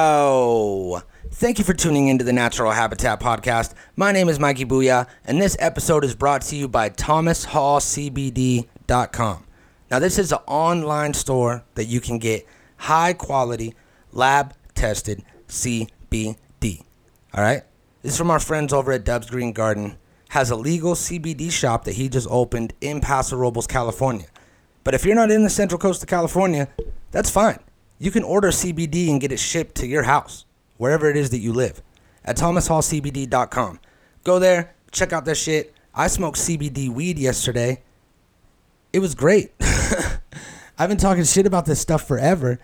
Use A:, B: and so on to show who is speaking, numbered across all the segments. A: Yo! Thank you for tuning into the Natural Habitat Podcast. My name is Mikey Booya, and this episode is brought to you by ThomasHallCBD.com. Now, this is an online store that you can get high quality, lab tested CBD. All right? This is from our friends over at Dubs Green Garden. Has a legal CBD shop that he just opened in Paso Robles, California. But if you're not in the Central Coast of California, that's fine. You can order CBD and get it shipped to your house, wherever it is that you live, at thomashallcbd.com. Go there, check out their shit. I smoked CBD weed yesterday. It was great. I've been talking shit about this stuff forever,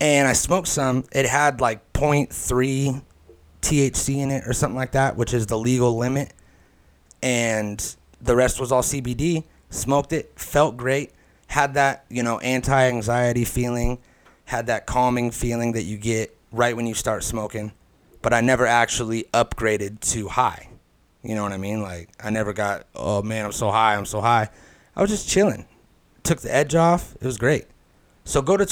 A: and I smoked some. It had like 0.3 THC in it or something like that, which is the legal limit and the rest was all CBD. Smoked it, felt great, had that, you know, anti anxiety feeling, had that calming feeling that you get right when you start smoking. But I never actually upgraded to high. You know what I mean? Like, I never got, oh man, I'm so high, I'm so high. I was just chilling. Took the edge off. It was great. So go to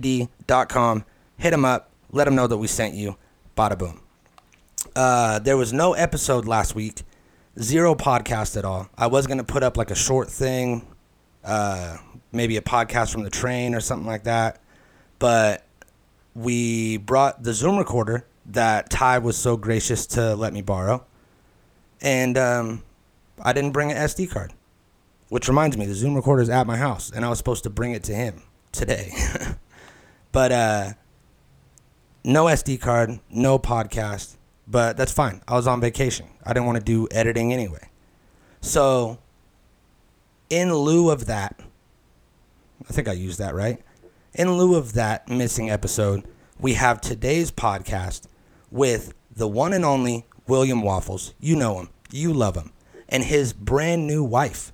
A: thomashallcbd.com, hit them up, let them know that we sent you. Bada boom. Uh, there was no episode last week, zero podcast at all. I was gonna put up like a short thing, uh, maybe a podcast from the train or something like that, but we brought the Zoom recorder that Ty was so gracious to let me borrow, and um, I didn't bring an SD card. Which reminds me, the Zoom recorder is at my house, and I was supposed to bring it to him today. but uh, no SD card, no podcast, but that's fine. I was on vacation. I didn't want to do editing anyway. So, in lieu of that, I think I used that right. In lieu of that missing episode, we have today's podcast with the one and only William Waffles. You know him, you love him, and his brand new wife.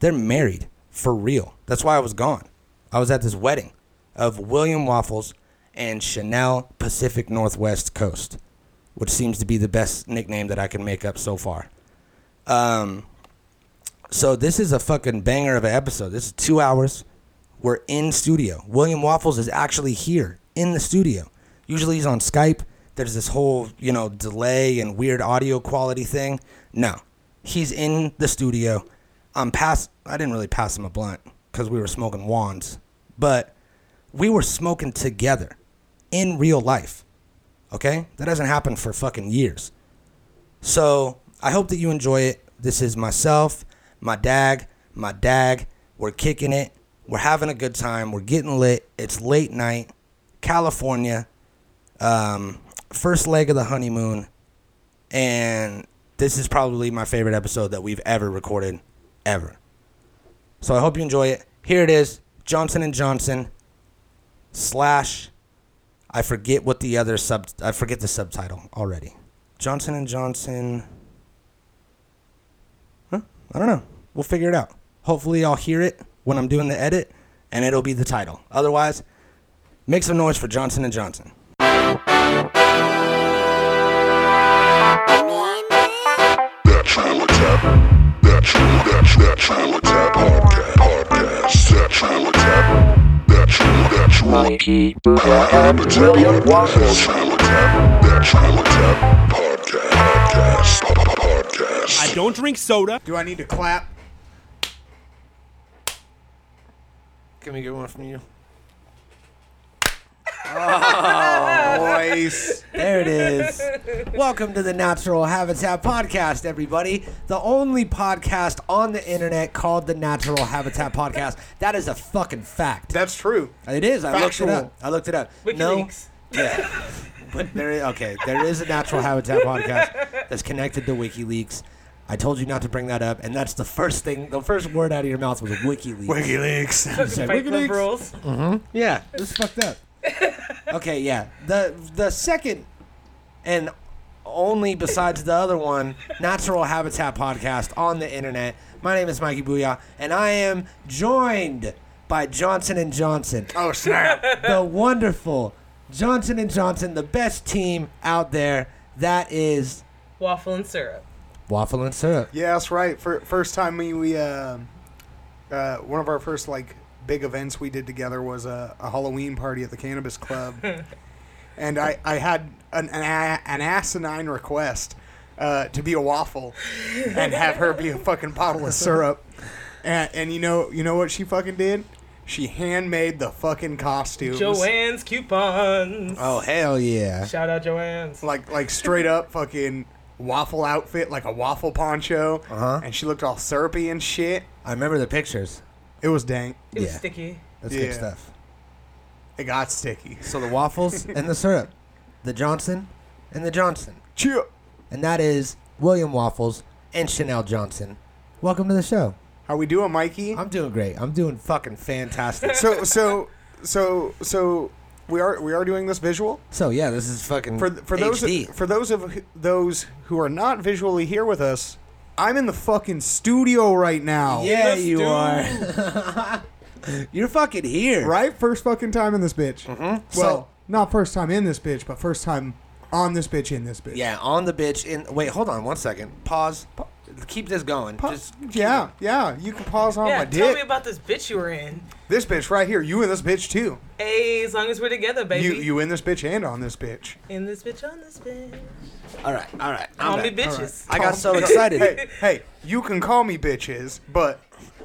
A: They're married for real. That's why I was gone. I was at this wedding of William Waffles and Chanel Pacific Northwest Coast, which seems to be the best nickname that I can make up so far. Um, so this is a fucking banger of an episode. This is two hours. We're in studio. William Waffles is actually here in the studio. Usually he's on Skype. There's this whole, you know, delay and weird audio quality thing. No, he's in the studio. I'm pass. I didn't really pass him a blunt because we were smoking wands, but we were smoking together in real life. Okay, that hasn't happened for fucking years. So I hope that you enjoy it. This is myself, my dag, my dag. We're kicking it. We're having a good time. We're getting lit. It's late night, California. Um, first leg of the honeymoon, and this is probably my favorite episode that we've ever recorded, ever. So I hope you enjoy it. Here it is, Johnson and Johnson slash. I forget what the other sub. I forget the subtitle already. Johnson and Johnson. I don't know. We'll figure it out. Hopefully, I'll hear it when I'm doing the edit, and it'll be the title. Otherwise, make some noise for Johnson and Johnson.
B: That trailer tap. That trailer. That that trailer tap podcast. Podcast. That trailer tap. That trailer. That trailer.
C: Mikey Booya and
B: Habitat
C: William
B: podcast. That
C: Waffles.
B: trailer tap. That trailer tap podcast. Podcast. po- po- Podcast.
D: I don't drink soda.
E: Do I need to clap?
A: Can we get one from you?
E: Oh, Boys.
A: There it is. Welcome to the Natural Habitat Podcast, everybody. The only podcast on the internet called the Natural Habitat Podcast. That is a fucking fact.
E: That's true.
A: It is. I looked it
E: Factual.
A: up. I looked it up.
F: WikiLeaks.
A: No, yeah. but there is okay. There is a natural habitat podcast that's connected to WikiLeaks. I told you not to bring that up, and that's the first thing. The first word out of your mouth was WikiLeaks.
E: WikiLeaks.
A: You said
F: Fight Club
A: WikiLeaks?
F: rules.
A: Yeah, this is fucked up. okay, yeah. The the second and only besides the other one, Natural Habitat podcast on the internet. My name is Mikey Booyah, and I am joined by Johnson and Johnson,
E: Oh snap!
A: the wonderful Johnson and Johnson, the best team out there. That is
F: Waffle and syrup.
A: waffle and syrup.
E: yeah, that's right. For first time we we um uh, one of our first like
D: big events we did together was a, a Halloween party at the Cannabis Club, and I, I had an, an, a- an asinine request uh, to be a waffle and have her be a fucking bottle of syrup, and, and you know you know what she fucking did? She handmade the fucking costumes.
C: Joanne's coupons.
A: Oh hell yeah!
C: Shout out Joanne's.
D: like like straight up fucking waffle outfit, like a waffle poncho,
A: Uh-huh.
D: and she looked all syrupy and shit.
A: I remember the pictures.
D: It was dank.
C: It was
A: Yeah.
C: sticky.
A: That's
D: Yeah.
A: good stuff.
D: It got sticky.
A: So the waffles and the syrup, the Johnson and the Johnson,
D: Chew.
A: and that is William Waffles and Chanel Johnson. Welcome to the show.
D: How we doing, Mikey?
A: I'm doing great. I'm doing fucking fantastic.
D: So so so so we are we are doing this visual
A: So yeah, this is fucking
D: for for those
A: HD.
D: for those of who- those who are not visually here with us. I'm in the fucking studio right now.
A: yeah,
C: the
A: you
C: stew.
A: are. You're fucking here,
D: Right? First fucking time in this bitch. Mm-hmm. Well,
A: So-
D: not first time in this bitch, but first time on this bitch in this bitch.
A: Yeah, on the bitch. In wait, hold on one second. Pause. Pa- keep this going.
D: Pa-
A: Just
D: yeah, yeah. You can pause on
C: Yeah,
D: Oh, my
C: tell
D: dick.
C: me about this bitch you were in.
D: This bitch right here, you and this bitch too.
C: Hey, as long as we're together, baby.
D: You you in this bitch and on this bitch.
C: In this bitch, on this bitch.
A: all right, all right. I'm
C: Call me
A: back.
C: bitches.
A: I got
D: Call-
A: so
D: Hey,
A: excited.
D: Hey, hey, you can call me bitches, but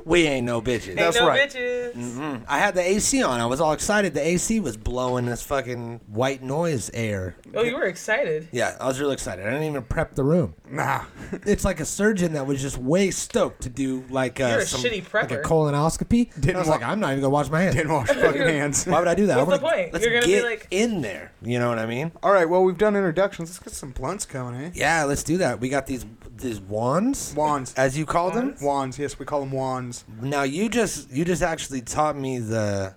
A: We ain't no bitches. Mm.
D: That's
C: Ain't no
D: right. Mm-hmm.
C: bitches.
A: I had the AC on. I was all excited. The AC was blowing this fucking white noise air.
C: Oh, you were excited.
A: Yeah, I was really excited. I didn't even prep the room.
D: nah.
A: It's like a surgeon that was just way stoked to do like uh,
C: You're a
A: some
C: shitty
A: like a
C: prepper.
A: colonoscopy.
D: Didn't
A: I was
D: wa-
A: like, I'm not even gonna wash my hands.
D: Didn't wash your fucking hands.
A: Why would I do that?
C: What's
A: I
C: the point?
A: Let's
C: You're gonna be
A: get
C: like-
A: in there. You know what I mean?
D: All right, well we've done introductions. Let's get some blunts coming, eh?
A: Yeah, let's do that. We got these these wands,
D: Wands.
A: as you call them.
D: Wands. Yes, we call them wands.
A: Now you just you just actually taught me the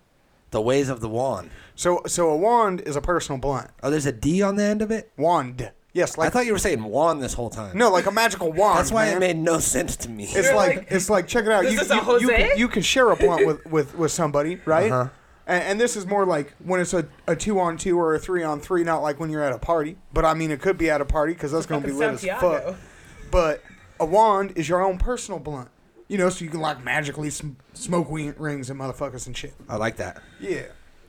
A: the ways of the wand.
D: So so a wand is a personal blunt.
A: Oh, there's a D on the end of it.
D: Wand. Yes,
A: I
D: like
A: thought you were saying wand this whole time.
D: no, like a magical wand.
A: that's why
D: man.
A: it made no sense to me.
D: It's
C: You're
D: like,
C: like,
D: it's like check it out.
C: "This
D: you,
C: is a
D: you- you
C: Jose?"
D: can, you can share a blunt with with, with somebody, right?
A: Uh-huh.
D: And, and this is more like when it's a, a two on two or a three on three, not like when you're at a party. But I mean, it could be at a party because that's going to be
C: Fucking
D: lit as
C: Santiago.
D: fuck. But a wand is your own personal blunt, you know, so you can like magically sm- smoke weed rings and motherfuckers and shit.
A: I like that.
D: Yeah,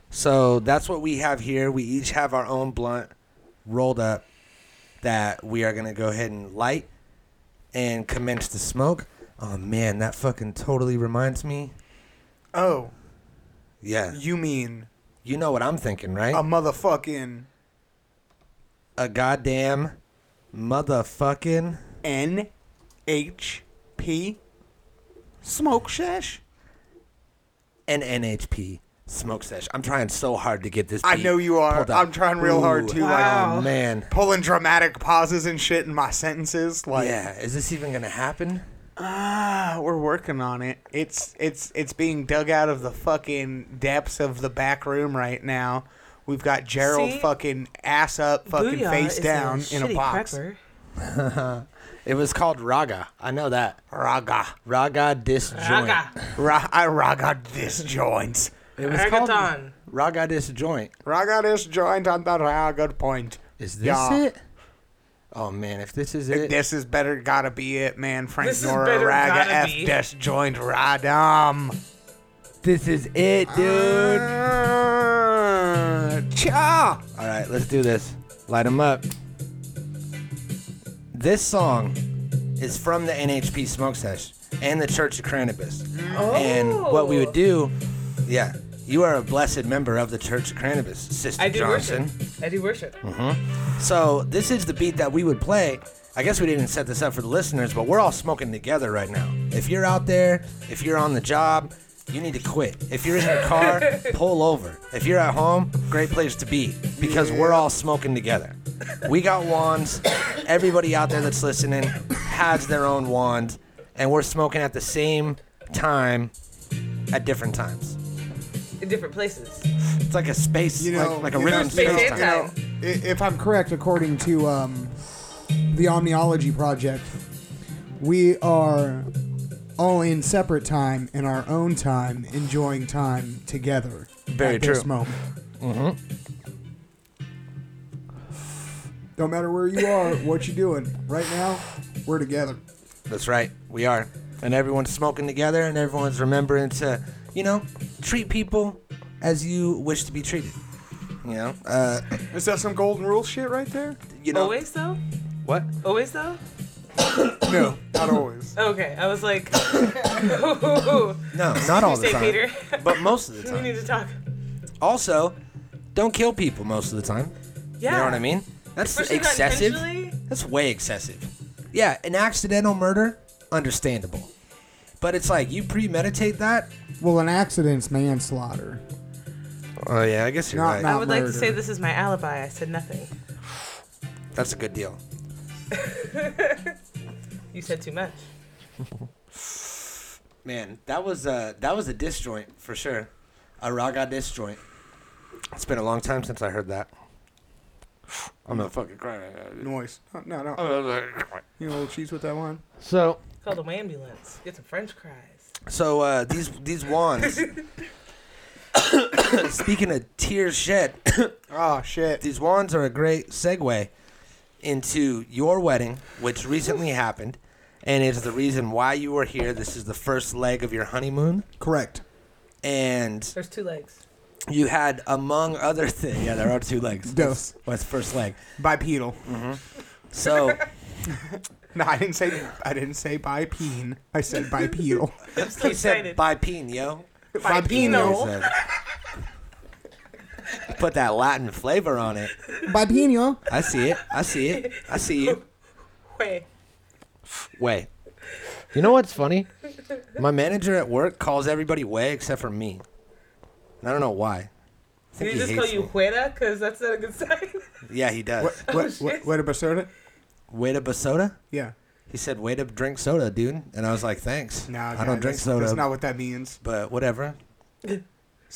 A: So that's what we have here. We each have our own blunt rolled up that we are gonna go ahead and light and commence to smoke. Oh man, that fucking totally reminds me.
D: Oh,
A: Yeah,
D: you mean
A: you know what I'm thinking, right?
D: a motherfucking
A: a goddamn motherfucking.
D: N H P smoke sesh?
A: an NHP smoke sesh. I'm trying so hard to get this.
D: I
A: beat
D: know you are.
A: pulled up.
D: I'm trying real hard too, like-
A: Oh
C: Wow.
A: man.
D: pulling dramatic pauses and shit in my sentences. Like,
A: Yeah. Is this even gonna happen?
D: ah, we're working on it. It's it's it's being dug out of the fucking depths of the back room right now. We've got Gerald
C: See?
D: fucking ass up, fucking
C: Booyah
D: face
C: is
D: down in a
C: shitty
D: box.
C: prepper.
A: It was called Raga. I know that.
D: Raga,
A: Raga disjoint.
C: Raga.
D: Ra- I raga disjoints.
A: It was called
C: Ragaton.
A: Raga disjoint.
D: Raga disjoint on the raga point.
A: Is this
D: Yeah.
A: it? Oh man, if this is it,
D: This is better gotta be it, man. Frank
C: This is
D: Nora
C: better
D: Raga
C: gotta
D: F
C: be.
D: disjoint radom.
A: this is it, dude.
D: Uh, cha!
A: All right, let's do this. Light them up. This song is from the NHP Smoke Sesh and the Church of Cannabis. And what
C: Oh.
A: we would do, yeah, you are a blessed member of the Church of Cannabis, Sister
C: I do
A: Johnson.
C: worship. I do worship.
D: Hmm.
A: So this is the beat that we would play. I guess we didn't set this up for the listeners, but we're all smoking together right now. If you're out there, if you're on the job, you need to quit. If you're in your car, pull over. If you're at home, great place to be because we're all smoking together. We got wands. Everybody out there that's listening has their own wand, and we're smoking at the same time at different times.
C: In different places.
A: It's like a space,
D: you know,
A: like, like a
D: you
A: rhythm
D: know,
C: space
A: space
D: you know,
C: time.
A: time.
D: you know, i- if I'm correct, according to um, the Omniology Project, we are all in separate time, in our own time, enjoying time together.
A: Very
D: at This
A: true. Mm-hmm.
D: moment. Don't matter where you are, what you're doing. Right now, we're together.
A: That's right. We are. And everyone's smoking together and everyone's remembering to, you know, treat people as you wish to be treated. You know, uh,
D: Is that some golden rule shit right there?
A: you know
C: Always though?
A: what?
C: Always though?
D: No, not always.
C: Okay, I was like,
A: No, not all the
C: say
A: time,
C: Peter,
A: but most of the
C: we need
A: time.
C: to talk.
A: Also, don't kill people most of the time.
C: Yeah.
A: You know what I mean? That's
C: Especially not
A: excessive.
C: intentionally.
A: That's way excessive. Yeah, an accidental murder, understandable. But it's like you premeditate that.
D: Well, an accident's manslaughter.
A: Oh yeah, I guess you're
D: Not-
A: right.
D: not-
C: I would like to
D: Murder.
C: say this is my alibi. I said nothing.
A: That's a good deal.
C: You said too much.
A: Man, that was uh that was a disjoint for sure. A raga disjoint. It's been a long time since I heard that. I'm gonna fucking cry right now.
D: Noise. No, no, no.
A: dude.
D: You know, cheese with that one.
A: So
C: Called a ambulance. Get some French fries.
A: so uh these these wands Speaking of tear shed, Ah,
D: Oh shit.
A: these wands are a great segue into your wedding, which recently happened, and is the reason why you are here. This is the first leg of your honeymoon,
D: Correct.
A: and
C: There's two legs.
A: you had, among other things, yeah, there are two legs.
D: Dos.
A: Well, it's first leg.
D: Bipedal.
A: So
D: No, I didn't say. I didn't say bipene. I said bipedal.
C: I'm so
A: he said
C: excited.
A: bipene, yo.
D: Bipedal.
A: He said. Put that Latin flavor on it.
D: Bipedal.
A: I see it. I see it. I see you.
C: Wait.
A: Way. You know what's funny? My manager at work calls everybody way except for me. And I don't know why. I
C: Did
A: think
C: he just
A: hates
C: call you
A: me.
C: Huera? Because that's not a good sign.
A: Yeah, he does.
D: What? What? What?
C: shit.
D: What about soda?
A: Way to b- soda?
D: Yeah.
A: He said, way to drink soda, dude. And I was like, thanks.
D: No,
A: I
D: no,
A: don't drink
D: that's-
A: soda.
D: That's not what that means.
A: but whatever.
D: Does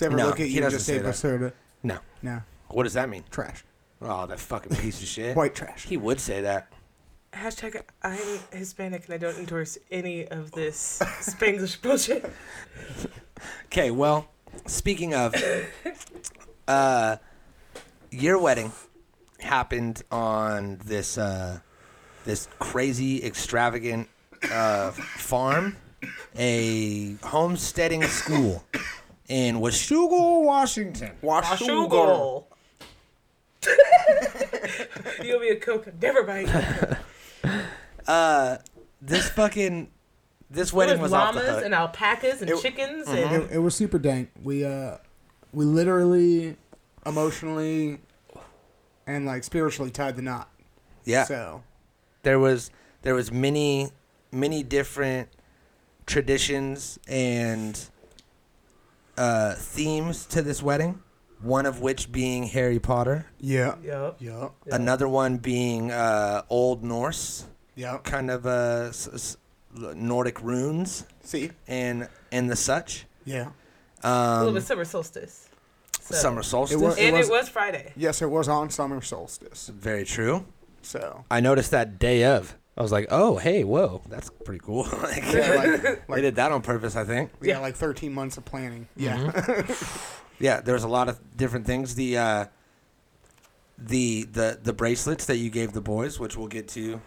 D: ever
A: No,
D: look at
A: he
D: you and
A: doesn't
D: just
A: say
D: say
A: that.
D: soda?
A: No.
D: No,
A: What does that mean?
D: trash.
A: Oh, that fucking piece of shit.
D: White trash.
A: He would say that.
C: Hashtag I'm Hispanic and I don't endorse any of this Spanglish bullshit.
A: Okay, well, speaking of, uh, your wedding happened on this uh, this crazy, extravagant uh, farm, a homesteading school in Washugal, Washington.
C: Ashugal. you owe me a coke. Never mind.
A: This fucking this
C: There
A: wedding
C: was
A: was off the
C: llamas
A: hook.
C: and alpacas and
D: It-
C: chickens
D: It, it was super dank. We uh, we literally, emotionally, and like spiritually tied the knot.
A: yeah,
D: So
A: there was there was many many different traditions and uh, themes to this wedding. One of which being Harry Potter,
D: yeah,
C: and yep.
D: yeah,
A: another one being uh, Old Norse,
D: yeah.
A: kind of uh, s- s- Nordic runes
D: See,
A: and and the such. Um,
D: yeah.
C: a little bit summer solstice. So-
A: Summer solstice.
D: It wa-
C: And
D: was-
C: it was Friday.
D: Yes, it was on summer solstice.
A: Very true.
D: So
A: I noticed that day of. I was like, oh, hey, whoa, that's pretty cool. like,
D: yeah, like,
A: they
D: like,
A: did that on purpose, I think.
D: we had
C: Yeah.
D: like 13 months of planning. Yeah,
A: Yeah, there's a lot of different things. The uh, the the the bracelets that you gave the boys, which we'll get to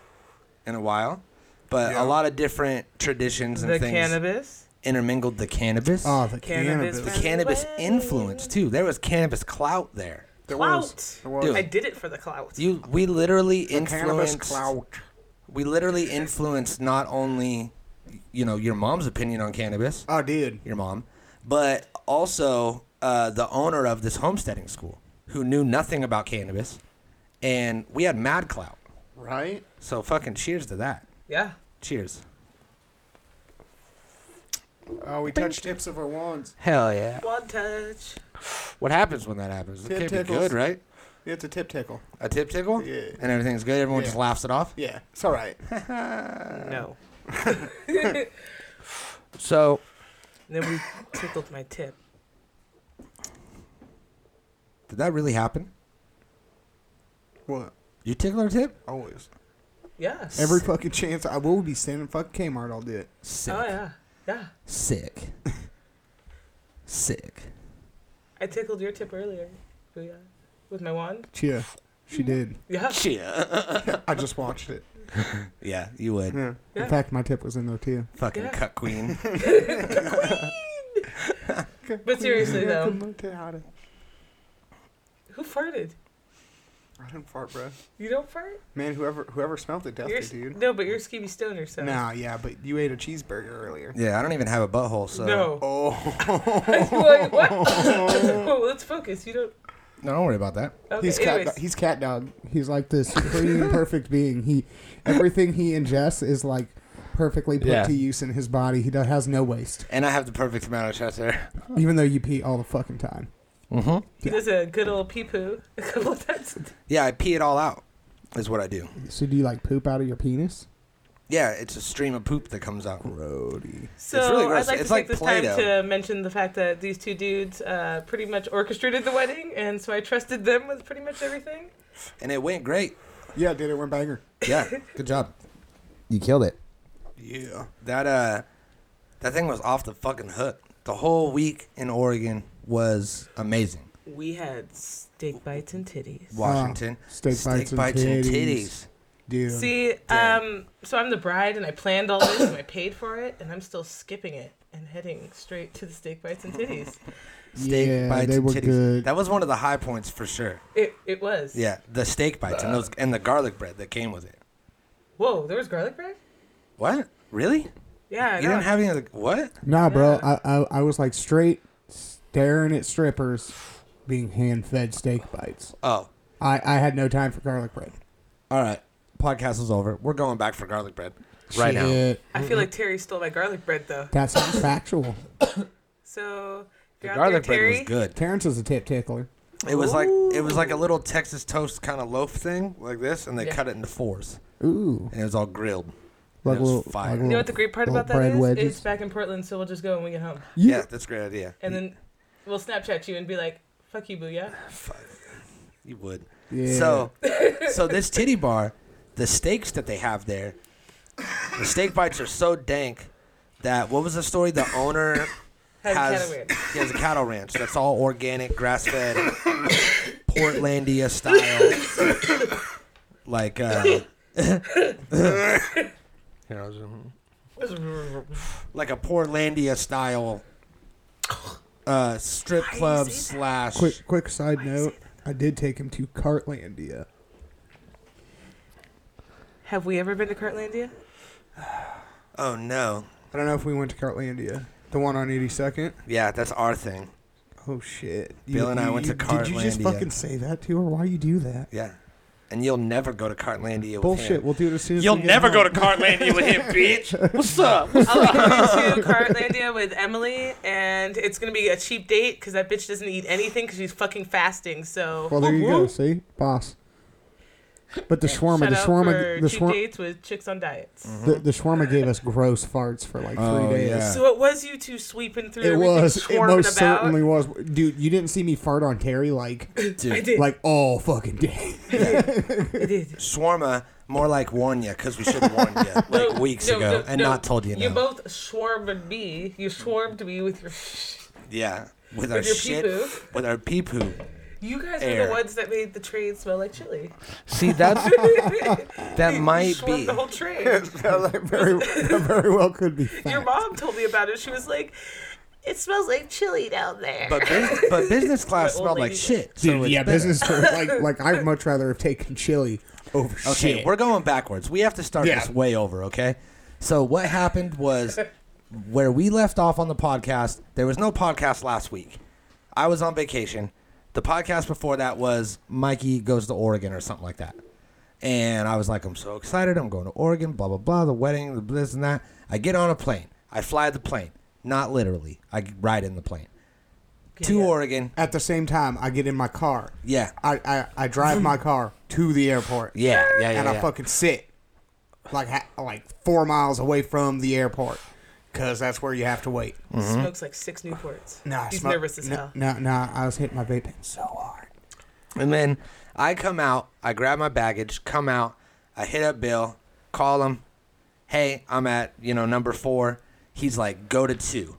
A: in a while, but
D: Yeah.
A: a lot of different traditions and
C: The
A: things
C: cannabis.
A: intermingled. The cannabis,
D: oh the
C: Cannabis
D: cannabis.
A: the
C: friendly
A: cannabis
C: way.
A: influence too. There was cannabis clout there.
D: There
C: Clout.
D: there was.
A: Dude.
C: I did it for the clout.
A: You, we literally
D: The cannabis
A: influenced.
D: clout.
A: We literally influenced not only, you know, your mom's opinion on cannabis,
D: Oh, dude.
A: your mom, but also uh, the owner of this homesteading school who knew nothing about cannabis. And we had mad clout.
D: Right?
A: So fucking cheers to that.
C: yeah.
A: Cheers.
D: Oh, we touched tips of our wands.
A: Hell yeah.
C: One touch.
A: What happens when that happens? It
D: Tip
A: can't be
D: tickles.
A: good, right?
D: It's a tip tickle.
A: A tip tickle?
D: Yeah.
A: And everything's good. Everyone
D: Yeah.
A: just laughs it off.
D: Yeah, it's all right.
C: No.
A: So
C: And then we tickled my tip.
A: did that really happen?
D: What?
A: You tickle her tip?
D: Always.
C: Yeah.
D: Every fucking chance I will be standing fucking Kmart, I'll do it.
A: Sick.
C: Oh yeah. Yeah.
A: Sick. Sick.
C: I tickled your tip earlier. Booyah. With my wand.
D: Chia. She did.
C: Yeah.
A: Cheer.
D: I just watched it.
A: yeah, you would.
D: Yeah.
C: Yeah.
D: In fact, my tip was in there too.
A: Fucking
C: Yeah.
A: cut queen.
C: But seriously, though.
E: though.
C: Who farted?
E: I don't fart, bro.
C: You don't fart?
E: Man, whoever whoever smelled it
C: You're
E: definitely,
C: s-
E: dude.
C: No, but you're Skeevy Stoner, so.
E: Nah, yeah, but you ate a cheeseburger earlier.
A: Yeah, I don't even have a butthole, so
C: No.
E: Oh,
C: Like, what? Well, let's focus. You don't.
A: no, don't worry about that.
C: Okay,
E: he's cat.
C: anyways.
E: dog-
D: He's cat dog. He's like the supreme perfect being. He everything he ingests is like perfectly put
A: Yeah.
D: to use in his body. He do- has no waste,
A: And I have the perfect amount of chest hair.
D: even though you pee all the fucking time.
A: Mm-hmm.
C: He does a good old pee poo a couple of times.
A: Yeah, I pee it all out. Is what I do.
D: So do you like poop out of your penis?
A: Yeah, it's a stream of poop that comes out.
D: Brody.
C: So
A: really
C: I'd
A: gross.
C: like
A: It's
C: to
A: like
C: take this time
A: Play-Doh.
C: to mention the fact that these two dudes uh, pretty much orchestrated the wedding, and so I trusted them with pretty much everything.
A: And it went great.
D: Yeah, did it went banger.
A: Yeah, good job. You killed it.
E: yeah.
A: That uh, that thing was off the fucking hook. The whole week in Oregon was amazing.
D: Ah,
C: We had steak bites and titties.
A: Washington
D: steak bites and titties. Dude.
C: See, um, so I'm the bride, and I planned all this, and I paid for it, and I'm still skipping it and heading straight to the steak bites and titties.
A: Steak
D: Yeah,
A: bites
D: they
A: and
D: were
A: titties.
D: good.
A: That was one of the high points for sure.
C: It it was.
A: Yeah, the steak bites and those and the garlic bread that came with it.
C: Whoa, there was garlic bread.
A: What? Really?
C: Yeah. I
A: You
C: know.
A: didn't have any of the what?
D: Nah, bro. I, I I was like straight staring at strippers being hand fed steak bites.
A: Oh,
D: I, I had no time for garlic bread.
A: all right. Podcast is over. We're going back for garlic bread right now.
D: Shit.
C: I feel like Terry stole my garlic bread though.
D: That sounds factual.
C: So if
A: The
C: you're out
A: garlic
C: there,
A: bread
C: Terry,
A: was good.
D: Terrence is a tip tickler.
A: It was like it was like a little Texas toast kind of loaf thing, like this, and they
C: Yeah.
A: cut it into fours,
D: Ooh.
A: and it was all grilled.
D: Like
A: It was
D: little-
A: fire. You
D: like
C: You know
D: little-
C: what the great part
D: Little
C: about that
D: bread
C: is?
D: wedges.
C: It's back in Portland, so we'll just go when we get home.
D: You-
A: Yeah, that's a great idea.
C: And then we'll Snapchat you and be like, fuck you, booyah.
A: You would.
D: Yeah.
A: So, so this titty bar, the steaks that they have there, the steak bites are so dank that what was the story? The owner
C: Has a
A: has
C: cattle ranch.
A: he has a cattle ranch that's all organic, grass fed, Portlandia style, like. Uh, Here, I was- like a Portlandia style uh, strip club slash
D: Quick, quick side note. I did take him to Cartlandia.
C: Have we ever been to Cartlandia?
A: Oh no.
E: I don't know if we went to Cartlandia, the one on 82nd.
A: Yeah, that's our thing.
E: Oh shit!
A: Bill and I went to
E: Did you just
A: Cartlandia.
E: fucking say that to her? Why you do that?
A: Yeah. And you'll never go to Cartlandia with
E: Bullshit.
A: him.
E: We'll do it as soon as
A: You'll
E: we get
A: never
E: home.
A: go to Cartlandia with him, bitch. What's up? What's
C: I'll be going to Cartlandia with Emily, and it's going to be a cheap date because that bitch doesn't eat anything because she's fucking fasting. So
D: Well, there you go. See, boss. But the
C: shout
D: shawarma, the
C: out
D: shawarma,
C: for
D: the Mm,
C: cheap
D: shawarma,
C: dates with chicks on diets.
D: the, the shawarma gave us gross farts for like three
A: Oh,
D: days.
A: yeah.
C: So it was you two sweeping through
D: It
C: everything,
D: was. It
C: swarming
D: most
C: about.
D: certainly was, dude. You didn't see me fart on Terry like,
C: I
A: dude?
C: did.
D: like all fucking day.
C: I did.
A: Shawarma, more like warn you, because we should have warned you like weeks
C: No,
A: ago
C: no,
A: and
C: no.
A: not told you.
C: You
A: now.
C: both swarmed me. You swarmed me with your.
A: yeah, with, our
C: With your
A: shit,
C: pee-poo.
A: with our pee poo.
C: You guys were
A: Air.
C: the ones that made the train smell like chili.
A: See, that's that
C: You
A: might
C: swarmed
A: be.
C: the whole train.
D: that very, that very well could be. Fact.
C: Your mom told me about it. She was like, "It smells like chili down there."
A: But bus- but business class
C: But old
A: smelled like
C: lady-
A: shit. So
D: Dude,
A: it's
D: yeah,
A: better.
D: business for like, like I'd much rather have taken chili over
A: Okay,
D: shit.
A: Oh, we're going backwards. We have to start
D: Yeah.
A: this way over, okay? So what happened was where we left off on the podcast, there was no podcast last week. I was on vacation. The podcast before that was Mikey goes to Oregon or something like that. And I was like, I'm so excited. I'm going to Oregon, blah, blah, blah, the wedding, the this and that. I get on a plane. I fly the plane. Not literally. I ride in the plane. to
C: yeah.
A: Oregon.
D: At the same time, I get in my car.
A: Yeah.
D: I, I, I drive my car to the airport.
A: Yeah, yeah, yeah.
D: and I
A: yeah.
D: fucking sit like ha- like four miles away from the airport because that's where you have to wait.
A: Mm. Mm-hmm.
C: smokes like six Newports.
D: Nah,
C: he's
D: smoke-
C: nervous as
D: no,
C: hell.
D: No, no, I was hitting my vape pen so hard.
A: And then I come out, I grab my baggage, come out, I hit up Bill, call him, hey, I'm at, you know, number four. He's like, go to two.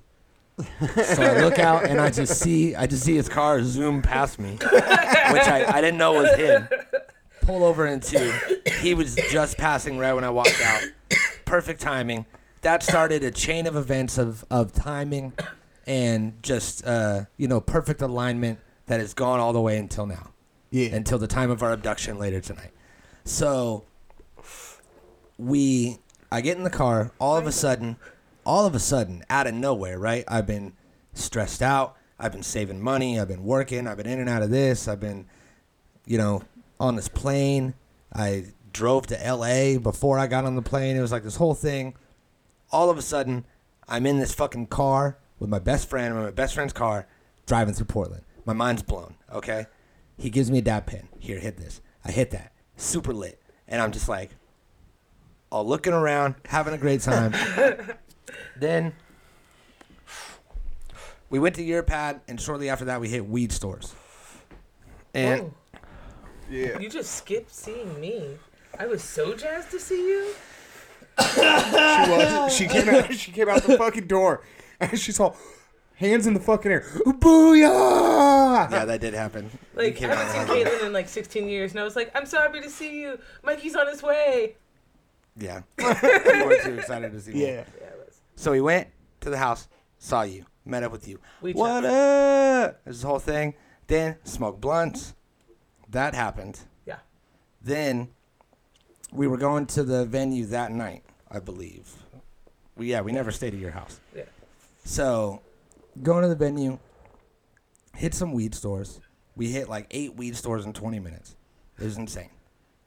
A: so I look out and I just see I just see his car zoom past me. Which I, I didn't know was him. Pull over in two. He was just passing right when I walked out. Perfect timing. That started a chain of events of, of timing and just uh, you know perfect alignment that has gone all the way until now,
D: Yeah.
A: until the time of our abduction later tonight. So we, I get in the car. All of a sudden, all of a sudden, out of nowhere, right? I've been stressed out. I've been saving money. I've been working. I've been in and out of this. I've been you know, on this plane. I drove to LA before I got on the plane. It was like this whole thing. All of a sudden, I'm in this fucking car with my best friend. I'm in my best friend's car driving through Portland. My mind's blown, okay? He gives me a dab pen. Here, hit this. I hit that. Super lit. And I'm just like, all looking around, having a great time. then we went to Europad, and shortly after that, we hit weed stores. And.
C: Oh. You just skipped seeing me. I was so jazzed to see you.
E: She was. She came out. She came out the fucking door, and she's all hands in the fucking air. Booyah!
A: Yeah, that did happen. You
C: Like I
A: came out
C: haven't
A: of
C: seen Caitlin in like 16 years, and I was like, I'm so happy to see you. Mikey's on his way.
A: Yeah. we were too excited to see me.
E: Yeah.
C: Yeah, it was.
A: So we went to the house, saw you, met up with you.
C: We
A: what up? This whole thing. Then smoked blunts. That happened.
C: Yeah.
A: Then we were going to the venue that night, I believe. We, yeah, we never stayed at your house.
C: Yeah.
A: So, going to the venue, hit some weed stores. We hit like eight weed stores in 20 minutes. It was insane.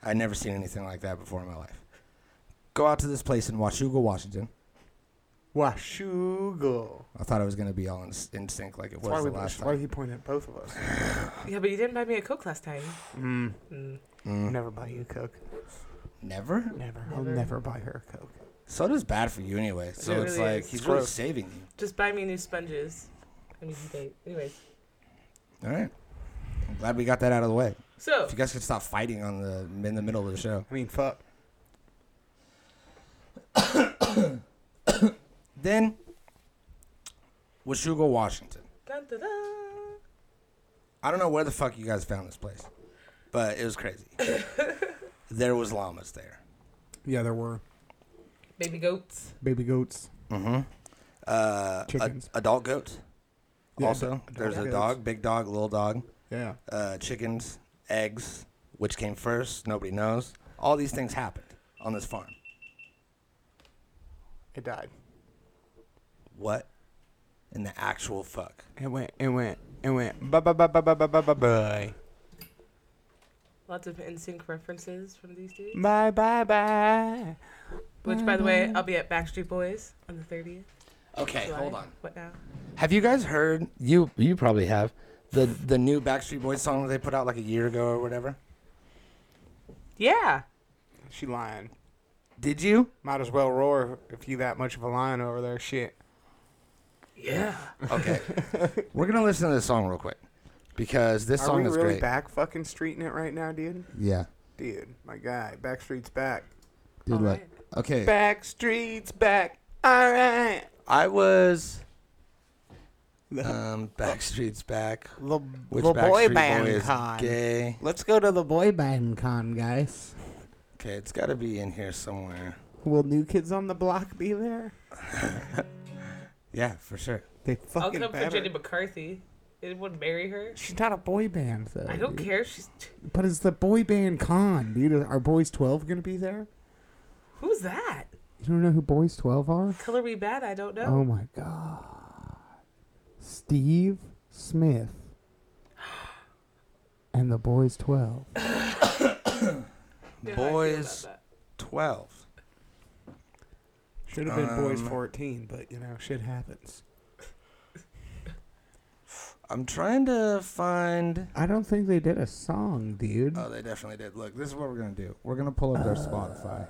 A: I'd never seen anything like that before in my life. Go out to this place in Washuga, Washington.
E: Washugo.
A: I thought I was going to be all in, in sync like it
E: That's why,
A: was
E: we,
A: the last
E: that's
A: time.
E: why he pointed at both of us.
C: Yeah, but you didn't buy me a Coke last time.
E: Mm.
C: Mm.
E: Never buy you a Coke.
A: Never?
E: Never. I'll never buy her a Coke.
A: Soda's bad for you anyway. So
C: It
A: it's
C: really
A: like
C: is.
A: he's
E: It's
A: really
E: gross.
A: saving you.
C: Just buy me new sponges. I mean, date. Anyways,
A: All right. I'm glad we got that out of the way.
C: so
A: If you guys could stop fighting on the in the middle of the show.
E: I mean, fuck.
A: Then, Washuga, Washington.
C: dun, dun, dun.
A: I don't know where the fuck you guys found this place, but it was crazy. there was llamas there.
D: Yeah, there were
C: baby goats.
D: baby goats.
A: Mm-hmm. Uh, ad-
D: Chickens.
A: adult goats.
D: Yeah,
A: also,
D: adult
A: there's a
D: goats.
A: dog, big dog, little dog,
D: Yeah.
A: uh, chickens, eggs. Which came first? Nobody knows. All these things happened on this farm.
E: It died.
A: What in the actual fuck?
E: It went. It went. It went. Bye bye bye bye bye bye bye bye bye.
C: Lots of NSYNC references from these dudes.
E: Bye bye bye.
C: Which, by the way, I'll be at Backstreet Boys on the 30th.
A: Okay,
C: July.
A: hold on.
C: What now?
A: Have you guys heard? You you probably have the the new Backstreet Boys song that they put out like a year ago or whatever.
C: Yeah.
E: She lying.
A: Did you?
E: Might as well roar if you that much of a lion over there. Shit.
C: Yeah.
A: Okay. We're gonna listen to this song real quick because this
E: Are
A: song
E: we
A: is
E: really
A: great.
E: back fucking streeting it right now, dude?
A: Yeah.
E: Dude, my guy, Backstreet's back.
A: Dude,
C: All
A: look.
C: right.
A: Okay.
E: Backstreet's back. All right.
A: I was
E: The-
A: um Backstreet's back.
E: The,
A: Which
E: the
A: Backstreet
E: boy band
A: Boy is
E: con.
A: gay?
E: Let's go to the boy.
D: band con guys.
A: Okay, it's got to be in here somewhere.
E: Will New Kids on the Block be there?
A: Yeah, for sure.
E: They
C: I'll
E: fucking
C: come for
E: better.
C: Jenny McCarthy. It would marry her.
E: She's not a boy band.
D: So,
C: I don't
D: dude.
C: care. She's
D: But it's the boy band con, dude. Are boys twelve gonna be there?
C: who's that?
D: You don't know who boys twelve are?
C: Color me bad. I don't know.
D: Oh my god. Steve Smith and the boys twelve.
C: You know how I feel about
A: Boys
C: that.
A: 12.
E: Should have been boys
A: Um,
E: 14, but you know, shit happens.
A: I'm trying to find
D: I don't think they did a song, dude.
A: Oh, they definitely did. Look, this is what we're going to do. We're going to pull up their Spotify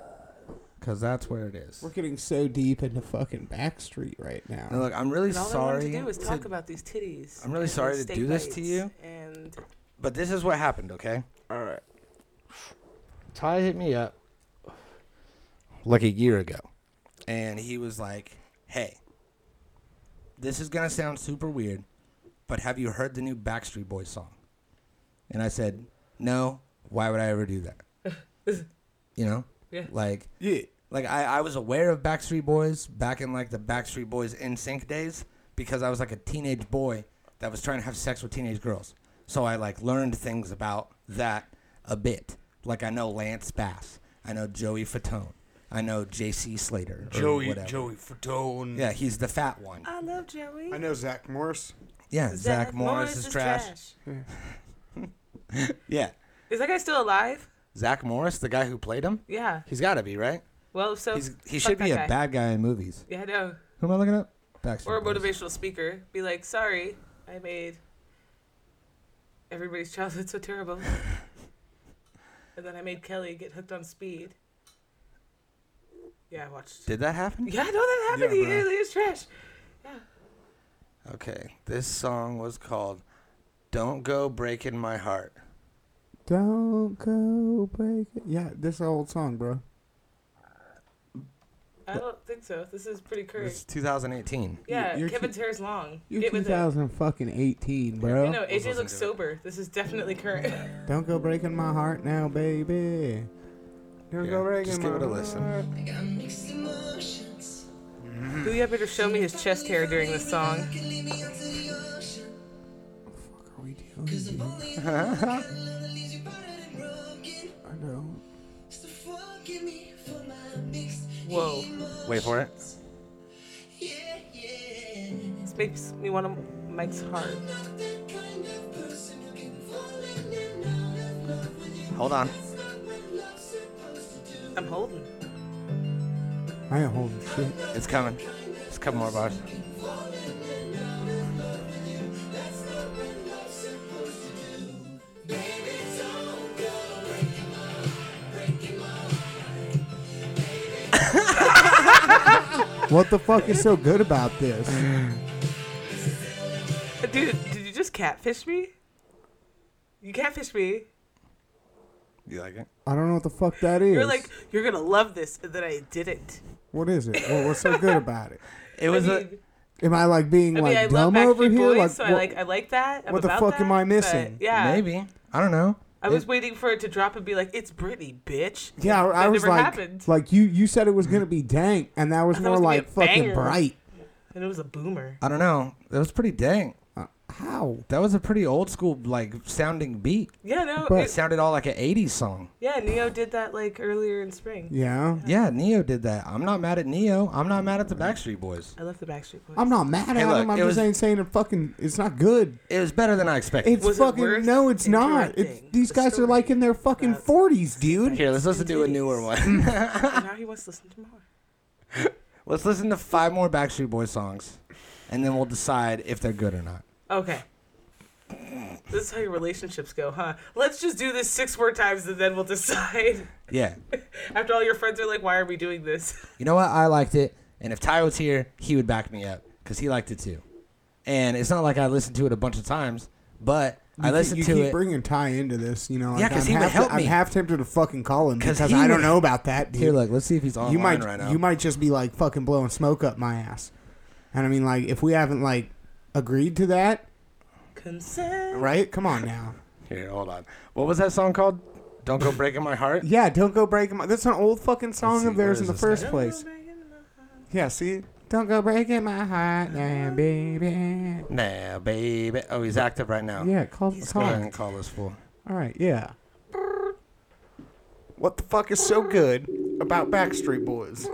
A: cuz that's where it is.
D: We're getting so deep into fucking Backstreet right
A: And
D: now.
A: look, I'm really
C: And all I
A: sorry
C: wanted to do was
A: to-
C: talk about these titties.
A: I'm really
C: and
A: sorry
C: these
A: to
C: steak
A: do this to
C: bites
A: you.
C: And
A: but this is what happened, okay?
E: All right.
A: Ty hit me up like a year ago, and he was like, "Hey, this is gonna sound super weird, but have you heard the new Backstreet Boys song?" And I said, "No. Why would I ever do that?" you know,
C: Yeah.
A: like,
E: Yeah.
A: like I, I was aware of Backstreet Boys back in like the Backstreet Boys in sync days, because I was like a teenage boy that was trying to have sex with teenage girls. So I like learned things about that a bit. Like I know Lance Bass, I know Joey Fatone, I know J.C. Slater, or
E: Joey
A: whatever.
E: Joey Fatone.
A: Yeah, he's the fat one.
C: I love Joey.
E: I know Zach Morris.
A: Yeah, Zach, Morris, is, trash. Yeah,
C: Is that guy still alive?
A: Zach Morris, the guy who played him,
C: Yeah.
A: he's got to be right.
C: Well, if so
A: He's, he
C: fuck
A: should
C: that
A: be a
C: guy.
A: bad guy in movies.
C: Yeah, I know.
A: Who am I looking up? Backstreet
C: Or a
A: Boys.
C: motivational speaker. Be like, sorry, I made everybody's childhood so terrible. and then I made Kelly get hooked on speed. Yeah, I watched.
A: Did that happen?
C: Yeah, I know that happened.
E: Yeah,
C: he,
E: bruh.
C: he was trash.
A: Okay, this song was called "Don't Go Breaking My Heart."
D: Don't go break it. Yeah, this is an old song, bro.
C: I don't think so. This is pretty
A: It's
C: correct.
A: 2018.
C: Yeah,
D: you're
C: Kevin's
D: two-
C: hair's long.
D: You're
C: Get with it.
D: 2000 fucking 18, bro.
C: You know, AJ
A: listening
C: looks
A: to it.
C: sober. This is definitely current.
D: Don't go breaking my heart now, baby.
E: Don't
A: Yeah,
E: go breaking
A: just give
E: my
A: it a listen.
E: heart.
C: Booyah better show me his chest hair during this song.
D: What are we doing? dude? I know.
C: Whoa.
A: Wait for it.
C: This makes me want to Mike's heart.
A: Hold on.
C: I'm holding.
D: I ain't holding shit.
A: It's coming. It's a couple more bars.
D: What the fuck is so good about this?
C: Dude, did you just catfish me? You catfish me.
A: You like it?
D: I don't know what the fuck that is.
C: You're like, you're gonna love this, and then I didn't.
D: what is it? What, what's so good about it?
A: It was a.
D: Am I like being
C: I mean,
D: like
C: I love
D: dumb
C: Backstreet
D: over here?
C: Boys,
D: like,
C: so I
D: what-
C: like, I like that. I'm
D: what the
C: about
D: fuck am
C: that,
D: I
C: but
D: missing?
C: yeah,
A: Maybe. I don't know.
C: I was waiting for it to drop and be like, it's Britney, bitch.
D: yeah, I, I
C: That
D: was
C: never
D: like,
C: happened.
D: like you, you said it was gonna be dank, and that was
C: I thought it
D: more
C: was gonna be
D: like
C: a
D: fucking
C: banger.
D: bright.
C: And it was a boomer.
A: I don't know. That was pretty dang.
D: Uh, how?
A: That was a pretty old school like sounding beat.
C: Yeah, no.
D: But-
A: It
C: it-
A: sounded all like an 80s song.
C: yeah, Neo did that like earlier in spring.
D: Yeah,
A: Yeah, Neo did that. I'm not mad at Neo. I'm not mad at the Backstreet Boys.
C: I love the Backstreet Boys.
D: I'm not mad at
A: look,
D: him. I'm
A: it
D: just
A: was-
D: ain't saying it fucking. It's not good.
A: It was better than I expected.
D: It's
C: Was it
D: fucking
C: worth
D: no. It's not. It's,
C: interrupting
D: these
C: the
D: guys are
C: story
D: like in their fucking
C: about-
D: forties, dude.
A: Here, let's listen to a newer one.
C: And now he wants to listen to more.
A: let's listen to five more Backstreet Boys songs, and then we'll decide if they're good or not.
C: Okay. This is how your relationships go, huh? Let's just do this six more times and then we'll decide.
A: Yeah.
C: After all your friends are like, why are we doing this?
A: You know what? I liked it, and if Ty was here, he would back me up because he liked it too. And it's not like I listened to it a bunch of times, but I
D: You keep-
A: listened
D: you
A: to
D: keep
A: it.
D: bringing Ty into this, you know. Like,
A: 'cause
D: I'm
A: he would
D: half
A: help
D: I'm
A: me.
D: half tempted to fucking call him
A: 'Cause
D: because
A: he
D: I don't
A: would-
D: know about that, dude.
A: here, look, let's see if he's online
D: you might
A: right now.
D: you might just be like fucking blowing smoke up my ass. And I mean, like, if we haven't like agreed to that,
C: Consent.
D: right? Come on now.
A: Here, hold on. What was that song called? Don't go breaking my heart.
D: Yeah, don't go breaking my. That's an old fucking song
A: see,
D: of
A: where
D: theirs in
A: is
D: the
A: this
D: first
A: at?
D: place. Yeah, see. Don't go breaking my heart, now, baby.
A: Nah, baby. Oh, he's active right now.
D: Yeah, call
A: Go
D: call.
A: ahead
D: it.
A: and call this fool.
D: All right, yeah.
E: What the fuck is so good about Backstreet Boys?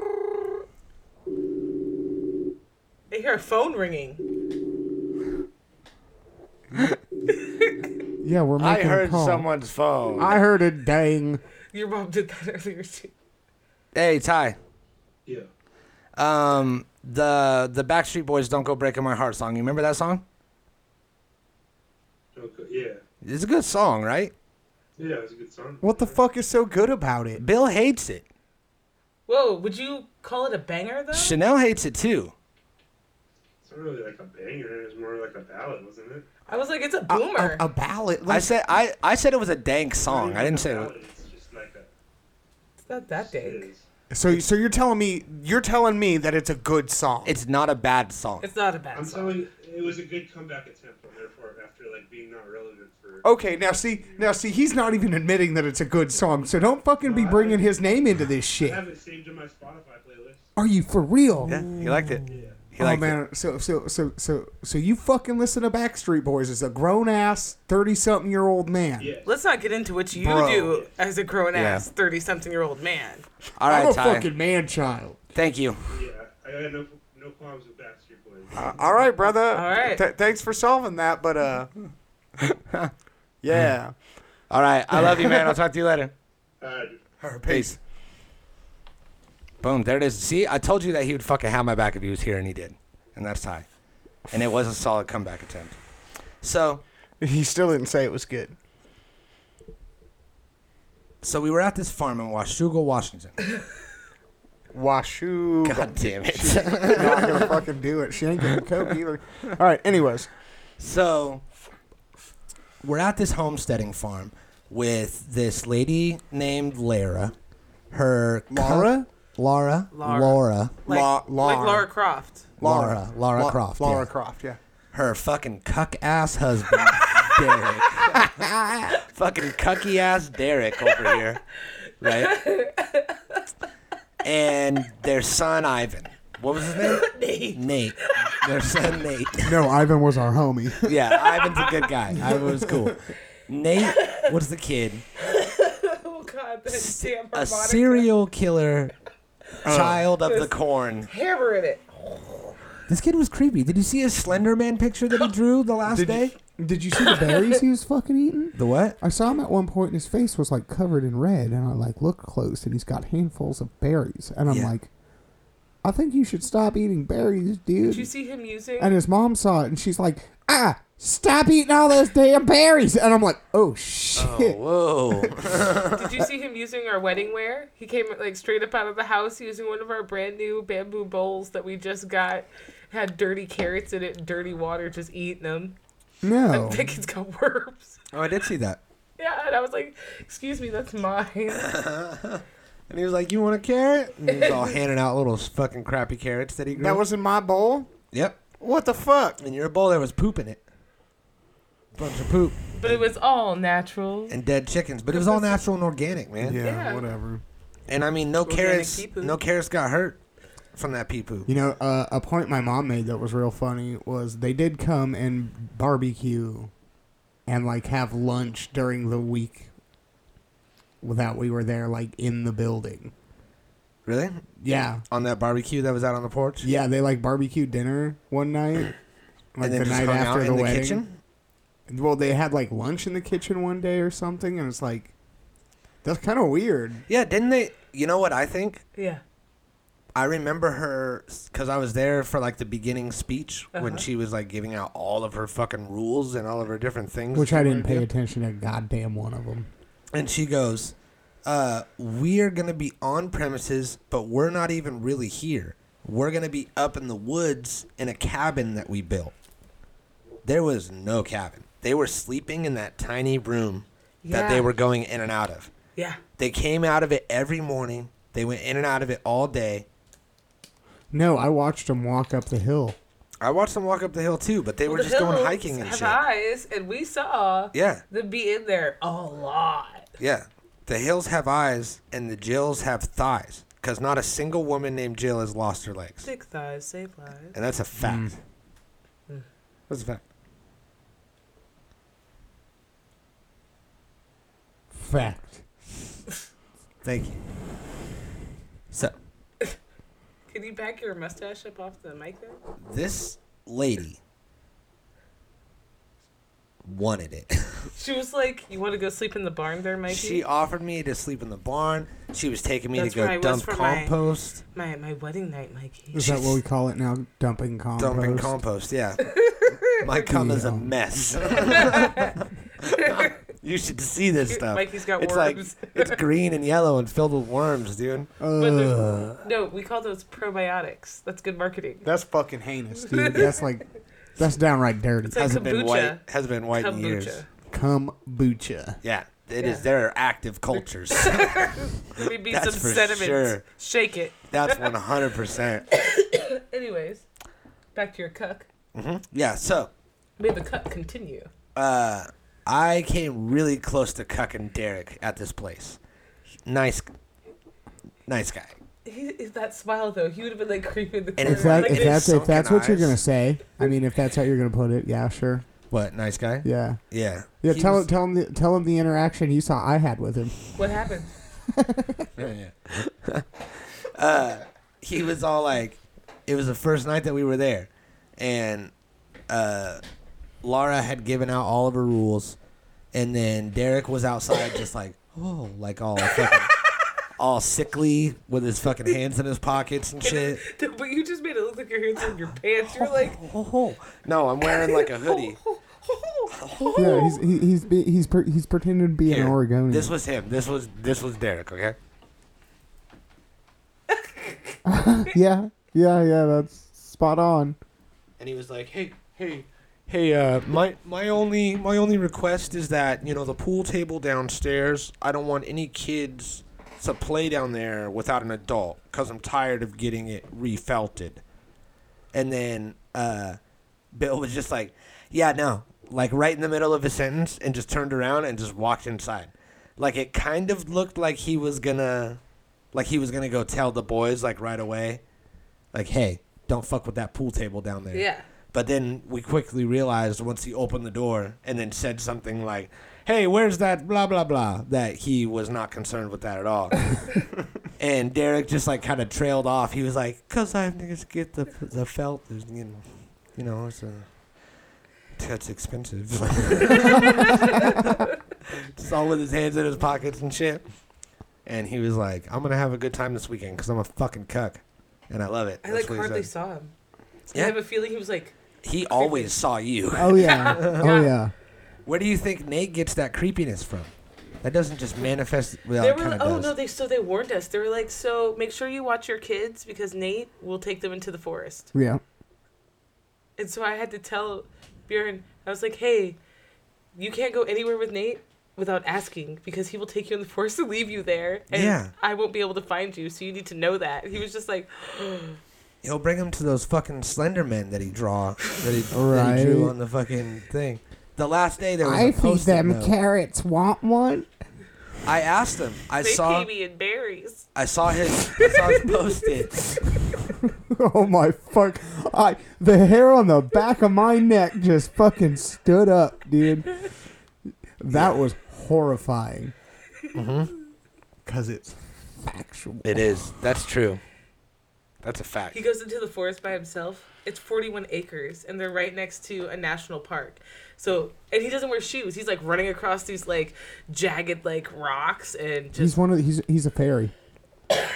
C: They hear a phone ringing.
D: Yeah, we're making a call.
A: phone.
D: I heard it. Dang.
C: Your mom did that earlier too.
A: Hey, Ty.
F: Yeah.
A: Um, the the Backstreet Boys "Don't Go Breaking My Heart" song. You remember that song?
F: Okay. Yeah.
A: It's a good song, right?
F: Yeah, it's a good song.
D: What the fuck is so good about it?
A: Bill hates it.
C: Whoa, would you call it a banger though?
A: Chanel hates it too.
F: It's not really like a banger. It's more like a ballad, wasn't it?
C: I was like, it's
D: uh,
C: a boomer.
D: A ballad.
A: I
D: Like,
A: said I, I said it was a dank song. I didn't say it.
F: Ballad,
A: Was,
F: It's just like a.
C: it's not that
F: it
C: big.
F: is.
E: So, so you're telling me you're telling me that it's a good song.
A: it's not a bad song.
C: It's not a bad
F: I'm
C: song.
F: telling you, it was a good comeback attempt on their part after like being not relevant
A: Oh.
F: for.
E: okay. Now see, now see, he's not even admitting that it's a good song. So don't fucking be bringing his name into this
F: I
E: shit.
F: have it saved in my Spotify playlist.
D: are you for real?
A: Yeah, he liked it.
F: Yeah.
A: He
E: oh
A: liked
E: man,
A: it.
E: so so so so so you fucking listen to Backstreet Boys as a grown ass thirty something year old man.
F: Yeah.
C: Let's not get into what you
E: Bro.
C: do as a grown ass
A: Yeah.
C: thirty something year old man.
A: All
E: I'm
A: right,
E: a
A: Ty.
E: fucking man child.
A: Thank you.
F: Yeah. I had no no qualms with Backstreet Boys.
E: all right, brother. All
C: right.
E: Th- thanks for solving that, but uh, yeah.
A: All right. I love you, man. I'll talk to you later.
F: Uh,
A: Peace. Boom. There it is. See, I told you that he would fucking have my back if he was here, and he did. And that's high. And it was a solid comeback attempt. So,
E: He still didn't say it was good.
A: so we were at this farm in Washugal, Washington.
E: Washu.
A: God damn it.
E: not gonna fucking do it. She ain't getting coke either. All right. Anyways,
A: so, we're at this homesteading farm with this lady named Lara. Her cou-
E: Laura?
A: Laura,
C: Laura.
A: Laura,
C: Like,
E: La-
C: like
E: Lara.
C: Lara Croft.
A: Laura, Lara
E: La-
A: Croft,
E: Lara
A: yeah.
E: Croft. Yeah.
A: her fucking cuck ass husband, Derek. fucking cucky ass Derek over here, right? And their son Ivan. What was his name? Nate. Nate. Their son Nate.
D: No, Ivan was our homie.
A: Yeah, Ivan's a good guy. Ivan was cool. Nate was the kid,
C: Oh God, that damn
A: a
C: harmonica.
A: serial killer,
D: Oh.
A: child of the corn.
C: hammer in it.
A: This kid was creepy. Did you see his Slender Man picture that he drew the last day?
D: Did you see the berries he was fucking eating?
A: The what?
D: I saw him at one point, and his face was like covered in red, and I like looked close, and he's got handfuls of berries, and I'm
A: Yeah.
D: like, I think you should stop eating berries,
C: Did you
D: dude.
C: see him using?
D: And his mom saw it, and she's like, Ah, stop eating all those damn berries, and I'm like, Oh shit.
A: Whoa.
C: Did you see him using our wedding wear? He came like straight up out of the house using one of our brand new bamboo bowls that we just got. Had dirty carrots in it, dirty water, just eating them.
D: No,
C: I think it's got worms.
A: oh, I did see that.
C: Yeah, and I was like, "Excuse me, that's mine."
A: And he was like, "You want a carrot?" And he was all handing out little fucking crappy carrots that he grew.
E: That was in my bowl.
A: yep.
E: What the fuck?
A: And your bowl there was poop in it, bunch of poop
C: But it was all natural.
A: and dead chickens, but it was all natural and organic, man.
E: Yeah,
C: Yeah.
E: whatever.
A: And I mean, no
C: Organic
A: carrots,
C: pea poo.
A: no carrots got hurt from that pee poo.
D: You know, uh, a point my mom made that was real funny was they did come and barbecue and like have lunch during the week without we were there, like in the building.
A: Really?
D: Yeah.
A: On that barbecue that was out on the porch,
D: Yeah, they like barbecue dinner one night. Like
A: and then
D: the
A: just
D: night
A: hung out
D: after
A: in
D: the,
A: the
D: wedding.
A: kitchen.
D: Well, they had like lunch in the kitchen one day or something, and it's like, that's kind of weird.
A: Yeah, didn't they? You know what I think?
C: Yeah.
A: I remember her because I was there for like the beginning speech when she was like giving out all of her fucking rules and all of her different things.
D: Which
A: that
D: I
A: she
D: didn't
A: wanted to do.
D: pay attention to a goddamn one of them.
A: and she goes, uh, "We are gonna be on premises, but we're not even really here. We're gonna be up in the woods in a cabin that we built. There was no cabin. They were sleeping in that tiny room that they
C: Yeah.
A: were going in and out of.
C: Yeah.
A: They came out of it every morning. They went in and out of it all day.
D: No, I watched them walk up the hill.
A: I watched them walk up the hill too, but they were
C: The
A: just going
C: hills
A: hiking and
C: have
A: shit.
C: eyes, and we saw
A: Yeah.
C: them be in there a lot.
A: Yeah. The hills have eyes and the Jills have thighs because not a single woman named Jill has lost her legs.
C: Thick thighs, save lives.
A: And that's a fact. That's a fact.
D: Fact.
A: Thank you. So,
C: Can you back your mustache up off the mic there?
A: this lady wanted it.
C: She was like, "You want to go sleep in the barn there, Mikey?"
A: she offered me to sleep in the barn. She was taking me
C: That's
A: to go
C: where I was
A: dump
C: for my-
A: compost.
C: My my wedding night, Mikey.
D: Is that what we call it now? Dumping compost.
A: Dumping compost, yeah. My cum is a
D: Yeah.
A: mess. you should see this stuff.
C: Mikey's got
A: it's
C: worms.
A: like it's green and yellow and filled with worms, dude.
C: But there's- no, we call those probiotics. That's good marketing.
E: That's fucking heinous. Dude.
D: Dude, that's like, that's downright dirty.
C: It's like
A: hasn't been white.
C: kombucha.
A: Hasn't been white in years.
C: Kombucha.
D: Kombucha.
A: Yeah, it
C: Yeah.
A: is. There are active cultures.
C: Let me be
A: That's
C: some
A: for
C: sediment.
A: sure.
C: Shake it.
A: That's one hundred percent.
C: Anyways, back to your cuck.
A: Yeah. So
C: May the cuck continue.
A: uh, I came really close to cucking Derek at this place. Nice, nice guy.
C: He, is that smile though, he would have been like creeping the
A: And
C: corner.
A: it's
D: If, that,
A: Like
D: if
A: it
D: that's
A: is
D: if that's
A: sunken
D: what you're gonna
A: eyes.
D: say, I mean, if that's how you're gonna put it, yeah, sure,
A: What nice guy?
D: yeah,
A: Yeah.
D: yeah.
A: He
D: tell
A: was-
D: him, tell him, the, tell him the interaction you saw I had with him.
C: what happened?
A: yeah. uh, he was all like, it was the first night that we were there, and uh, Laura had given out all of her rules, and then Derek was outside just like, oh, like all fucking, all sickly with his fucking hands in his pockets and shit.
C: But you just made it look like your hands in your pants. You're like,
D: Oh.
A: No, I'm wearing like a hoodie.
D: Yeah, he's he, he's be, he's per, he's pretending to be
A: Here,
D: an Oregonian.
A: This was him. This was this was Derek. Okay.
D: yeah, yeah, yeah. That's spot on.
A: and he was like, "Hey, hey, hey, uh, my my only my only request is that you know the pool table downstairs. I don't want any kids to play down there without an adult because I'm tired of getting it refelted." And then uh, Bill was just like, "Yeah, no," like right in the middle of his sentence, and just turned around and just walked inside. Like it kind of looked like he was gonna, like he was gonna go tell the boys like right away, like, "Hey, don't fuck with that pool table down there."
C: yeah.
A: But then we quickly realized once he opened the door and then said something like, "Hey, where's that blah blah blah?" that he was not concerned with that at all. and Derek just like kind of trailed off. He was like, "Cause I just get the the felt, there's, you know, you know, it's a, it's expensive." just all with his hands in his pockets and shit. And he was like, "I'm gonna have a good time this weekend because I'm a fucking cuck, and I love it."
C: I
A: That's
C: like
A: what he
C: hardly
A: said.
C: saw him. I
A: Yeah.
C: have a feeling he was like,
A: He always saw you.
D: Oh yeah, oh yeah.
A: Where do you think Nate gets that creepiness from? That doesn't just manifest. Well,
C: they
A: it
C: were
A: kind
C: like,
A: of
C: oh
A: does.
C: no, they so they warned us. They were like, so make sure you watch your kids because Nate will take them into the forest.
D: Yeah.
C: And so I had to tell Bjorn, I was like, hey, you can't go anywhere with Nate without asking because he will take you in the forest and leave you there, and
A: Yeah.
C: I won't be able to find you. So you need to know that. He was just like,
A: He'll bring him to those fucking Slender Men that he draw, that he, that he
D: Right.
A: drew on the fucking thing. The last day there was a post
D: carrots. Want one?
A: I asked him. I
C: they
A: saw.
C: pay me in berries.
A: I saw his. I saw his post-it.
D: oh my fuck! I the hair on the back of my neck just fucking stood up, dude. That was horrifying.
C: Mm-hmm.
D: Cause it's factual.
A: It is. That's true. That's a fact.
C: He goes into the forest by himself. It's 41 acres, and they're right next to a national park. So, and he doesn't wear shoes. He's like running across these like jagged like rocks and
D: He's
C: just
D: one of the, he's he's a fairy,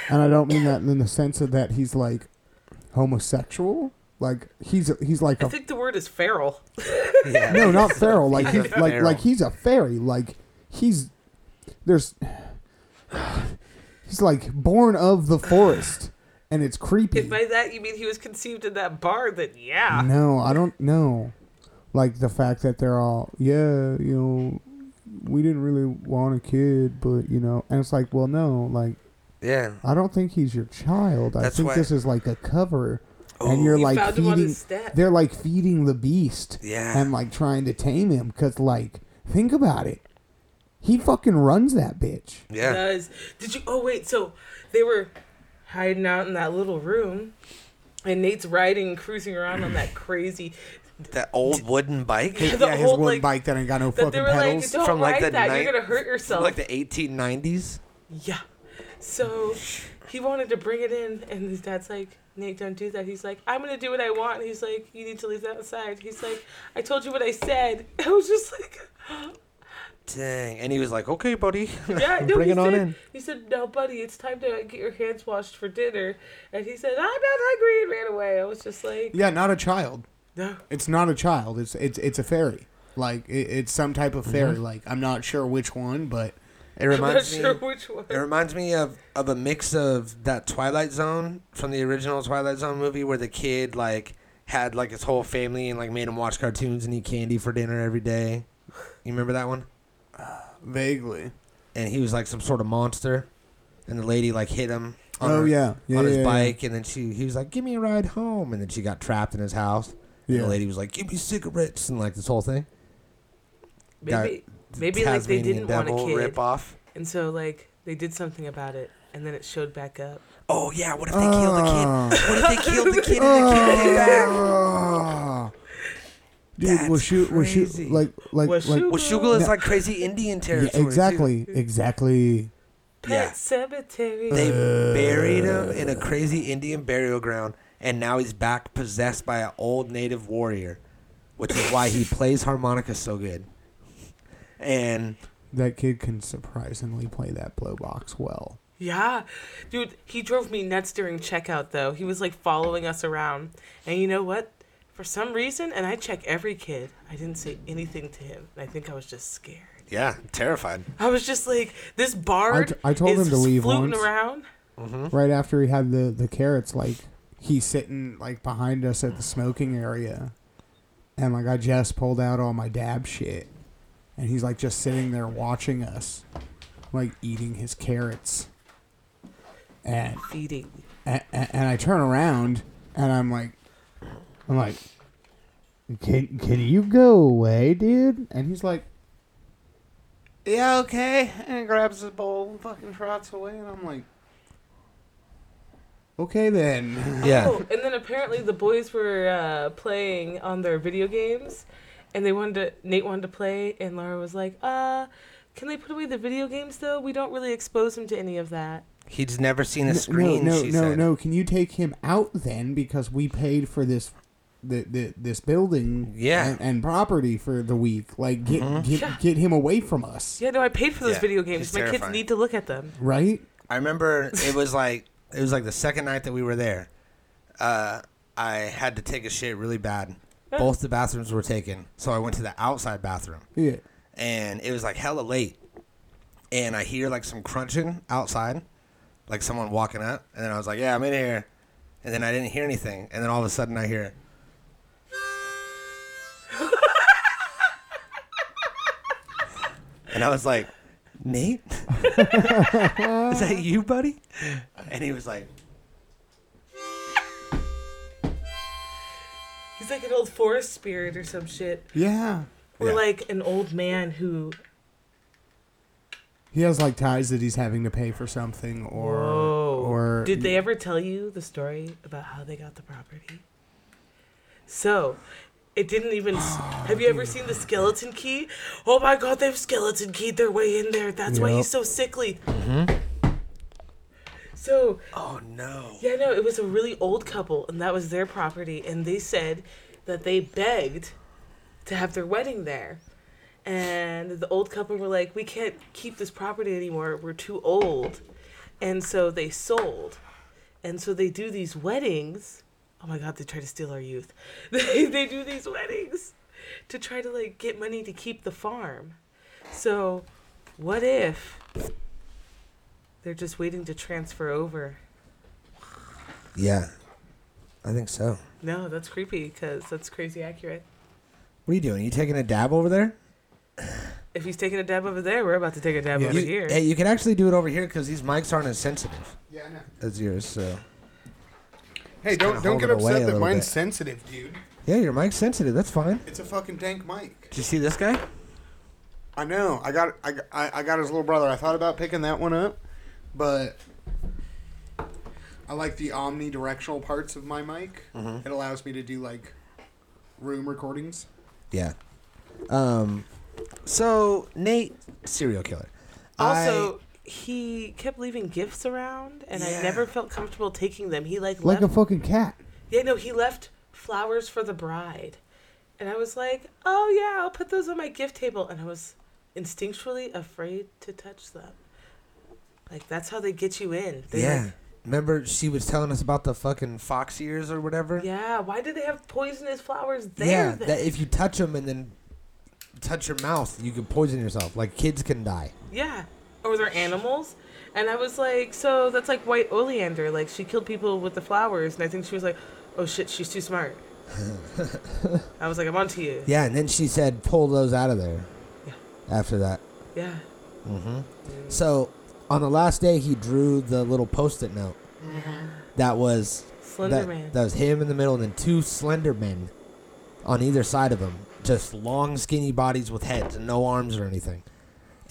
D: and I don't mean that in the sense of that he's like homosexual. Like he's he's like
C: I
D: a
C: think the word is feral.
A: Yeah.
D: no, not feral. Like he's,
A: a
D: like
A: feral.
D: like he's a fairy. Like he's there's he's like born of the forest, and it's creepy.
C: If by that you mean he was conceived in that bar, then yeah.
D: no, I don't know. Like the fact that they're all yeah, you know, we didn't really want a kid, but you know, and it's like, well, no, like
A: Yeah.
D: I don't think he's your child. I
A: That's
D: think
A: why-
D: this is like a cover. and you're
C: He
D: like
C: found him on
D: feeding
C: his step.
D: they're like feeding the beast
A: Yeah.
D: and like trying to tame him cuz like think about it. He fucking runs that bitch.
A: Yeah.
C: Does did you? Oh wait, so they were hiding out in that little room, and Nate's riding, cruising around on that crazy.
A: That old wooden bike.
C: Yeah, the
D: yeah, his
C: old,
D: wooden
C: like-
D: bike that ain't got no
C: That they
D: fucking
C: were like,
D: pedals.
C: don't
A: From,
C: ride
A: like, the
C: that.
A: night-
C: You're gonna hurt yourself.
A: Like the 1890s.
C: Yeah. So he wanted to bring it in, and his dad's like, Nate, don't do that. He's like, I'm going to do what I want. And he's like, You need to leave that outside. He's like, I told you what I said. I was just like,
A: Dang. And he was like, "Okay, buddy,
C: Yeah, no,
A: bring
C: he
A: it on
C: said,
A: in."
C: He said, No, buddy, it's time to get your hands washed for dinner. And he said, I'm not hungry, and ran away. I was just like,
D: Yeah, not a child.
C: No.
D: It's not a child. It's it's it's a fairy. Like it, it's some type of fairy. Like I'm not sure which one, but
A: It
C: I'm not
A: reminds me.
C: sure which one.
A: It reminds me of, of a mix of that Twilight Zone from the original Twilight Zone movie where the kid like had like his whole family and like made him watch cartoons and eat candy for dinner every day. You remember that one?
D: vaguely.
A: And he was like some sort of monster and the lady like hit him on,
D: Oh,
A: her-
D: yeah. Yeah,
A: on his
D: yeah, yeah.
A: bike and then she he was like, Give me a ride home and then she got trapped in his house. And
D: Yeah.
A: the lady was like, Give me cigarettes and like this whole thing.
C: Maybe, maybe like they didn't want a kid.
A: rip off.
C: And so, like, they did something about it. and then it showed back up.
A: Oh yeah, what if they killed the kid? What if they killed the kid and the kid came back?
D: Ah. Dude,
A: That's
D: we'll shoot, we'll shoot,
A: crazy.
D: like, like,
C: Well,
D: like,
C: shoot.
A: Well, Shugul is
D: Yeah.
A: like crazy Indian
D: yeah,
A: territory. too.
D: exactly, exactly.
C: Pet
A: Yeah.
C: cemetery.
A: They
D: Uh.
A: buried him in a crazy Indian burial ground, and now he's back possessed by an old native warrior, which is why he plays harmonica so good. And
D: That kid can surprisingly play that blow box well.
C: yeah, dude, he drove me nuts during checkout though. He was like following us around, and you know what? For some reason, and I check every kid. I didn't say anything to him, and I think I was just scared.
A: yeah, terrified.
C: I was just like, this bard
D: I told
C: is
D: him to leave
C: fluting
D: once.
C: around.
A: Hmm?
D: Right after he had the the carrots, like he's sitting like behind us at the smoking area, and like I just pulled out all my dab shit, and he's like just sitting there watching us, like eating his carrots, and
C: feeding.
D: and, and I turn around and I'm like, I'm like, can can you go away, dude? And he's like,
E: Yeah, okay. And he grabs his bowl and fucking trots away, and I'm like,
D: okay then.
A: Yeah.
C: Oh, and then apparently the boys were uh, playing on their video games, and they wanted to, Nate wanted to play, and Laura was like, "Uh, can they put away the video games though? We don't really expose him to any of that."
A: He's never seen a
D: N-
A: screen,
D: no, no,
A: she
D: no,
A: said.
D: no. Can you take him out then? Because we paid for this, the, the this building,
A: Yeah. Mm-hmm.
D: and, and property for the week. Like, get get, get him away from us,
C: Yeah, no, I paid for those
A: Yeah,
C: video
A: he's
C: games. My
A: terrifying.
C: kids need to look at them.
D: right?
A: I remember it was like it was like the second night that we were there. Uh, I had to take a shit really bad. Both the bathrooms were taken, so I went to the outside bathroom.
D: Yeah.
A: and it was like hella late. And I hear like some crunching outside, like someone walking up. And then I was like, yeah, I'm in here. And then I didn't hear anything. And then all of a sudden I hear, and I was like, Nate? Is that you, buddy? And he was like,
C: He's like an old forest spirit or some shit,
D: Yeah.
C: or
A: Yeah.
C: like an old man who.
D: He has like ties that he's having to pay for something, or
C: Whoa.
D: or
C: Oh. Did they ever tell you the story about how they got the property? So, it didn't even. s- have you ever seen the skeleton key? Oh my god, they've skeleton keyed their way in there. That's why
D: Yep. Mm-hmm.
C: he's so sickly. So,
A: oh no.
C: yeah, no, it was a really old couple, and that was their property, and they said that they begged to have their wedding there. And the old couple were like, we can't keep this property anymore. We're too old. And so they sold. And so they do these weddings. Oh my God, they try to steal our youth. They, they do these weddings to try to like get money to keep the farm. So what if they're just waiting to transfer over?
A: Yeah, I think so.
C: No, that's creepy because that's crazy accurate.
A: What are you doing? you taking a dab over there?
C: If he's taking a dab over there, we're about to take a dab over
A: You-
C: here.
A: Hey, you can actually do it over here because these mics aren't as sensitive
E: yeah, I know.
A: as yours. So.
E: Hey,
A: kinda
E: don't don't get
A: hold it away
E: upset
A: a
E: that
A: little
E: mine's
A: bit.
E: sensitive, dude.
A: Yeah, your mic's sensitive. That's fine.
E: It's a fucking dank mic.
A: Did you see this guy?
E: I know. I got I, got- I, I got his little brother. I thought about picking that one up, but I like the omnidirectional parts of my mic. It allows me to do like room recordings.
A: Yeah. Um. So Nate, serial killer.
C: Also, he kept leaving gifts around, and
A: Yeah.
C: I never felt comfortable taking them. He like,
D: like a
C: left.
D: fucking cat.
C: yeah, no, he left flowers for the bride, and I was like, oh yeah, I'll put those on my gift table, and I was instinctually afraid to touch them. Like that's how they get you in.
A: I,
C: They,
A: yeah. Remember, she was telling us about the fucking fox ears or whatever.
C: like- yeah. Why do they have poisonous flowers there?
A: Yeah.
C: then?
A: That if you touch them and then touch your mouth, you could poison yourself. Like kids can die.
C: Yeah. Or they're animals. And I was like, so that's like white oleander. Like she killed people with the flowers. And I think she was like, oh shit, she's too smart. I was like, I'm onto you.
A: Yeah, and then she said, "Pull those out of there." After that, Mm-hmm.
C: Yeah.
A: so on the last day, he drew the little post-it note. Mm-hmm. That was
C: Slender
A: that,
C: Man.
A: that was him in the middle, and then two slender men on either side of him, just long, skinny bodies with heads and no arms or anything.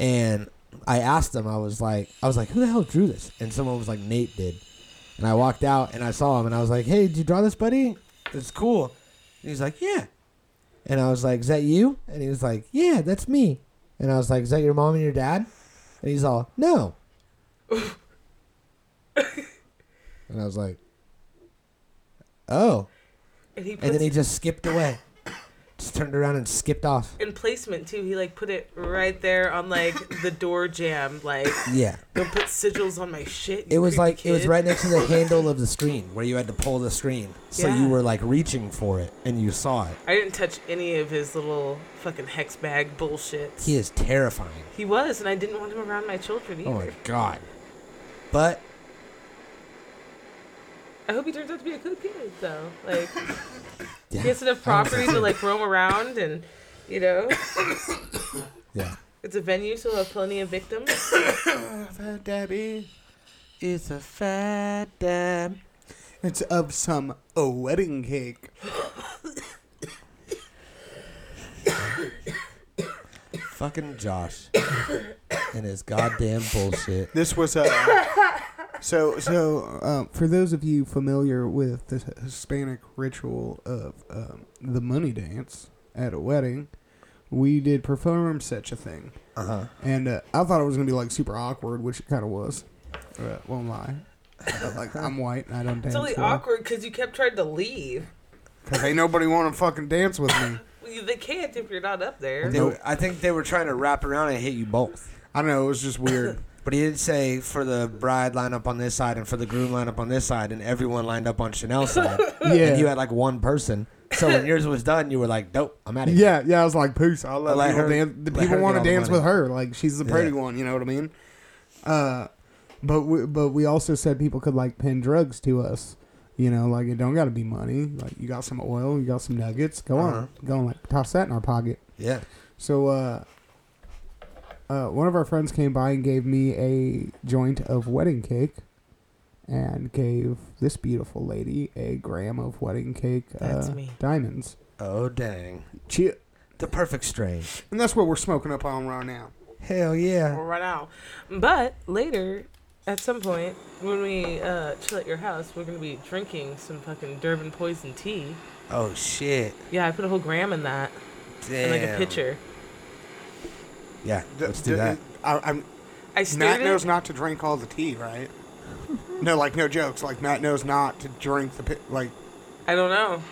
A: And I asked them. I was like, I was like, who the hell drew this? And someone was like, Nate did. And I walked out and I saw him and I was like, hey, did you draw this, buddy? It's cool. And he's like, yeah. And I was like, is that you? And he was like, yeah, that's me. And I was like, is that your mom and your dad? And he's all, no. and I was like, oh.
C: And he puts
A: And then he just skipped away. Just turned around and skipped off.
C: in placement too. He like put it right there on like the door jam. Like
A: Yeah.
C: don't put sigils on my shit. you
A: It was
C: creepy
A: like it was
C: kid."
A: right next to the handle of the screen where you had to pull the screen. So
C: Yeah.
A: you were like reaching for it and you saw it.
C: I didn't touch any of his little fucking hex bag bullshit.
A: He is terrifying.
C: He was, and I didn't want him around my children either.
A: Oh my god. But
C: I hope he turns out to be a good kid though. Like
A: yeah,
C: he has enough
A: I don't think
C: property
A: so.
C: to like roam around and you know.
A: Yeah.
C: It's a venue, so we'll have plenty of victims.
D: Fat Dabby.
A: It's a fat dab.
D: It's of some a wedding cake.
A: Fucking Josh. and his goddamn bullshit.
D: This was a. so so uh, for those of you familiar with the Hispanic ritual of um, the money dance at a wedding, we did perform such a thing,
A: Uh-huh.
D: and uh, I thought it was gonna be like super awkward, which it kind of was. Uh, won't lie. But, like I'm white and I don't dance.
C: It's only awkward because you kept trying to leave.
D: because ain't nobody want to fucking dance with me.
C: Well, you- They can't if you're not up there.
A: They were, I think they were trying to wrap around and hit you both.
D: I don't know. It was just weird.
A: But he did say for the bride line up on this side and for the groom line up on this side, and everyone lined up on Chanel's side.
D: Yeah.
A: And you had like one person. So when yours was done, you were like, dope, I'm out of here.
D: Yeah, yeah. I was like, "Peace." I let,
A: Let
D: people
A: her-
D: dance. The
A: let her
D: people
A: get
D: want
A: all
D: to
A: the
D: dance
A: money.
D: with her. Like she's the pretty
A: Yeah.
D: one. You know what I mean? Uh, but we, but we also said people could like pin drugs to us. You know, like it don't got to be money. Like you got some oil, you got some nuggets. Go
A: Uh-huh.
D: on, go on. Like toss that in our pocket.
A: Yeah.
D: So, uh, uh, one of our friends came by and gave me a joint of wedding cake, and gave this beautiful lady a gram of wedding cake
C: That's
D: uh,
C: me.
D: diamonds.
A: Oh, dang.
D: Cheers.
A: The perfect strain.
D: And that's what we're smoking up on right now.
A: Hell yeah.
C: Right now. But later, at some point, when we uh, chill at your house, we're going to be drinking some fucking Durban poison tea.
A: Oh, shit.
C: Yeah, I put a whole gram in that.
A: Damn.
C: And like a pitcher.
A: Yeah,
D: D-
A: let's do
D: d-
A: that.
D: I, I'm,
C: I stirred
D: Matt
C: it.
D: knows not to drink all the tea, right? no, like no jokes. Like Matt knows not to drink the pi- like.
C: I don't know.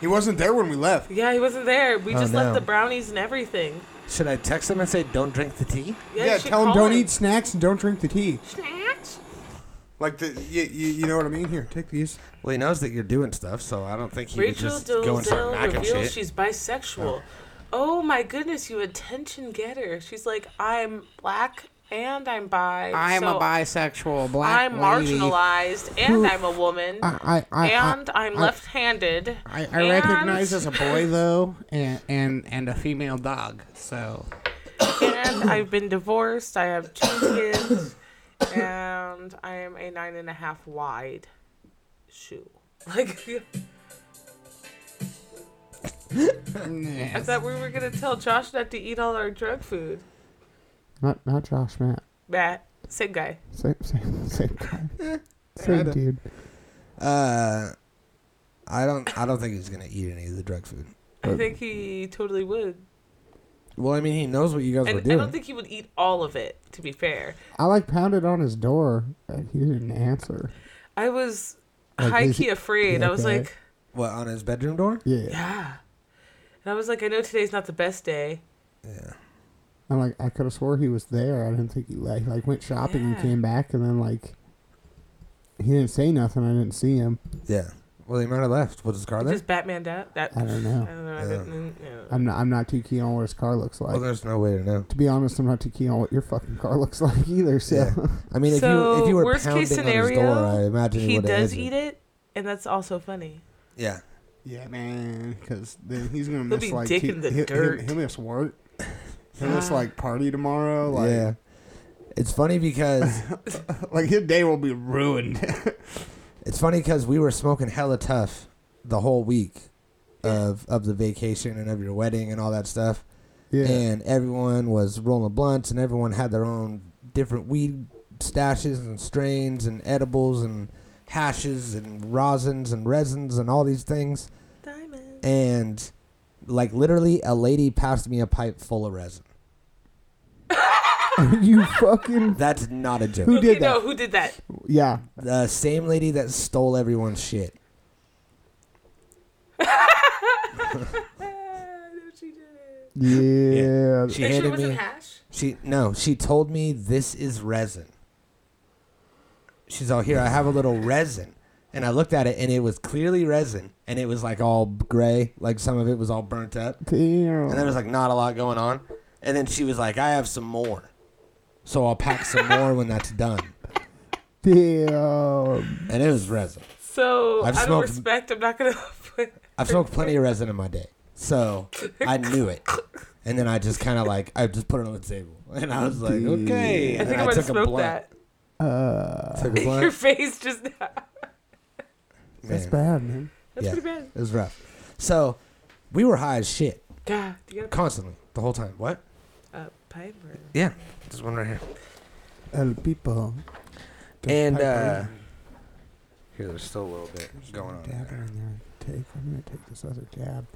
D: He wasn't there when we left.
C: Yeah, he wasn't there. We
A: Oh,
C: just
A: no.
C: left the brownies and everything.
A: Should I text him and say, don't drink the tea?
C: Yeah,
D: yeah,
C: you should
D: tell him
C: call
D: don't eat snacks and don't drink the tea.
C: Snacks?
D: Like the you, you, you know what I mean? Here, take these.
A: Well, he knows that you're doing stuff, so I don't think he would
C: Rachel
A: just go and start
C: Dolezal
A: macking
C: reveals
A: shit.
C: she's bisexual. Oh my goodness, you attention getter. She's like, I'm black and I'm bi. so
G: bisexual
C: I'm marginalized and I'm a woman.
G: I, I, I,
C: and I, am
G: I-
C: left-handed.
G: I, I
C: and-
G: recognize as a boy though, and and and a female dog. So
C: And I've been divorced. I have two kids, and I am a nine and a half wide shoe. Like I thought we were gonna tell Josh not to eat all our drug food.
G: not not Josh Matt.
C: Matt, same guy.
G: Same same same guy.
D: Eh,
G: Same dude.
A: Uh, I don't. I don't think he's gonna eat any of the drug food.
C: I think he totally would.
A: Well, I mean, he knows what you guys were
C: And I
A: doing.
C: don't think he would eat all of it, to be fair.
G: I like pounded on his door. and he didn't answer.
C: I was
G: Like,
C: high
G: is
C: key
G: he-
C: afraid.
G: yeah,
C: I was
G: okay.
C: like,
A: what on his bedroom door?
G: Yeah.
C: yeah. And I was like, I know today's not the best day.
A: Yeah.
G: I'm like I could have swore he was there. I didn't think he left. He, Like went shopping
C: Yeah.
G: and came back, and then like he didn't say nothing. I didn't see him.
A: Yeah. Well, he might have left. Was his car there?
C: Just Batman that. that
G: I don't know.
C: I don't know. I
A: Yeah.
C: didn't, you know.
G: I'm not. I'm not too keen on what his car looks like.
A: Well, there's no way to know.
G: to be honest, I'm not too keen on what your fucking car looks like either. So
A: Yeah. I mean, if
C: so
A: you if you were
C: worst
A: pounding
C: case scenario,
A: on his door, I imagine he,
C: he
A: would have
C: does eat it, and that's also funny.
A: Yeah.
D: Yeah, man. Because then he's gonna
C: He'll
D: miss
C: be
D: like
C: dick
D: he,
C: in the
D: he- he'll-
C: dirt.
D: He'll, miss work. He'll miss like party tomorrow. Like,
A: yeah. It's funny because
D: like his day will be ruined.
A: It's funny because we were smoking hella tough the whole week of of the vacation and of your wedding and all that stuff,
D: Yeah.
G: and everyone was rolling blunts and everyone had their own different weed stashes and strains and edibles and hashes and rosins and resins and all these things
C: Diamond.
G: and like literally a lady passed me a pipe full of resin
D: you fucking
G: that's not a
D: Who
G: joke
C: Okay,
D: did
C: no,
D: that?
C: who did that?
D: yeah.
G: the same lady that stole everyone's shit
C: Ah, no, she did it.
D: Yeah.
G: she
C: And she
G: handed
C: wasn't
G: me
C: hash.
G: She no, she told me this is resin. She's all here. I have a little resin, and I looked at it, and it was clearly resin, and it was like all gray, like some of it was all burnt up,
D: Damn.
G: and there was like not a lot going on. And then she was like, "I have some more, so I'll pack some more when that's done."
D: Damn.
G: And it was resin.
C: So i
G: I've
C: don't
G: smoked-
C: respect. I'm not gonna. put-
G: I've smoked plenty of resin in my day, so I knew it. And then I just kind of like I just put it on the table, and I was like, "Okay."
C: I
G: And
C: think
G: then
C: I'm gonna
G: took a
C: smoke
G: blunt.
C: that.
G: Took a
C: Your
G: blunt.
C: face just now.
D: That's
G: Man.
D: bad, man.
C: That's
G: Yeah.
C: pretty bad.
G: It was rough. So we were high as shit
C: God, you got
G: constantly the whole time. What?
C: a uh, pipe or?
G: Yeah, this one right here.
D: El people.
G: And uh, here, there's still a little bit going on.
D: Dab
G: there.
D: in there. Take. I'm gonna take this other dab.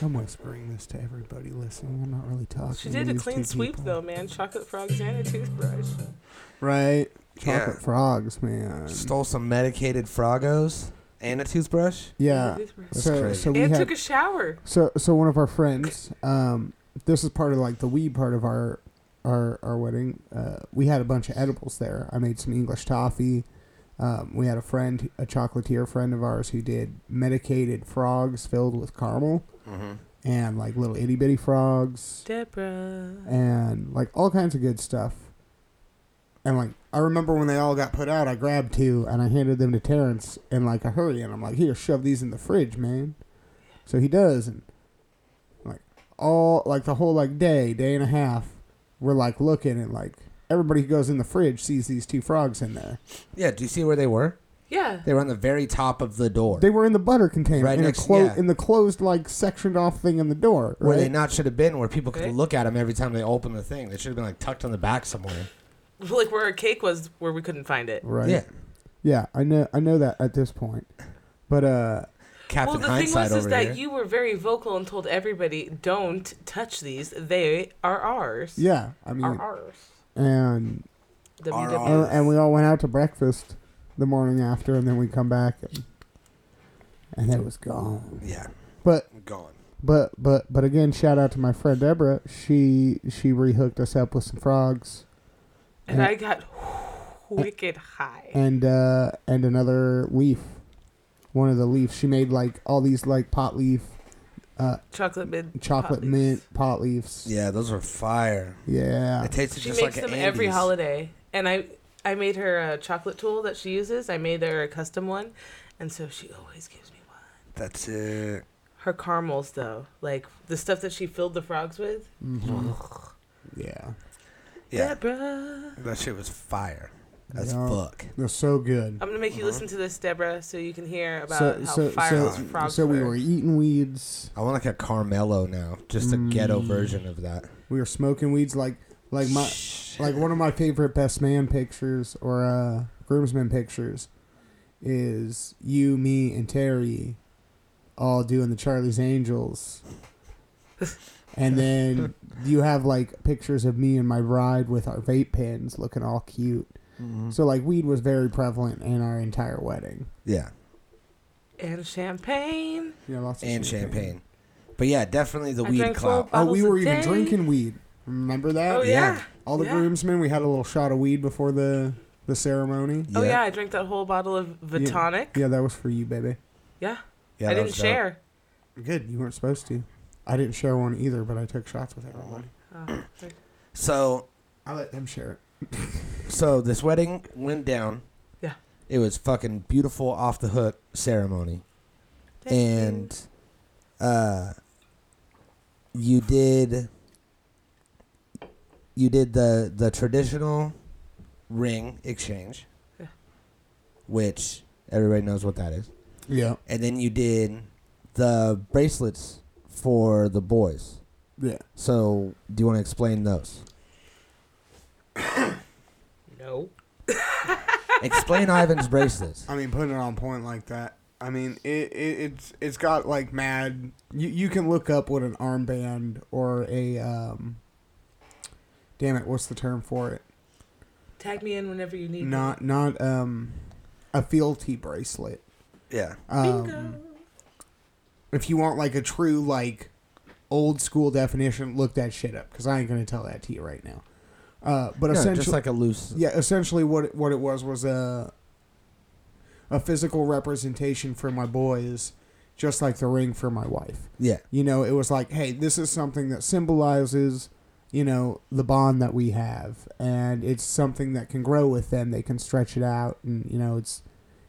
D: I'm whispering this to everybody listening. I'm not really talking.
C: She
D: to
C: did a
D: these
C: clean
D: two
C: sweep
D: people.
C: though, man. Chocolate frogs and a toothbrush.
D: right?
G: Yeah.
D: Chocolate frogs, man.
G: Stole some medicated Frogos and a toothbrush.
D: Yeah.
C: Toothbrush.
G: That's
D: so
G: crazy.
D: so we
C: And
D: had
C: took a shower.
D: so so one of our friends. Um, this is part of like the weed part of our our our wedding. Uh, we had a bunch of edibles there. I made some English toffee. Um, we had a friend, a chocolatier friend of ours, who did medicated frogs filled with caramel
G: Mm-hmm.
D: and like little itty bitty frogs.
C: Deborah.
D: and like all kinds of good stuff. And like I remember when they all got put out, I grabbed two and I handed them to Terrence in like a hurry, and I'm like, "Here, shove these in the fridge, man." So he does, and like all like the whole like day, day and a half, we're like looking and like everybody who goes in the fridge sees these two frogs in there.
G: Yeah. Do you see where they were?
C: Yeah.
G: They were on the very top of the door.
D: They were in the butter container
G: Right
D: in,
G: next-
D: a clo-
G: yeah.
D: in the closed like sectioned off thing in the door.
G: where they
D: right?
G: not should have been, where people could
C: Okay.
G: look at them every time they opened the thing. They should have been like tucked on the back somewhere.
C: Like where our cake was, where we couldn't find it.
D: Right.
G: Yeah.
D: Yeah, I know. I know that at this point, but uh.
G: Captain
C: well, the thing
G: Hindsight
C: was is
G: over
C: that
G: here.
C: you were very vocal and told everybody, "Don't touch these. They are ours.
D: Yeah, I mean,
C: Are ours." E.
D: and,
C: WW.
D: and and we all went out to breakfast the morning after, and then we come back, and, and it was gone.
A: Yeah,
D: But
A: gone.
D: but but but again, shout out to my friend Deborah. She she rehooked us up with some frogs
C: And I got wicked high.
D: and uh and another leaf, one of the leaves. She made like all these like pot leaf,
C: Chocolate mint.
D: chocolate
C: pot leaves.
D: mint pot leaves.
A: Yeah, those were fire.
D: Yeah,
A: It tasted
C: She
A: just
C: makes
A: like
C: them
A: an
C: every
A: Andes.
C: holiday, and I I made her a chocolate tool that she uses. I made her a custom one, and so she always gives me one.
A: That's it.
C: Her caramels, though, like the stuff that she filled the frogs with.
D: yeah.
A: Yeah,
C: Deborah,
A: that shit was fire as
D: Yeah.
A: fuck.
D: They're so good.
C: I'm gonna make you
A: Uh-huh.
C: listen to this, Deborah, so you can hear about
D: So
C: how
D: so
C: fire those
D: so,
C: frogs
D: so we
C: were.
D: were eating weeds.
G: I want like a Carmelo now, just a ghetto
C: Mm.
G: version of that.
D: we were smoking weeds like like my like one of my favorite best man pictures or uh groomsman pictures is you me and terry all doing the charlie's angels and then you have like pictures of me and my bride with our vape pens looking all cute
G: Mm-hmm.
D: so like weed was very prevalent in our entire wedding
G: Yeah.
C: and champagne.
D: you know lots of
G: and champagne. But yeah, definitely the
C: I
G: weed
C: drank
G: clout.
C: full
D: oh
C: bottles
D: we
C: a
D: were even
C: day.
D: drinking weed remember that
C: Oh yeah.
D: all the
C: Yeah.
D: groomsmen we had a little shot of weed before the the ceremony
C: Oh
G: Yeah.
C: yeah, I drank that whole bottle of Vitonic. Yeah,
D: Yeah, that was for you, baby.
G: Yeah,
C: I
G: that
C: didn't
G: was dope.
C: share.
D: Good. You weren't supposed to. I didn't share one either, but I took shots with everyone.
C: Oh, okay.
G: So
D: I let them share it.
G: so this wedding went down.
C: Yeah.
G: It was fucking beautiful off the hook ceremony.
C: Thank you.
G: and uh you did you did the the traditional ring exchange.
C: Yeah.
G: Which everybody knows what that is.
D: Yeah.
G: And then you did the bracelets for the boys.
H: Yeah.
G: So, do you want to explain those?
C: No.
G: Explain Ivan's bracelets.
D: I mean, putting it on point like that. I mean, it, it it's it's got like mad. You you can look up what an armband or a um. Damn it! What's the term for it?
C: Tag me in whenever you need
D: Not not um, a fealty bracelet.
A: Yeah.
C: me.
D: Um,
C: Bingo.
D: if you want like a true like old school definition, look that shit up because I ain't gonna tell that to you right now. Uh, but
G: Yeah,
D: essentially,
G: just like a loose.
D: yeah, essentially what it, what it was was a a physical representation for my boys, just like the ring for my wife.
G: Yeah.
D: You know, it was like, hey, this is something that symbolizes, you know, the bond that we have, and it's something that can grow with them. They can stretch it out, and you know, it's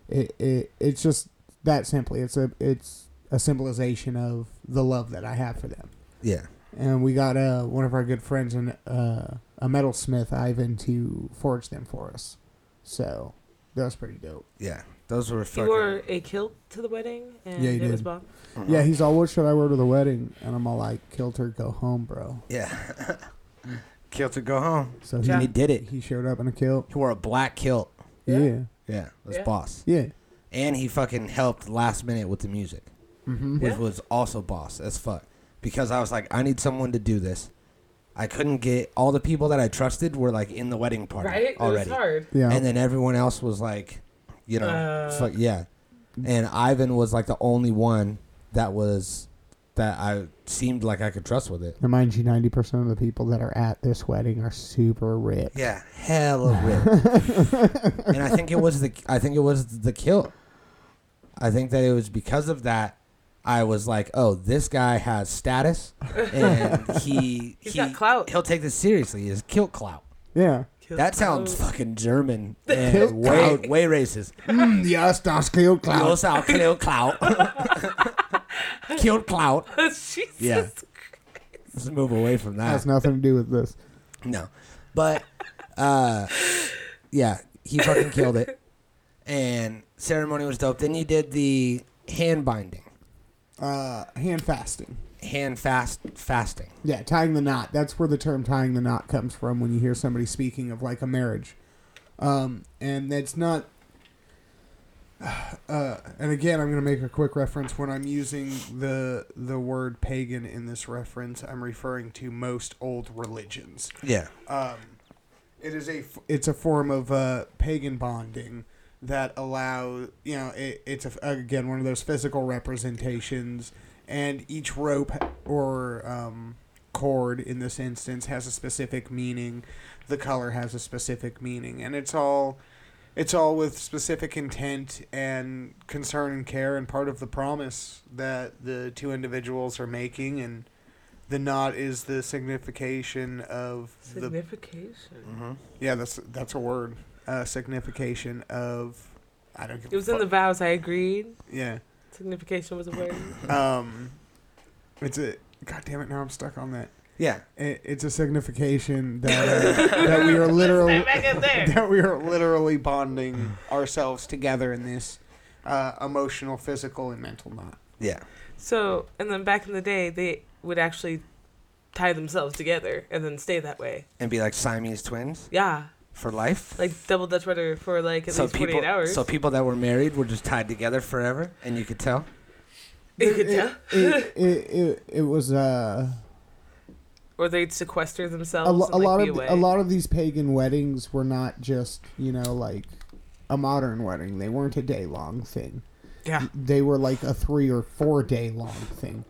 D: it, it it's just that simply. It's a it's a symbolization of the love that I have for them
G: Yeah.
D: and we got uh, one of our good friends and uh, a metalsmith Ivan to forge them for us. So that was pretty dope.
A: Yeah. Those were
C: He
A: fucking.
C: wore a kilt to the wedding, and
D: Yeah, he
C: it was
D: did.
C: bomb.
D: Yeah, he's all, "What should I wear to the wedding?" And I'm all like, "Kilt her, go home, bro."
A: yeah. kilt to go home.
D: So
G: And
D: he
G: he did it.
D: he showed up in a kilt.
G: He wore a black kilt.
D: Yeah, yeah.
G: Yeah. That's
C: Yeah.
G: boss. And he fucking helped last minute with the music,
D: Mm-hmm.
G: which
C: Yeah.
G: was also boss as fuck. Because I was like, I need someone to do this. I couldn't get all the people that I trusted were like in the wedding party
C: Right? It was
G: already.
C: hard.
D: Yeah,
G: and then everyone else was like, you know,
C: Uh.
G: fuck yeah. And Ivan was like the only one that was that I seemed like I could trust with it.
D: and mind you, ninety percent of the people that are at this wedding are super rich.
A: Yeah.
G: Hella rip. and I think it was the I think it was the kill. I think that it was because of that I was like, oh, this guy has status and he
C: He's
G: he,
C: got clout.
G: He'll take this seriously. His kilt clout.
D: Yeah,
C: Kilt
G: that sounds
C: clout.
G: fucking German and
D: Kilt
G: way
D: clout.
G: way racist.
D: yes, das kilt
G: Clout. Clout. Kilt clout. Kilt clout.
C: Jesus.
G: Yeah.
C: Christ.
G: Let's move away from that.
D: Has nothing to do with this.
G: no, but uh, yeah, he fucking killed it. And ceremony was dope. Then you did the hand binding,
D: Uh, hand fasting.
G: hand fast fasting.
D: Yeah, tying the knot. That's where the term tying the knot comes from when you hear somebody speaking of like a marriage. Um, and that's not. Uh, and again, I'm going to make a quick reference when I'm using the the word pagan in this reference. I'm referring to most old religions.
A: Yeah.
D: It is a f- it's a form of uh, pagan bonding that allow you know it, it's a, again one of those physical representations, and each rope or um, cord in this instance has a specific meaning. The color has a specific meaning, and it's all it's all with specific intent and concern and care, and part of the promise that the two individuals are making and. The knot is the signification of the
C: Signification.
D: yeah, that's that's a word. Uh, signification of I don't give
C: It was
D: a
C: in the
D: fuck.
C: vows. I agreed.
D: yeah.
C: Signification was a word.
D: Um, it's a god damn it. Now I'm stuck on that.
A: Yeah.
D: It, it's a signification that uh, that we are literally
C: Back in there.
D: that we are literally bonding ourselves together in this uh, emotional, physical, and mental knot.
A: Yeah.
C: So, and then back in the day, they would actually tie themselves together and then stay that way.
A: And be like Siamese twins
C: Yeah,
A: for life.
C: like double Dutch rudder for like at least
A: people,
C: 48 hours.
A: so people that were married were just tied together forever, and you could tell.
C: you could tell.
D: It, it, it, it was uh,
C: Or they'd sequester themselves.
D: a, lo-
C: and,
D: a
C: like,
D: lot
C: be
D: of
C: away.
D: a lot of these pagan weddings were not just you know like a modern wedding. They weren't a day long thing.
C: Yeah.
D: they were like a three or four day long thing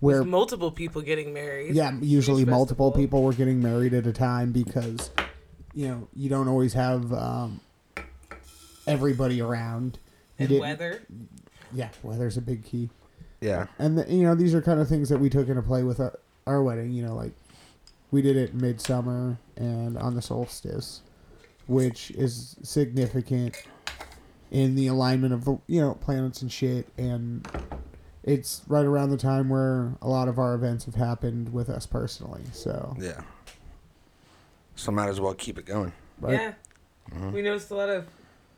D: where
C: Multiple people getting married.
D: yeah usually
C: Huge
D: multiple
C: festival.
D: people were getting married at a time because you know you don't always have um, everybody around You
C: And
D: didn't-
C: weather.
D: yeah weather's a big key
A: Yeah.
D: and the, you know these are kind of things that we took into play with our, our wedding you know like we did it midsummer and on the solstice which is significant in the alignment of the you know planets and shit and it's right around the time where a lot of our events have happened with us personally so
A: Yeah. So might as well keep it going.
D: right
C: Yeah. We noticed a lot of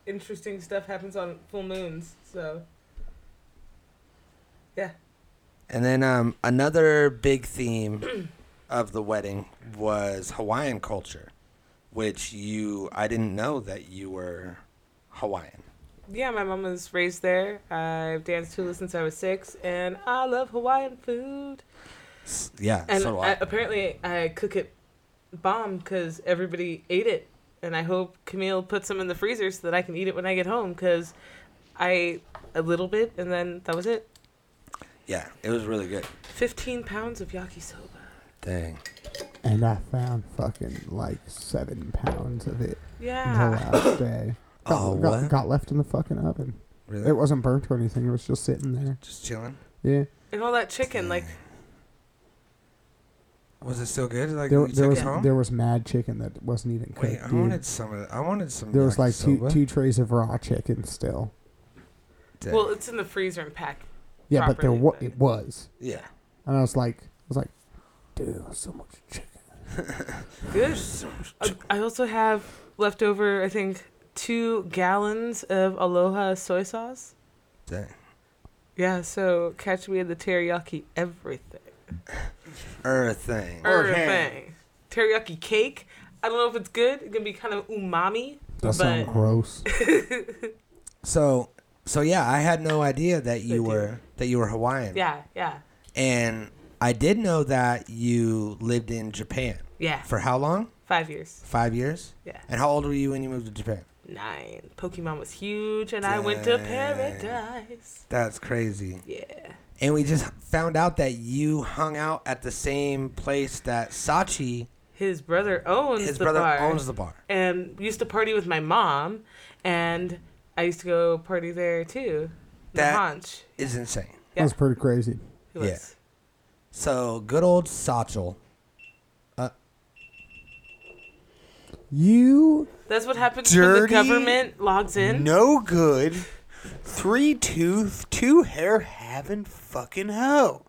C: interesting stuff happens on full moons. So, yeah.
A: And then um, another big theme
G: of the wedding was Hawaiian culture, which you I didn't know that you were Hawaiian.
C: Yeah, my mom was raised there. I've danced hula since I was six, and I love Hawaiian food.
G: S- Yeah,
C: And
G: so do
C: I,
G: I.
C: apparently, I cook it bomb because everybody ate it, and I hope Camille puts some in the freezer so that I can eat it when I get home because I ate a little bit, and then that was it.
G: yeah, it was really good.
C: Fifteen pounds of yakisoba.
G: Dang.
D: And I found fucking like seven pounds of it the
C: Yeah.
D: last day.
G: Ah.
D: Got,
G: Oh,
D: got,
G: what?
D: got left in the fucking oven.
G: Really?
D: It wasn't burnt or anything. It was just sitting there.
G: Just chilling.
D: Yeah.
C: And all that chicken, like
G: Was it still good? Like
D: There,
G: you
D: there
G: took
D: was
G: it home?
D: there was mad chicken that wasn't even cooked.
G: Wait, I
D: dude.
G: wanted some of. The, I wanted some.
D: there was like two
G: yakisoba.
D: two trays of raw chicken still.
G: Dang.
C: well, it's in the freezer and packed.
D: Yeah, but there
C: Properly
D: wa-
C: cooked.
D: it was,
G: yeah.
D: and I was like, I was like, dude, so much chicken.
C: Good. Uh, I also have leftover, I think, two gallons of Aloha soy sauce.
G: Dang.
C: Yeah, so catch me in the teriyaki everything.
G: Er thing.
C: Everything. Teriyaki cake. I don't know if it's good. It's gonna be kind of umami.
D: That sounds
C: But-
D: gross.
G: So so yeah, I had no idea that you
C: dear.
G: were that you were Hawaiian.
C: Yeah, yeah,
G: And I did know that you lived in Japan
C: yeah.
G: for how long?
C: Five years.
G: Five years.
C: Yeah.
G: And how old were you when you moved to Japan?
C: Nine. Pokemon was huge, and I went to
G: Dang.
C: paradise.
G: That's crazy.
C: Yeah.
G: And we just found out that you hung out at the same place that Sachi,
C: His brother owns
G: his
C: the
G: brother,
C: bar.
G: owns the bar.
C: and um, used to party with my mom, and I used to go party there too. The
G: That-
C: haunch.
G: Is insane.
D: That was pretty crazy.
C: It
G: Yeah.
C: was.
G: So good old Satchel.
D: You
C: That's what happens when the
I: Dirty-
C: government logs in.
I: No good. Three tooth, two hair having fucking hoe.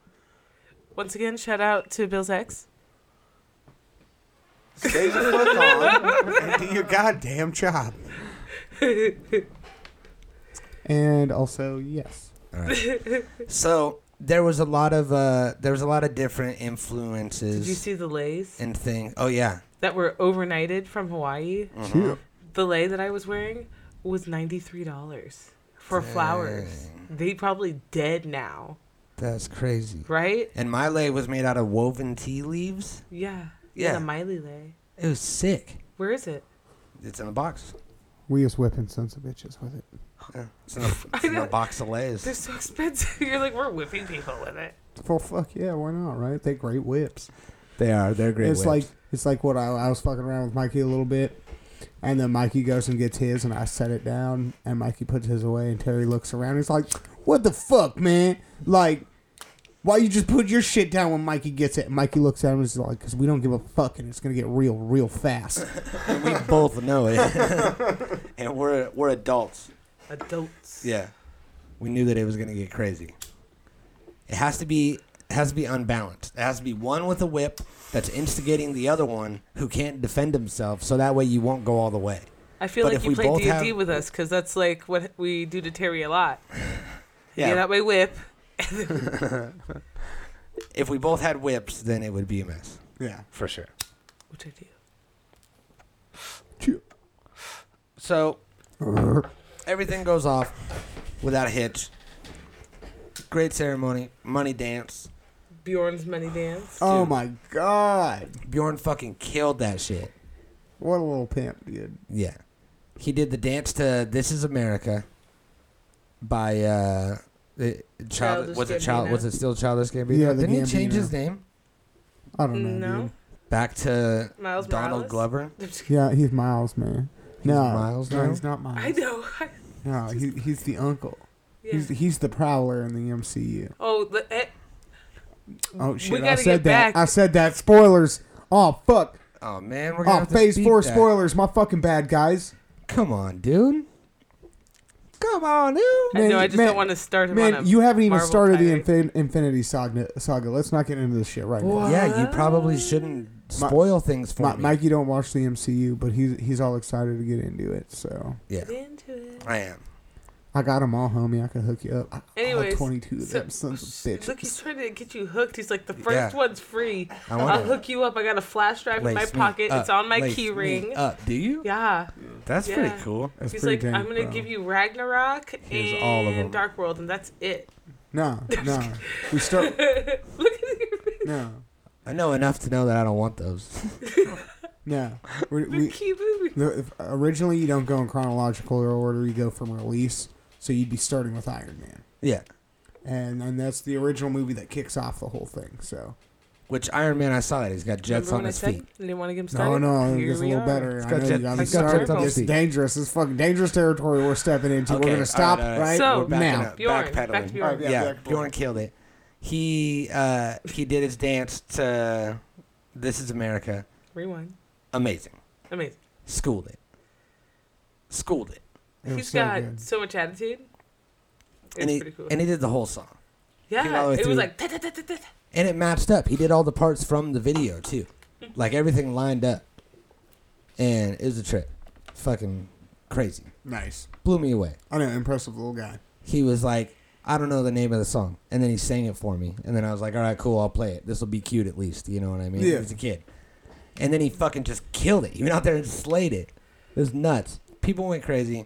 C: Once again, shout out to Bill's ex.
I: Stay your foot on and do your goddamn job.
D: and also yes,
G: So there was a lot of uh, there was a lot of different
C: Did you
G: influences
C: see the lays
G: and things. Oh yeah,
C: that were overnighted from Hawaii?
I: Mm-hmm.
D: Phew.
C: The lay that I was wearing was $93 for flowers. They probably dead now,
G: that's crazy.
C: right?
G: And my lei was made out of woven tea leaves.
C: Yeah.
G: Yeah.
C: The Miley lay.
G: It was sick.
C: Where is it?
G: It's in a box.
D: we was whipping sons of bitches with it.
G: Yeah. It's in a, it's in a box of
C: They're
G: leis.
C: so expensive. You're like, we're whipping people with it.
D: Well, fuck yeah, why not? Right? They're great whips.
J: They are. They're great.
D: it's
J: whips.
D: like it's like what I, I was fucking around with Mikey a little bit, and then Mikey goes and gets his, and I set it down, and Mikey puts his away, and Terry looks around, he's like, "What the fuck, man? Like, why you just put your shit down when Mikey gets it?" And Mikey looks at him, and he's like, "Cause we don't give a fuck, and it's gonna get real, real fast."
G: we both know it. and we're we're adults.
C: Adults.
G: Yeah. We knew that it was gonna get crazy. It has to be it has to be unbalanced. It has to be one with a whip that's instigating the other one who can't defend himself, so that way you won't go all the way.
C: I feel
G: But
C: like
G: if
C: you
G: we
C: play
G: both
C: D&D
G: have-
C: with us because that's like what we do to Terry a lot.
G: Yeah.
C: Get out my whip.
G: if we both had whips, then it would be a mess.
I: Yeah.
G: For sure.
C: Which I do.
G: So everything goes off without a hitch. Great ceremony, money dance.
C: Bjorn's Money Dance.
D: oh my god,
G: Bjorn fucking killed that shit.
D: what a little pimp, dude!
G: Yeah. He did the dance to This Is America by uh the child
C: Childish
G: was it child
C: Gambino.
G: was it still Childish Gambino?
D: Yeah, the
G: Didn't he change
D: Gambino.
G: his name
D: I don't know,
C: No.
D: dude.
G: back to
C: Miles
G: Donald
C: Morales?
G: Glover?
D: Yeah, he's Miles, man.
G: He's
D: no,
G: Miles
D: no,
G: now?
D: he's not
C: I
D: Miles.
C: know.
D: No, he, he's the uncle.
C: yeah.
D: He's he's the prowler in the MCU.
C: oh, the, eh,
D: Oh shit! I
C: gotta
D: said
C: get
D: that.
C: back.
D: I said that. Spoilers. Oh fuck.
G: Oh man, we're gonna
D: Oh,
G: have to
D: Phase
G: beat
D: Four
G: that.
D: spoilers. My fucking bad guys.
G: Come on, dude. Come on, dude.
D: Man,
C: I know. I just
D: man,
C: don't want to start him on
D: Man,
C: a
D: you haven't even
C: Marvel
D: started
C: tirade.
D: the infin- Infinity saga, saga. Let's not get into this shit right now.
G: Yeah, you probably shouldn't
D: Mi-
G: spoil things for
D: Mi-
G: me.
D: Mikey don't watch the MCU, but he's he's all excited to get into it. So
G: yeah,
C: Into it.
G: I am.
D: I got them all, homie. I can hook you up. I-
C: Anyways,
D: all 22 of
C: so-
D: them sons of bitches.
C: Look, he's trying to get you hooked. He's like, the first
G: Yeah.
C: one's free.
G: I
C: I'll
G: want
C: hook you up. I got a flash drive in my pocket. It's on my key ring.
G: Up, do you?
C: Yeah.
G: That's
C: Yeah.
G: pretty cool.
D: That's
C: He's like,
D: pretty dank,
C: I'm gonna
D: bro.
C: give you Ragnarok
G: Here's
C: and
G: all of them.
C: Dark World, and that's it.
D: No, no. We
C: Look
D: start.
C: at your
D: No,
K: I know enough to know that I don't want those.
D: no. We,
C: we,
D: we,
C: keep moving.
D: the, if- originally, you don't go in chronological order. You go from release. So you'd be starting with Iron Man.
G: Yeah.
D: And, and that's the original movie that kicks off the whole thing. So
G: Which Iron Man? I saw that he's got jets
C: Remember
G: on
C: when I
G: his
C: said
G: feet.
C: I didn't want to get him
D: no,
C: started?
D: Oh, no, it
C: Here
D: gets a
C: we
D: little
C: are.
D: better. I
G: got
D: know
G: jet-
D: you got to
G: it's got
D: start.
G: jet on
D: It's
G: his feet.
D: dangerous. It's fucking dangerous territory we're stepping into.
G: Okay,
D: we're gonna
G: alright,
D: stop
G: alright.
D: right
C: So-
G: We're backing
D: now.
G: up,
C: Bjorn,
G: backpedaling.
C: back to Bjorn.
D: Alright, yeah,
G: yeah,
D: back
G: Bjorn
D: forward.
G: killed it. He uh, he did his dance to "This Is America."
C: Rewind.
G: Amazing.
C: Amazing.
G: Schooled it. Schooled it.
D: It was
C: He's
D: so
C: got
D: good.
C: so much attitude. It's
G: and he
C: pretty cool.
G: and he did the whole song, came all
C: yeah,
G: the way
C: it
G: through.
C: was like. "Ta, ta, ta, ta, ta."
G: and it matched up. He did all the parts from the video too, like everything lined up, and it was a trip. Fucking crazy.
D: Nice.
G: Blew me away.
D: I know, impressive little guy.
G: he was like, I don't know the name of the song. And then he sang it for me. And then I was like, all right, cool, I'll play it. This will be cute at least. You know what I mean?
D: Yeah.
G: As a kid. And then he fucking just killed it. He went out there and slayed it. It was nuts. People went crazy.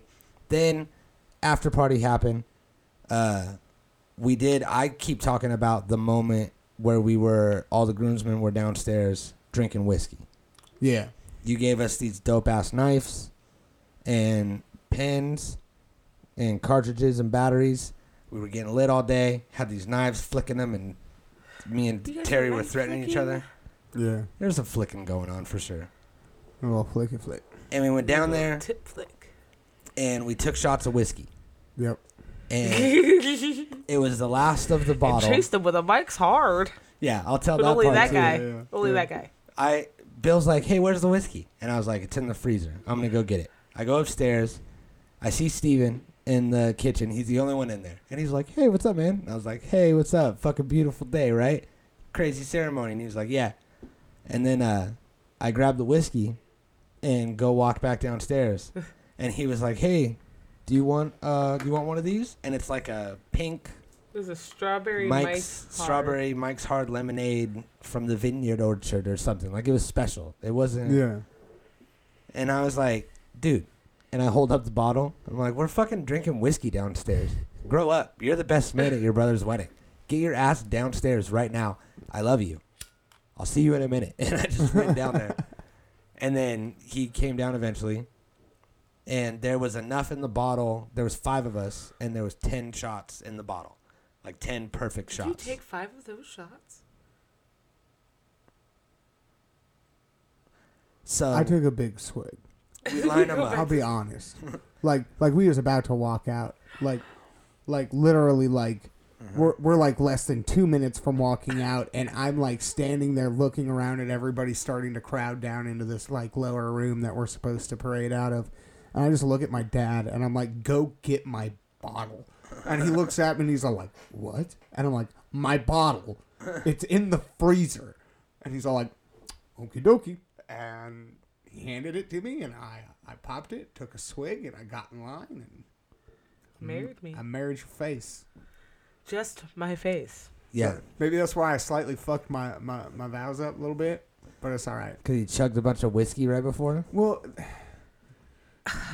G: Then after party happened. Uh, we did. I keep talking about the moment where we were, all the groomsmen were downstairs drinking whiskey
D: Yeah.
G: you gave us these dope ass knives and pens and cartridges and batteries. We were getting lit all day, had these knives flicking them, and me and
C: You guys
G: Terry
C: were
G: were
C: knife
G: threatening each
C: flicking?
G: other.
D: Yeah.
G: There's a flicking going on for sure.
D: A little flicky flick.
G: And we went down there
C: Tip flick.
G: and we took shots of whiskey.
D: Yep.
G: And
C: and
G: it was the last of the bottle.
C: chased him with a mike's hard,
G: Yeah, I'll tell
C: but
G: that
C: only
G: part
C: that
G: too.
C: guy.
D: yeah, yeah.
C: Only
D: Yeah.
C: that guy.
G: I Bill's like, "Hey, where's the whiskey?" And I was like, "It's in the freezer. I'm gonna go get it." I go upstairs. I see Steven in the kitchen. He's the only one in there, and he's like, "Hey, what's up, man?" And I was like, "Hey, what's up? Fucking beautiful day, right? Crazy ceremony." And he was like, "Yeah." And then uh, I grab the whiskey and go walk back downstairs, and he was like, "Hey, do you want uh, do you want one of these?" And it's like a pink
C: There's a strawberry
G: Mike's,
C: mike's, hard.
G: strawberry Mike's hard lemonade from the vineyard orchard or something. Like it was special. It wasn't.
D: Yeah.
G: And I was like, dude. And I hold up the bottle. I'm like, we're fucking drinking whiskey downstairs. Grow up. You're the best man at your brother's wedding. Get your ass downstairs right now. I love you. I'll see you in a minute. And I just went down there. And then he came down eventually. And there was enough in the bottle. There was five of us, and there was ten shots in the bottle, like ten perfect
C: Did you
G: shots.
C: take five of those shots?
G: so
D: I took a big swig.
G: we lined them
C: Go
G: up.
D: I'll be honest. like like we was about to walk out. Like like literally like we're we're like less than two minutes from walking out and I'm like standing there looking around at everybody starting to crowd down into this like lower room that we're supposed to parade out of. And I just look at my dad and I'm like, Go get my bottle and he looks at me and he's all like, What? And I'm like, My bottle. It's in the freezer and he's all like okie dokie. And he handed it to me, and I, I popped it, took a swig, and I got in line, and Mm-hmm.
C: Married me.
D: I married your face.
C: Just my face.
G: Yeah,
D: Maybe that's why I slightly fucked my, my, my vows up a little bit, but it's all right.
G: because he chugged a bunch of whiskey right before.
D: Well,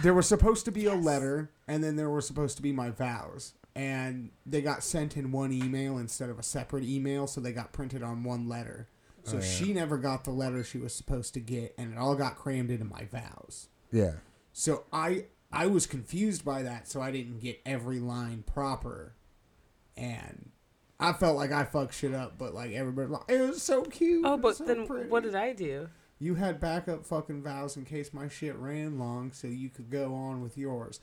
D: there was supposed to be a letter, and then there were supposed to be my vows. And they got sent in one email instead of a separate email, so they got printed on one letter. So she never got the letter she was supposed to get, and it all got crammed into my vows.
G: Yeah,
D: So I I was confused by that, so I didn't get every line proper, and I felt like I fucked shit up. But like everybody, like, it was so cute.
C: Oh,
D: it
C: but
D: was so
C: then
D: pretty."
C: what did I do?
D: you had backup fucking vows in case my shit ran long, so you could go on with yours.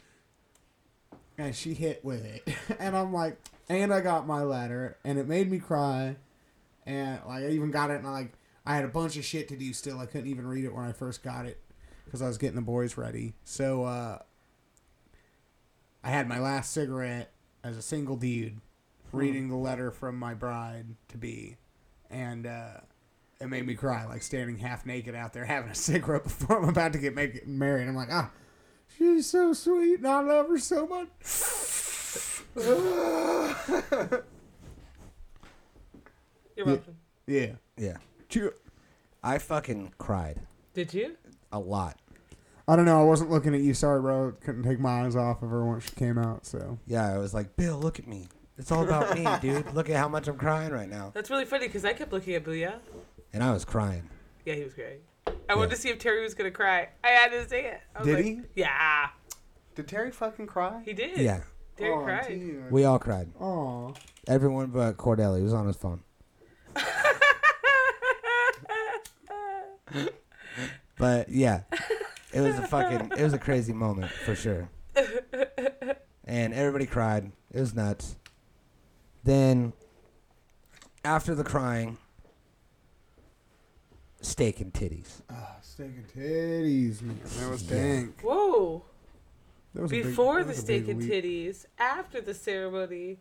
D: And she hit with it, and I'm like, and I got my letter, and it made me cry, and like I even got it, and like I had a bunch of shit to do still. I couldn't even read it when I first got it because I was getting the boys ready. So uh, I had my last cigarette as a single dude, reading the letter from my bride to be, and uh, it made me cry, like standing half naked out there having a cigarette before I'm about to get make- married. I'm like, ah, she's so sweet, and I love her so much.
C: You're welcome.
D: Yeah.
G: Yeah.
D: Chew-
G: I fucking cried
C: Did you?
G: a lot.
D: I don't know. I wasn't looking at you. Sorry, bro. Couldn't take my eyes off of her when she came out. So
G: Yeah, I was like, Bill, look at me. It's all about me, dude. Look at how much I'm crying right now.
C: That's really funny because I kept looking at Booyah.
G: And I was crying.
C: Yeah, he was great. I wanted to see if Terry was gonna cry. I had to say it. I was
L: Did
C: like,
L: he?
C: Yeah,
L: Did Terry fucking cry?
C: he did.
G: Yeah.
C: Terry cried.
G: We all cried.
D: Aw.
G: Everyone but Cordelli. He was on his phone.
C: Uh,
G: But yeah, it was a fucking, it was a crazy moment for sure. And everybody cried. It was nuts. Then, after the crying, steak and titties.
D: Steak and titties, man.
L: That was dank.
C: Whoa.
D: That was a big-
C: Before
D: that
C: the
D: was a
C: steak
D: big
C: and
D: leap.
C: titties, after the ceremony,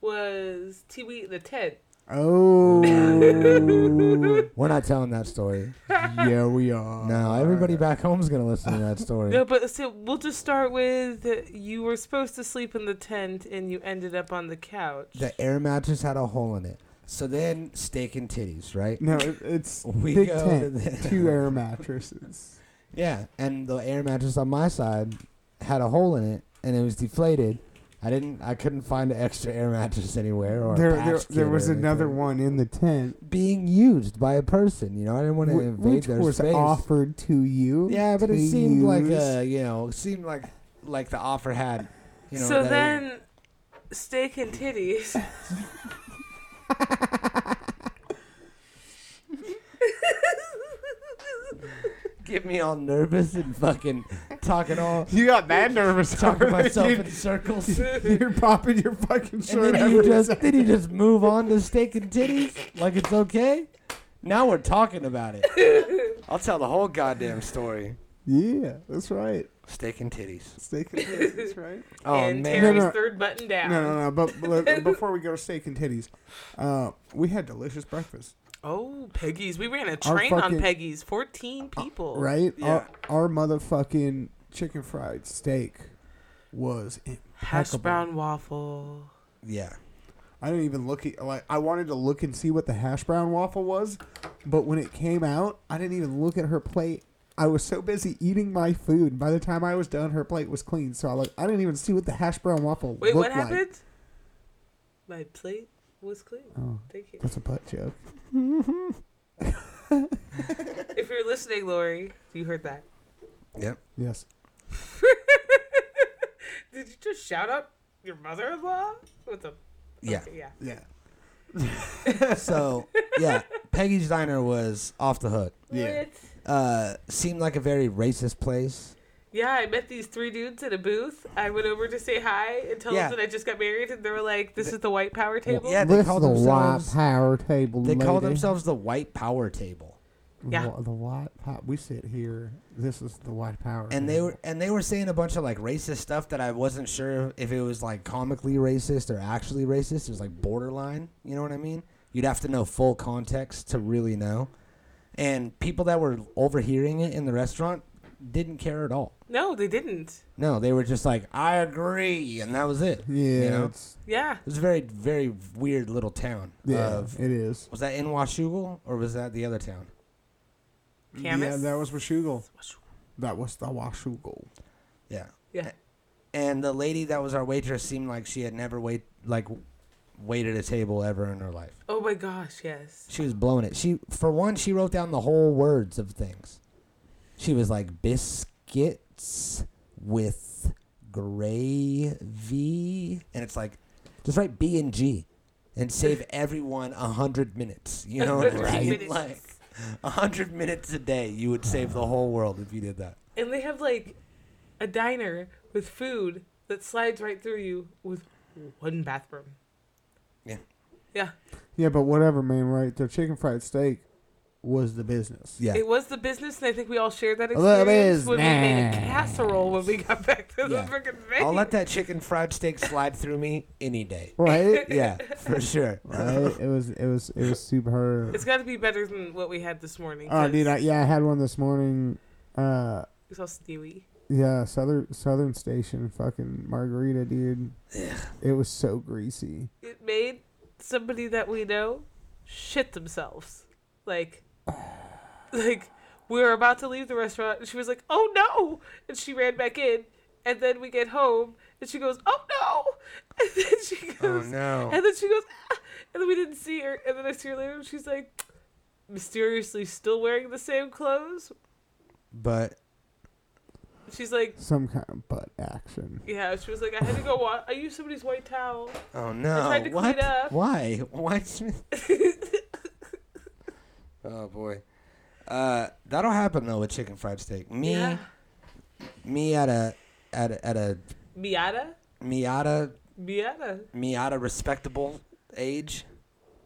C: was T Wheat in the tent.
D: Oh.
G: We're not telling that story.
D: yeah, we are.
G: No, everybody back home's gonna listen to that story.
C: No, but so we'll just start with you were supposed to sleep in the tent and you ended up on the couch.
G: The air mattress had a hole in it. So then, steak and titties, right?
D: No, it, it's
G: We
D: big
G: go to
D: tent,
G: the-
D: two air mattresses.
G: Yeah, and the air mattress on my side had a hole in it, and it was deflated. I didn't. I couldn't find an extra air mattress anywhere, or a
D: There,
G: patch
D: there,
G: kit
D: there
G: or
D: was another
G: anything.
D: one in the tent,
G: being used by a person. You know, I didn't want to
D: wh-
G: invade
D: which
G: their
D: was
G: space.
D: offered to you.
G: Yeah, but it
D: to
G: seemed like
D: use.
G: uh, you know, it seemed like like the offer had. You know, that
C: so
G: it-
C: then, steak and titties.
G: get me all nervous and fucking talking all
L: You got that nervous
G: talking
L: over there,
G: myself
L: dude.
G: in circles.
D: You're popping your fucking
G: And
D: shirt
G: then
D: out.
G: you just then you just move on to steak and titties like it's okay. Now we're talking about it. I'll tell the whole goddamn story.
D: Yeah, that's right.
G: Steak and titties.
D: Steak and titties, that's right.
G: Oh
C: and
G: man.
C: Terry's
D: No, no.
C: third button down.
D: No, no, no. But, but before we go to steak and titties, uh, we had delicious breakfast,
C: Oh, Peggy's. We ran a
D: Our
C: train
D: fucking- Oh,
C: on Peggy's. 14 people.
D: right?
G: Yeah.
D: Our, our motherfucking chicken fried steak was
C: Hash
D: impeccable.
C: brown waffle.
G: Yeah.
D: I didn't even look at like I wanted to look and see what the hash brown waffle was, but when it came out, I didn't even look at her plate. I was so busy eating my food. By the time I was done, her plate was clean. So I like I didn't even see what the hash brown waffle
C: Wait, what
D: looked
C: happened?
D: like.
C: My plate was clean.
D: Oh,
C: Thank you.
D: that's a butt joke.
C: if you're listening, Lori, you heard that.
G: Yep.
D: Yes.
C: Did you just shout out your mother-in-law with a?
G: Yeah.
C: Yeah.
D: Yeah.
G: So yeah, Peggy's Diner was off the hook.
D: Yeah.
C: What?
G: Uh, seemed like a very racist place.
C: Yeah, I met these three dudes at a booth. I went over to say hi and tell
G: Yeah.
C: them that I just got married, and they were like, "This is the white power table."
G: yeah, they
D: This
G: call
D: the white
G: themselves.
D: power table.
G: They call
D: lady.
G: themselves the White Power Table.
C: Yeah.
D: The, the white power. We sit here. This is the white power.
G: and they
D: table.
G: were and they were saying a bunch of like racist stuff that I wasn't sure if it was like comically racist or actually racist. It was like borderline. You know what I mean? You'd have to know full context to really know. And people that were overhearing it in the restaurant didn't care at all.
C: No, they didn't.
G: No, they were just like, "I agree," and that was it.
D: Yeah.
G: you know? it
D: it's-
C: Yeah.
G: was a very very weird little town.
D: yeah.
G: Of,
D: it is.
G: was that in Washougal or was that the other town?
C: Camus.
D: Yeah, that was Washugal. That was the Washugal.
G: Yeah.
C: Yeah.
D: Eh.
G: and the lady that was our waitress seemed like she had never wait like waited a table ever in her life.
C: Oh my gosh, yes.
G: She was blowing it. She for one, she wrote down the whole words of things. She was like biscuits with gravy, and it's like just write B and G, and save everyone a hundred minutes. You know what I mean?
C: Minutes.
G: Like a hundred minutes a day, you would save the whole world if you did that.
C: And they have like a diner with food that slides right through you with one bathroom.
G: Yeah.
C: Yeah.
D: Yeah, but whatever, man. Right, their chicken fried steak was the business.
G: Yeah.
C: It was the business, and I think we all shared that
D: little
C: experience when we made a
D: business.
C: casserole when we got back to the
G: Yeah.
C: freaking
G: I'll
C: venue.
G: let that chicken fried steak slide through me any day.
D: Right.
G: Yeah, for sure.
D: right. It was. It was. It was superb.
C: It's got to be better than what we had this morning.
D: Oh, dude. I,
C: 'cause
D: yeah, I had one this morning. Uh,
C: It's all stewy.
D: Yeah, Southern Southern Station fucking margarita, dude. It was so greasy.
C: It made somebody that we know shit themselves. Like, like we were about to leave the restaurant, and she was like, "Oh no!" and she ran back in. And then we get home, and she goes, "Oh no!" and then she goes,
G: Oh, no.
C: and then she goes, ah! and then we didn't see her. And then I see her later, and she's like, mysteriously still wearing the same clothes.
G: But
C: She's like,
D: Some kind of butt action.
C: yeah. She was like, I had to go wash. I used somebody's white towel.
G: oh no,
C: tried to clean
G: what?
C: up.
G: Why? Why? oh boy, uh, that'll happen though with chicken fried steak. Me,
C: Yeah.
G: me at a at a, at a
C: Miata,
G: Miata
C: Miata.
G: Miata respectable age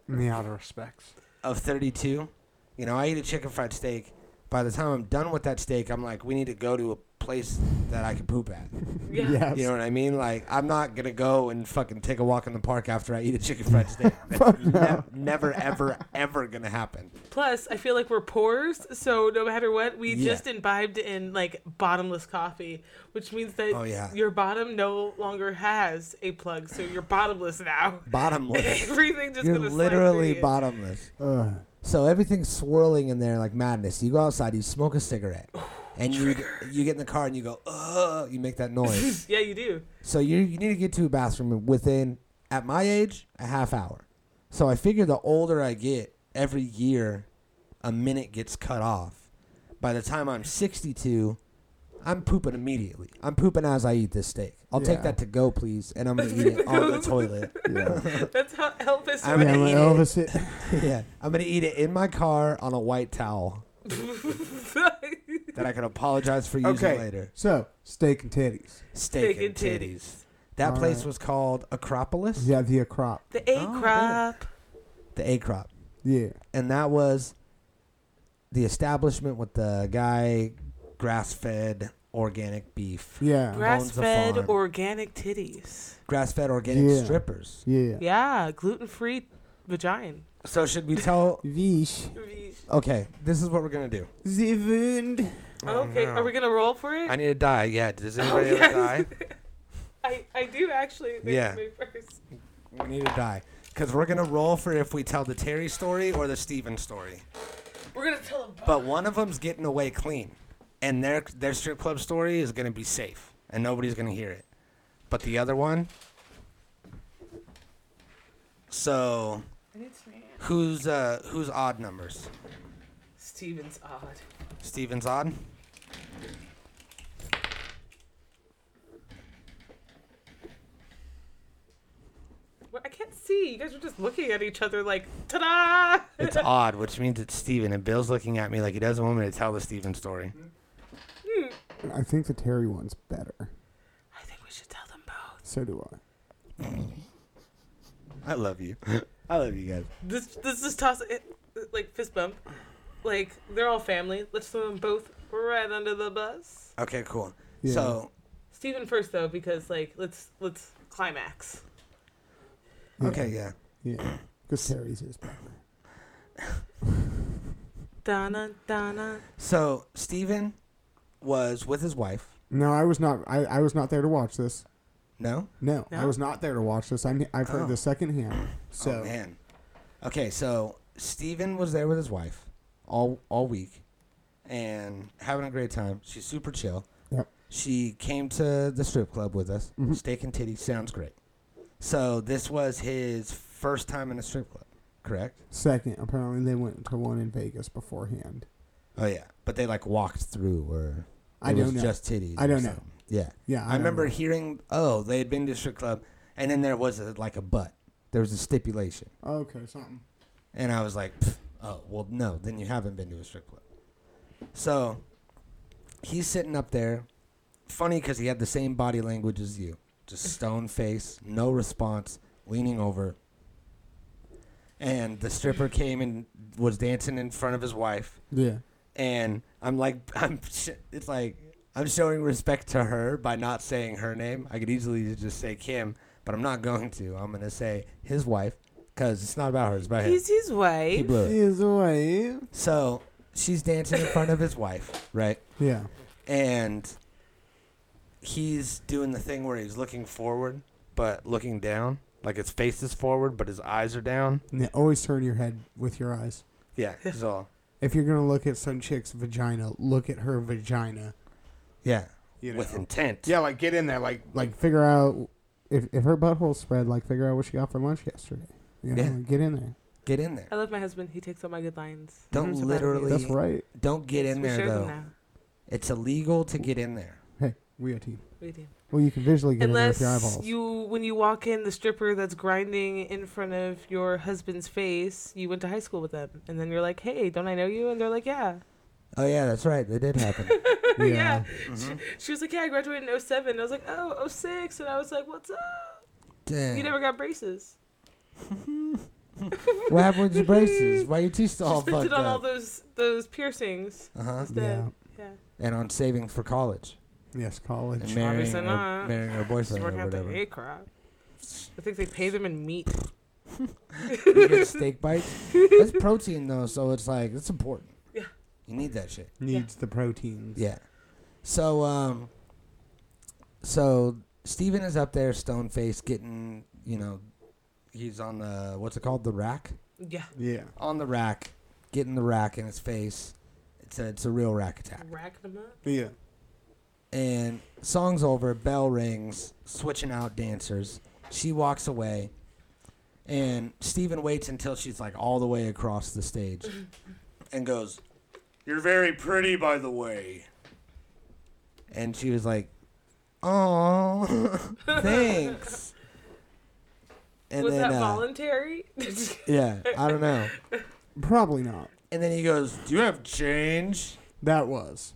M: Me out of respects.
G: of 32. You know, I eat a chicken fried steak. By the time I'm done with that steak, I'm like, we need to go to a place that I can poop at.
C: Yeah.
D: Yes.
G: You know what I mean? Like, I'm not gonna go and fucking take a walk in the park after I eat a chicken fried steak. That's ne- never, ever, ever gonna happen.
C: Plus, I feel like we're poors, so no matter what, we
G: Yeah.
C: just imbibed in like bottomless coffee, which means that
G: Oh, yeah.
C: your bottom no longer has a plug, so you're bottomless now.
A: Bottomless.
C: Everything just
A: You're
C: gonna slide
A: literally
C: through you.
A: bottomless.
D: Ugh.
A: So everything's swirling in there like madness. You go outside, you smoke a cigarette, and you you get in the car and you go, ugh, you make that noise.
C: Yeah, you do.
A: so you you need to get to a bathroom within, at my age, a half hour. So I figure the older I get, every year, a minute gets cut off. By the time I'm 62, I'm pooping immediately. I'm pooping as I eat this steak. I'll take
D: Yeah.
A: that to go, please, and I'm gonna eat it on the toilet.
D: Yeah.
C: That's how Elvis.
A: I'm
D: yeah,
A: gonna
D: well,
A: eat it.
D: Elvis. It.
A: yeah, I'm gonna eat it in my car on a white towel
C: went.
A: that I can apologize for using
M: Okay.
A: later.
D: So steak and titties.
A: Steak, and
C: Steak and
A: titties.
C: titties.
A: That
D: All
A: place
D: right.
A: was called Acropolis,
D: Yeah, the uh, crop.
C: the A
A: Oh, I
C: crop.
A: the A Crop,
D: Yeah.
A: and that was the establishment with the guy grass fed organic beef,
D: Yeah.
C: Grass
A: Owns a
C: fed
A: farm.
C: organic titties.
A: grass fed organic
D: Yeah.
A: strippers.
D: Yeah.
C: Yeah, gluten free vagina.
G: So should we tell?
D: Vish.
G: Oh,
A: Okay, this is what we're gonna do.
D: Zivund.
C: Okay,
G: no.
C: are we gonna roll for it?
G: I need to die. Yeah. Does anybody
C: yes.
G: ever die?
C: I, I do actually. They
G: Yeah.
C: me first.
G: We need to die. Cause we're gonna roll for if we tell the Terry story or the Steven story.
C: We're gonna tell them.
G: But one of them's getting away clean, and their their strip club story is gonna be safe, and nobody's gonna hear it. But the other one. So, who's uh who's odd numbers?
C: Steven's odd.
G: Steven's odd.
C: Well, I can't see. You guys were just looking at each other like, ta da!
G: It's odd, which means it's Steven. And Bill's looking at me like he doesn't want me to tell the Steven story.
D: I think the Terry one's better.
C: I think we should tell them both.
D: So do I.
G: I love you. I love you guys.
C: This this is toss it, like fist bump. Like they're all family. Let's throw them both right under the bus.
G: Okay, cool.
D: Yeah.
G: So,
C: Steven first though, because like let's let's climax.
D: Yeah.
G: okay, yeah.
D: Yeah. Because Terry's is better.
C: Donna Donna.
G: So, Steven was with his wife.
D: No, I was not. I, I was not there to watch this.
G: No?
D: No, I
C: No?
D: was not there to watch this. I'm, I've heard
G: Oh.
D: this secondhand. So
G: oh, man. Okay, so Steven was there with his wife all all week and having a great time. She's super chill.
D: Yep. Mm-hmm.
G: She came to the strip club with us. Steak and titty sounds great. So, this was his first time in a strip club, correct?
D: second, apparently they went to one in Vegas beforehand.
G: Oh yeah, but they like walked through, or
D: I
G: it
D: don't
G: was
D: know.
G: Just titties.
D: I
G: or
D: don't know.
G: something. Yeah,
D: Yeah,
G: I,
D: I don't
G: remember
D: know.
G: hearing, oh, they had been to strip club, and then there was a, like a butt. There was a stipulation,
D: Okay, something.
G: and I was like, "Pff, oh, well, no, then you haven't been to a strip club. So he's sitting up there, funny because he had the same body language as you, just stone face, no response, leaning over. And the stripper came and was dancing in front of his wife
D: Yeah,
G: and I'm like, I'm, sh- it's like I'm showing respect to her by not saying her name. I could easily just say Kim, but I'm not going to. I'm gonna say his wife, cause it's not about her. It's about him.
C: He's his
G: He
C: wife.
G: blew it.
D: is away.
G: So she's dancing in front of his wife, right?
D: Yeah,
G: And he's doing the thing where he's looking forward but looking down. Like his face is forward, but his eyes are down.
D: And they always turn your head with your eyes.
G: Yeah, it's all.
D: If you're gonna look at some chick's vagina, look at her vagina.
G: Yeah,
A: You know.
G: with intent.
A: Yeah, like get in there, like
D: Like figure out if if her butthole's spread. Like figure out what she got for lunch yesterday. You know,
G: Yeah.
D: like, get in there.
G: get in there.
C: I love my husband. He takes all my good lines.
G: Don't
C: It's about me.
G: literally-
D: That's right.
G: Don't get in
C: we
G: there
C: share them
G: though.
C: now.
G: It's illegal to get in there.
D: Hey, we a team.
C: We do.
D: Well, you can visually get
C: Unless
D: in there with your eyeballs.
C: you, when you walk in, the stripper that's grinding in front of your husband's face, you went to high school with them, and then you're like, "Hey, don't I know you?" And they're like, "Yeah."
G: Oh yeah, that's right. That did happen.
D: yeah.
C: yeah. She was like, "Yeah, I graduated in 07. I was like, "Oh, 06. and I was like, "What's up?
G: Damn.
C: You never got braces."
G: what happened with your braces? Why your teeth still
C: She
G: all
C: spent
G: fucked
C: it on all
G: up?
C: those those piercings
G: Uh huh.
C: instead. Yeah.
G: And on saving for college
D: Yes,
G: and
D: college.
G: marrying
C: Obviously
G: her,
C: not.
G: marrying her
C: Just
G: boyfriend or
C: working out the
G: whatever.
C: A crop. I think they pay them in meat.
G: You get steak bites. That's protein though, so it's like it's important.
C: Yeah.
G: You need that shit.
D: Needs the proteins.
G: Yeah. So um so Steven is up there stone faced getting, you know, he's on the what's it called? The rack?
C: Yeah.
D: Yeah.
G: On the rack, getting the rack in his face. It's a it's a real rack attack.
C: Racking them up.
D: Yeah.
G: And song's over, bell rings, switching out dancers. She walks away. And Steven waits until she's like all the way across the stage and goes, You're very pretty, by the way. And she was like, Oh, thanks. And
C: was
G: then, uh,
C: that voluntary?
G: yeah, I don't know.
D: Probably not.
G: And then he goes, Do you have change?
D: That was.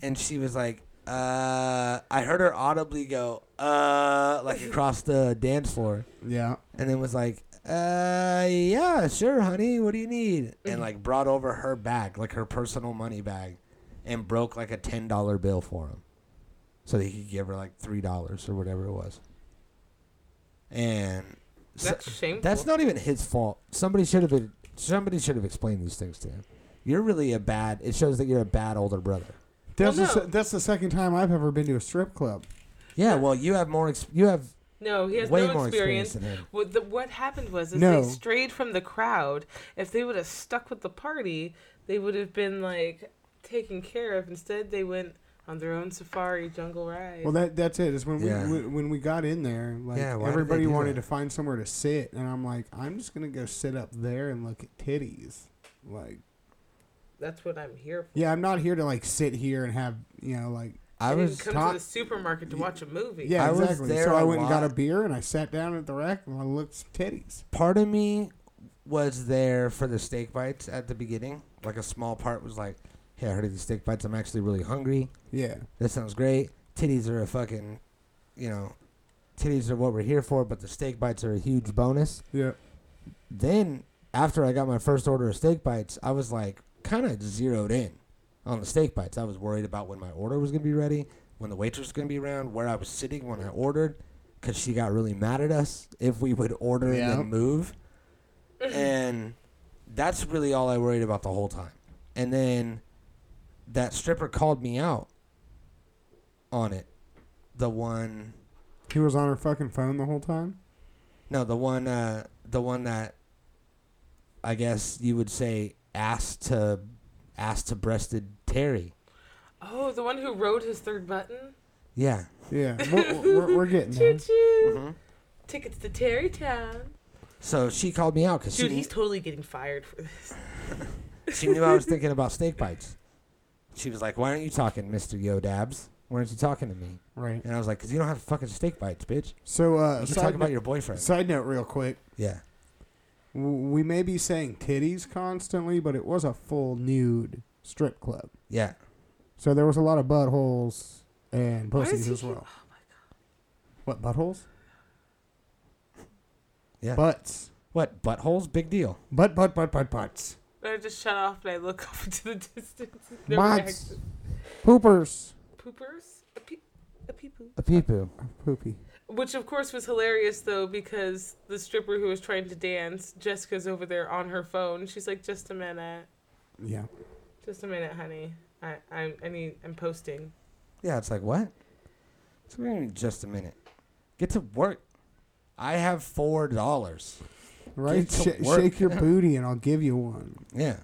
G: And she was like, Uh, I heard her audibly go, Uh, like across the dance floor.
D: Yeah.
G: and then was like, "Uh, yeah, sure, honey. What do you need?" And like brought over her bag, like her personal money bag, and broke like a ten dollar bill for him, so that he could give her like three dollars or whatever it was. And so-
C: That's shameful.
G: that's not even his fault. Somebody should have been. Somebody should have explained these things to him. You're really a bad. It shows that you're a bad older brother.
D: That's,
C: Well,
D: the,
C: no.
D: se- that's the second time I've ever been to a strip club.
G: Yeah. Well, you have more. Ex- you have
C: No, he has
G: way
C: no
G: more
C: experience.
G: experience than him.
C: What, the, what happened was is
D: No.
C: they strayed from the crowd. If they would have stuck with the party, they would have been like taken care of. Instead, they went on their own safari jungle ride.
D: Well, that that's it. Is when
G: Yeah.
D: we when- when we got in there, like
G: Yeah, why did they
D: everybody
G: do
D: wanted
G: that?
D: to find somewhere to sit, and I'm like, I'm just gonna go sit up there and look at titties. Like,
C: that's what I'm here for.
D: yeah, I'm not here to like sit here and have you know like
G: I
C: I didn't
G: was
C: come
D: taught-
C: to the supermarket to watch a movie.
D: yeah
G: I was
D: exactly.
G: there
D: so I
G: a
D: went and got a
G: lot.
D: beer and I sat down at the rack and I looked at some titties.
G: part of me was there for the steak bites at the beginning. Like a small part was like, "Hey, I heard of these steak bites. I'm actually really hungry.
D: Yeah,
G: That sounds great. Titties are a fucking, you know, titties are what we're here for. But the steak bites are a huge bonus."
D: yeah,
G: Then after I got my first order of steak bites, I was like kind of zeroed in on the steak bites. I was worried about when my order was gonna be ready, when the waitress was gonna be around, where I was sitting when I ordered, because she got really mad at us if we would order
D: Yeah.
G: and then move. and that's really all I worried about the whole time. And then that stripper called me out on it. The one,
D: he was on her fucking phone the whole time.
G: no, the one, uh, the one that I guess you would say ass to ass to breasted Terry.
C: Oh, the one who rode his third button.
D: Uh-huh.
G: Yeah,
D: Yeah, we're, we're, we're getting
C: Choo
D: there.
C: choo. Tickets to Terrytown.
G: so she called me out because
C: Dude,
G: she
C: he's totally getting fired for this.
G: she knew I was thinking about steak bites. She was like, "Why aren't you talking, Mister Yo Dabs? Why aren't you talking to me?"
D: Right.
G: And I was like, "Cause you don't have fucking steak bites, bitch.
D: So uh,
G: You
D: side,
G: can talk about
D: no-
G: your boyfriend."
D: side note, real quick.
G: yeah.
D: W- We may be saying titties constantly, but it was a full nude strip club.
G: Yeah.
D: So there was a lot of buttholes and
C: Why does
D: pussies
C: he Oh
D: as
C: keep-
D: well. What, buttholes?
G: Yeah.
D: Butts.
G: What buttholes? Big deal.
D: Butt, butt, butt, butt, butts.
C: I just shut off and I look off into the distance. No
D: Butts.
C: reaction.
D: Poopers.
C: Poopers? A pee, a pee poo.
G: A pee poo.
D: Poopy.
C: Which, of course, was hilarious, though, because the stripper who was trying to dance, Jessica's over there on her phone. She's like, just a minute.
D: Yeah.
C: Just a minute, honey. I, I, I need, I'm posting.
G: Yeah, it's like, what? It's going to be just a minute. Get to work. I have $4. Get
D: Right?
G: to
D: Sh-
G: work.
D: shake your booty and I'll give you one.
G: Yeah.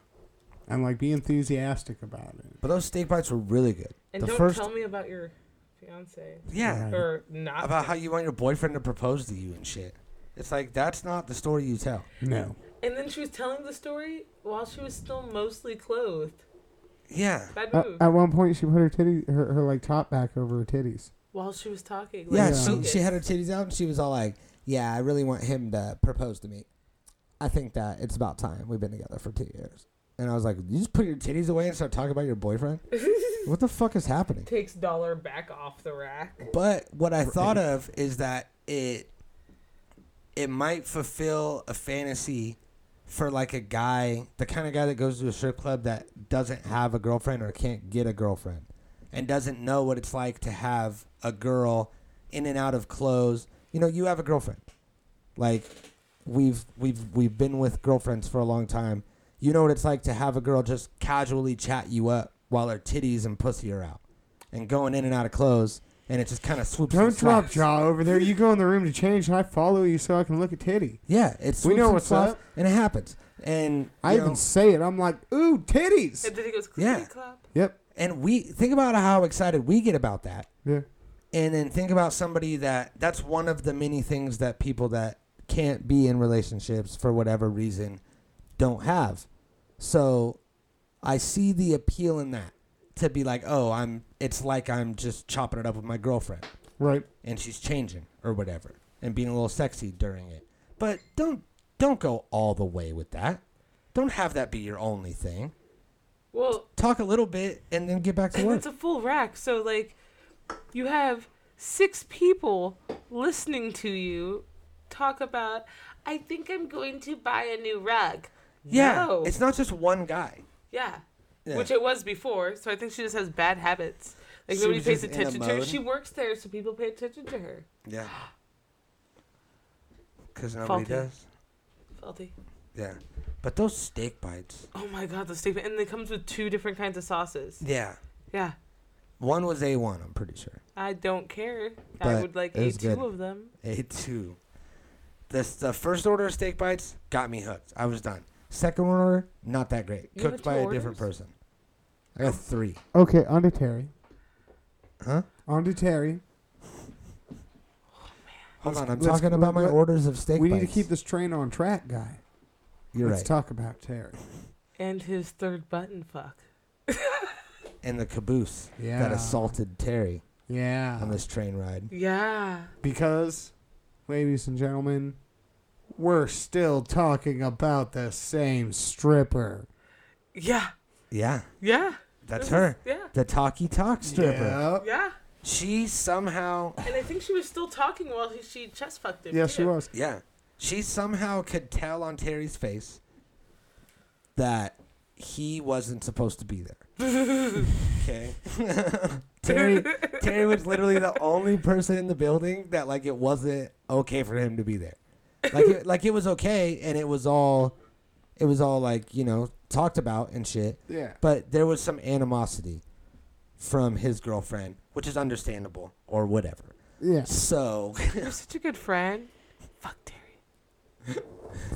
D: And like be enthusiastic about it.
G: But those steak bites were really good.
C: And
G: the
C: don't
G: first,
C: tell me about your fiance
G: yeah,
D: Right.
C: or not.
G: about how you want your boyfriend to propose to you and shit. It's like that's not the story you tell.
D: No.
C: and then she was telling the story while she was still mostly clothed.
G: Yeah,
C: Bad
D: At,
C: move.
D: at one point, she put her titty, her, her like top back over her titties.
C: while she was talking.
N: Yeah,
C: Like,
N: she,
C: focus.
N: she had her titties out and she was all like, Yeah, I really want him to propose to me. I think that it's about time. We've been together for two years. And I was like, You just put your titties away and start talking about your boyfriend? what the fuck is happening?
C: takes dollar back off the rack.
G: But what I thought of is that it it might fulfill a fantasy for like a guy, the kind of guy that goes to a strip club that doesn't have a girlfriend or can't get a girlfriend and doesn't know what it's like to have a girl in and out of clothes. You know, you have a girlfriend. Like we've we've we've been with girlfriends for a long time. You know what it's like to have a girl just casually chat you up while her titties and pussy are out and going in and out of clothes and it just kind of swoops and
D: Don't drop
G: slaps.
D: jaw over there. You go in the room to change. and I follow you so I can look at titty.
G: Yeah, it's
D: We know what's up.
G: and it happens. And
D: I
G: you
D: even
G: know,
D: say it. I'm like, ooh, titties.
C: And then he goes, click,
G: Yeah.
C: click, clap.
D: Yep.
G: and we think about how excited we get about that,
D: Yeah.
G: and then think about somebody that that's one of the many things that people that can't be in relationships for whatever reason don't have. So I see the appeal in that to be like, oh, I'm. It's like I'm just chopping it up with my girlfriend.
D: Right.
G: and she's changing or whatever and being a little sexy during it. But don't don't go all the way with that. Don't have that be your only thing.
C: Well,
G: Talk a little bit and then get back to
C: and
G: work.
C: it's a full rack. So, like, you have six people listening to you talk about, I think I'm going to buy a new rug.
G: yeah,
C: No.
G: it's not just one guy.
C: Yeah.
G: Yeah.
C: Which it was before. So I think she just has bad habits. Like,
G: She
C: nobody
G: was
C: pays
G: just in a
C: attention to her.
G: mode.
C: She works there, so people pay attention to her.
G: Yeah. Cuz nobody
C: Faulty.
G: does.
C: Faulty.
G: Yeah. But those steak bites.
C: Oh my god, the statement. And it comes with two different kinds of sauces.
G: Yeah.
C: Yeah.
G: One was A1, I'm pretty sure.
C: I don't care. I
G: But
C: would like
G: it was
C: eat two
G: good.
C: of them.
G: A2. This the first order of steak bites got me hooked. I was done. Second order, not that great.
C: You
G: Cooked
C: had two
G: by a different
C: orders?
G: person. I got 3.
D: Okay, on to Terry.
G: Huh?
D: On to Terry.
G: Hold on, I'm
D: let's-
G: talking about my
D: let-
G: orders of steak
D: we
G: bites.
D: need to keep this train on track, guy.
G: You're
D: Let's
G: right.
D: talk about Terry.
C: And his third button fuck.
G: and the caboose
D: Yeah.
G: that assaulted Terry
D: Yeah.
N: On this train ride.
C: Yeah.
D: Because, ladies and gentlemen, we're still talking about the same stripper.
C: Yeah.
G: Yeah,
C: Yeah.
G: that's
C: This is-
G: her.
C: Yeah.
G: The talkie talk stripper.
D: Yep.
C: Yeah.
G: She somehow,
C: And I think she was still talking while he, she chest fucked him.
D: Yes, she
C: too.
D: was.
G: yeah, she somehow could tell on Terry's face that he wasn't supposed to be there. okay. Terry, Terry was literally the only person in the building that like it wasn't okay for him to be there. Like it, like it was okay and it was all it was all like, you know, talked about and shit.
D: Yeah.
G: But there was some animosity from his girlfriend, which is understandable or whatever.
D: Yeah.
G: So,
C: You're such a good friend. Fuck Terry.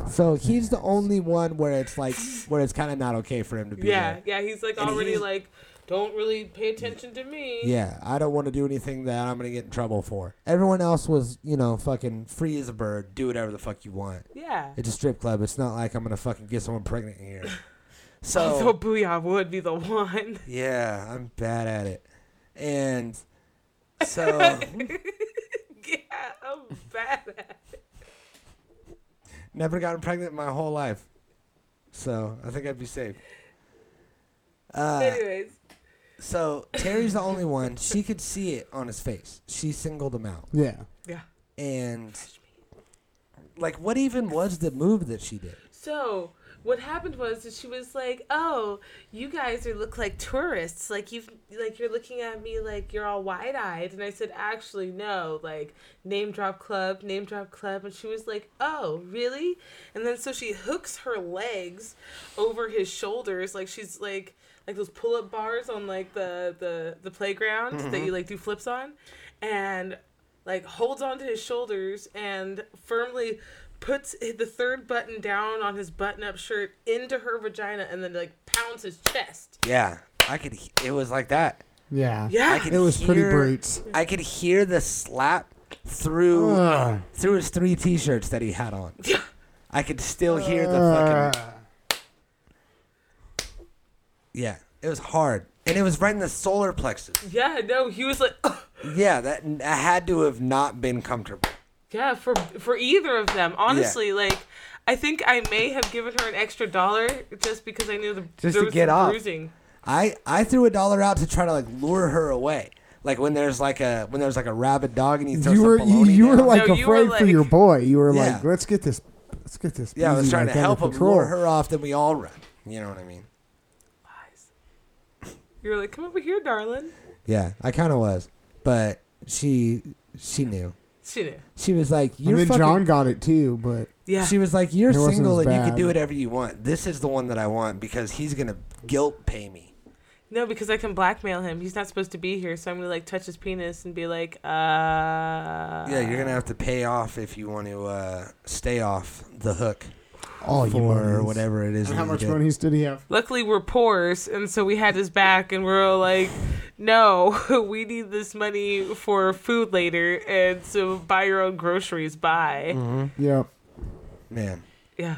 N: So he's the only one where it's like, where it's kind of not okay for him to be
C: Yeah.
N: there.
C: Yeah. He's like
G: And
C: already
G: he's-
C: like, don't really pay attention to me.
N: Yeah, I don't want to do anything that I'm going to get in trouble for. Everyone else was, you know, fucking free as a bird. Do whatever the fuck you want.
C: Yeah.
N: It's a strip club. It's not like I'm going to fucking get someone pregnant here.
G: so
C: So Booyah would be the one.
G: yeah, I'm bad at it. And so
C: yeah. I'm bad at
G: never gotten pregnant my whole life. So, I think I'd be safe. Uh,
C: Anyways.
G: so Terry's the only one. She could see it on his face. She singled him out.
D: Yeah.
C: Yeah.
G: And like what even was the move that she did?
C: So what happened was that she was like, "Oh, you guys are look like tourists. Like you've like you're looking at me like you're all wide eyed." And I said, "Actually, no. Like name drop club, name drop club." And she was like, "Oh, really?" And then so she hooks her legs over his shoulders, like she's like like those pull up bars on like the the the playground that you like do flips on, and like holds onto his shoulders and firmly puts the third button down on his button up shirt into her vagina and then like pounds his chest.
G: Yeah, I could. he- It was like that.
D: Yeah.
G: I
C: Yeah.
G: could
D: It was pretty
G: hear-
D: brutes.
G: I could hear the slap through
D: Ugh.
G: through his three T-shirts that he had on. I could still hear the fucking. Yeah, it was hard, and it was right in the solar plexus.
C: Yeah, no, he was like
G: Yeah, that, that had to have not been comfortable.
C: Yeah, for for either of them. Honestly, like I think I may have given her an extra dollar just because I knew the
G: Just
C: there
G: to
C: was
G: get
C: some
G: off.
C: bruising.
G: I I threw a dollar out to try to like lure her away. Like when there's like a when there's like a rabid dog and you throw
D: You
G: some
D: were you,
G: bologna
D: you were
G: down.
D: like
C: No,
D: afraid
C: you were
D: for
C: like-
D: your boy. You were like,
G: Yeah.
D: let's get this, let's get this.
G: yeah, I was
D: beezy
G: trying to
D: back under
G: help him
D: control.
G: lure her off. Then we all run. You know what I mean?
C: You were like, "Come over here, darling."
O: Yeah, I kind of was, but she she knew.
C: She knew.
O: She was like, "You're
D: And then
O: fucking."
D: John got it too, but
C: Yeah.
O: she was like, "You're
D: It wasn't
O: single
D: as
O: and you
D: bad.
O: can
G: Do whatever you want. This is the one that I want because he's gonna guilt pay me.
C: no, because I can blackmail him. He's not supposed to be here, so I'm gonna like touch his penis and be like, "Uh." Yeah,
G: Yeah, you're
D: Ah.
G: gonna have to pay off if you want to uh, stay off the hook
D: all you
G: or
D: morons.
G: whatever it is. that
D: And How
G: you
D: much
G: did.
D: money did he have?
C: Luckily, we're poors, and so we had his back, and we are like, "No, we need this money for food later, and so buy your own groceries. Bye."
O: Mm-hmm.
D: Yeah.
G: Man,
C: Yeah.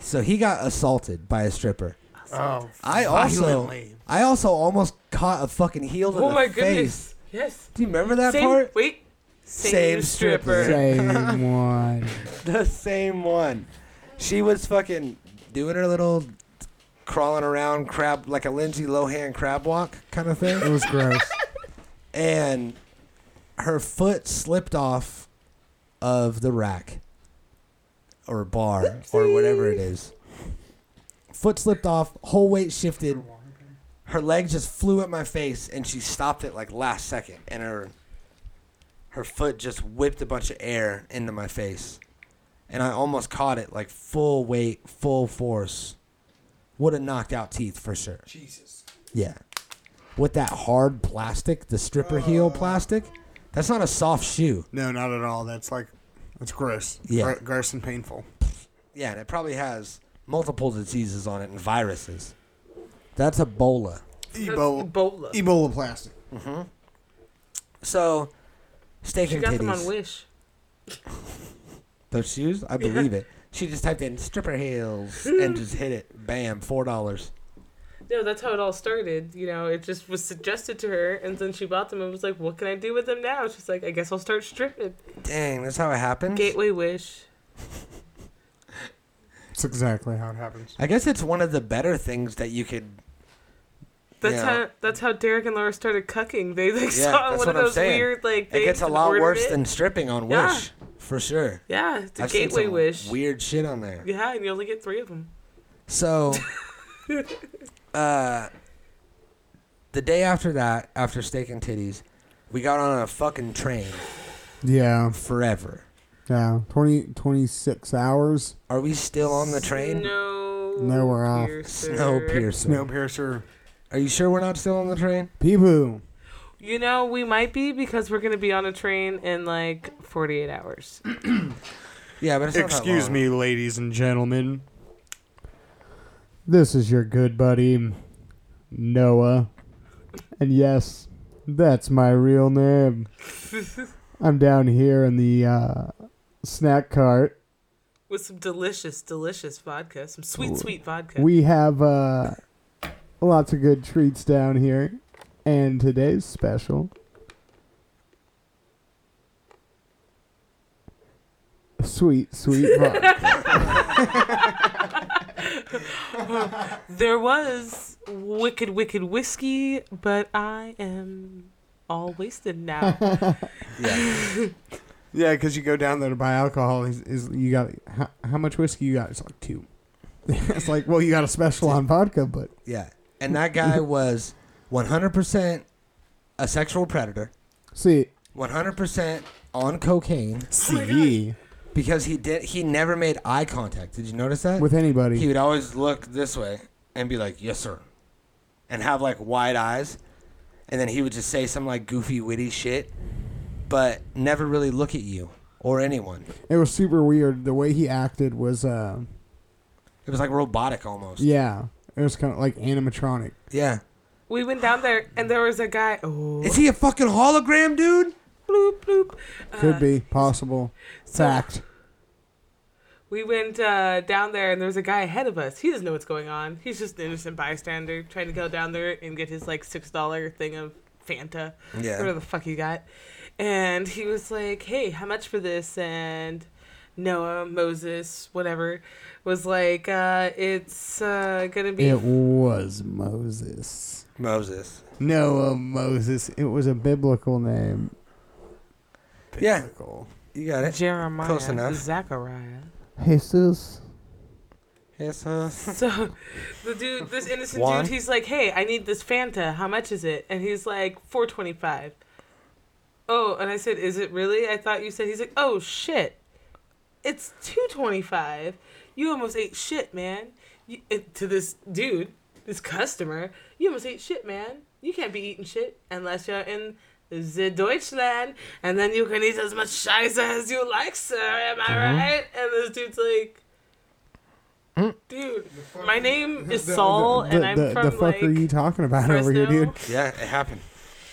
O: So he got assaulted by a stripper.
A: Oh,
G: I also
A: violently.
O: I also almost caught a fucking heel to
C: Oh
O: the
C: my
O: face.
C: goodness. Yes.
O: Do you remember that
C: same,
O: part?
C: Wait.
O: Same stripper.
D: Same one.
O: The same one.
G: she was fucking doing her little crawling around crab like a Lindsay Lohan crab walk kind of thing.
D: It was gross.
G: and her foot slipped off of the rack or bar or whatever it is.
O: Foot slipped off, whole weight shifted. Her leg just flew at my face and she
G: Stopped it like last second, and her her foot just whipped a bunch of air into my face, and I almost caught it like full weight, full force. Would have knocked out teeth for sure.
A: Jesus.
O: Yeah. With that hard plastic, the stripper
G: Oh.
O: heel plastic. That's not a soft shoe.
A: No, not at all. That's like, that's gross.
O: Yeah.
A: Gr- gross and painful.
G: Yeah, and it probably has multiple diseases on it and viruses.
O: That's Ebola.
A: Ebola.
C: Ebola.
A: Ebola plastic.
G: So, steak
C: She
G: and
C: got them
G: titties.
C: on Wish.
O: Those shoes? I believe it. She just typed in stripper heels and just hit it. Bam, four dollars.
C: No, that's how it all started. You know, it just was suggested to her, and then she bought them and was like, "What can I do with them now?" She's like, "I guess I'll start stripping."
G: Dang, that's how it happened.
C: Gateway Wish.
D: That's exactly how it happens.
G: I guess it's one of the better things that you could.
C: That's
G: Yeah.
C: how that's how Derek and Laura started cucking. They like
G: Yeah,
C: saw
G: that's
C: one
G: what
C: of
G: I'm
C: those
G: saying.
C: weird like.
G: It
C: things
G: gets a
C: and
G: lot
C: ordered
G: worse
C: it.
G: than stripping on Wish,
C: Yeah.
G: for sure.
C: yeah, it's a
G: I've seen
C: Gateway
G: some
C: Wish.
G: Weird shit on there.
C: Yeah, and you only get three of them.
G: So, uh, the day after that, after steak and titties, we got on a fucking train
D: Yeah.
G: forever.
D: Yeah. 20, 26 hours.
G: Are we still on the train?
C: No.
D: No, we're off.
C: piercer.
G: Snowpiercer.
A: Snowpiercer.
G: Are you sure we're not still on the train?
D: Pee poo.
C: You know, we might be because we're gonna be on a train in like forty-eight hours.
G: Yeah, but it's not that
A: Excuse
G: long.
A: me, ladies and gentlemen.
D: This is your good buddy, Noah. And yes, that's my real name. I'm down here in the uh, snack cart.
C: with some delicious, delicious vodka, some sweet, sweet vodka.
D: We have uh, lots of good treats down here. And today's special. Sweet, sweet vodka.
C: there was wicked, wicked whiskey, but I am all wasted now.
A: Yeah, because you go down there to buy alcohol.
D: alcohol is, is you got how, how much whiskey you got? It's like two. it's like well, you got a special on vodka, but
G: Yeah. And that guy was 100% a sexual predator,
D: see,
G: 100% on cocaine
D: see
G: because he did he never made eye contact. Did you notice that?
D: with anybody.
G: he would always look this way and be like, "Yes, sir." and have like wide eyes, and then he would just say some like goofy witty shit, but never really look at you or anyone.
D: It was super weird. The way he acted was, uh,
G: It was like robotic almost.
D: yeah, it was kind of like animatronic.
G: Yeah.
C: We went down there and there was a guy. Oh,
G: Is he a fucking hologram, dude?
C: bloop bloop.
D: Could be possible. Fact.
C: We went uh, down there and there was a guy ahead of us. He doesn't know what's going on. He's just an innocent bystander trying to go down there and get his like six dollar thing of Fanta,
G: Yeah.
C: whatever the fuck he got. And he was like, "Hey, how much for this?" And Noah Moses, whatever, was like, uh, "It's uh, gonna be."
D: It was Moses.
G: Moses.
D: Noah Moses. It was a biblical name.
G: Yeah, you got it.
C: Jeremiah,
G: Close enough.
C: Zachariah.
D: Jesus.
G: Yes, uh,
C: So the dude, this innocent
G: Juan?
C: dude, he's like, "Hey, I need this Fanta. How much is it?" And he's like, 425 Oh, and I said, "Is it really?" I thought you said. He's like, "Oh shit, it's 225 You almost ate shit, man." You, it, to this dude, this customer, you almost ate shit, man. You can't be eating shit unless you're in the Deutschland, and then you can eat as much Scheiße as you like, sir. Am I
D: Mm-hmm.
C: right? And this dude's like. Dude, my name is Saul,
D: Mm. the,
C: and I'm
D: the,
C: from
D: the fuck
C: like
D: are you talking about over
C: Fresno.
D: here, dude?
G: yeah, it happened.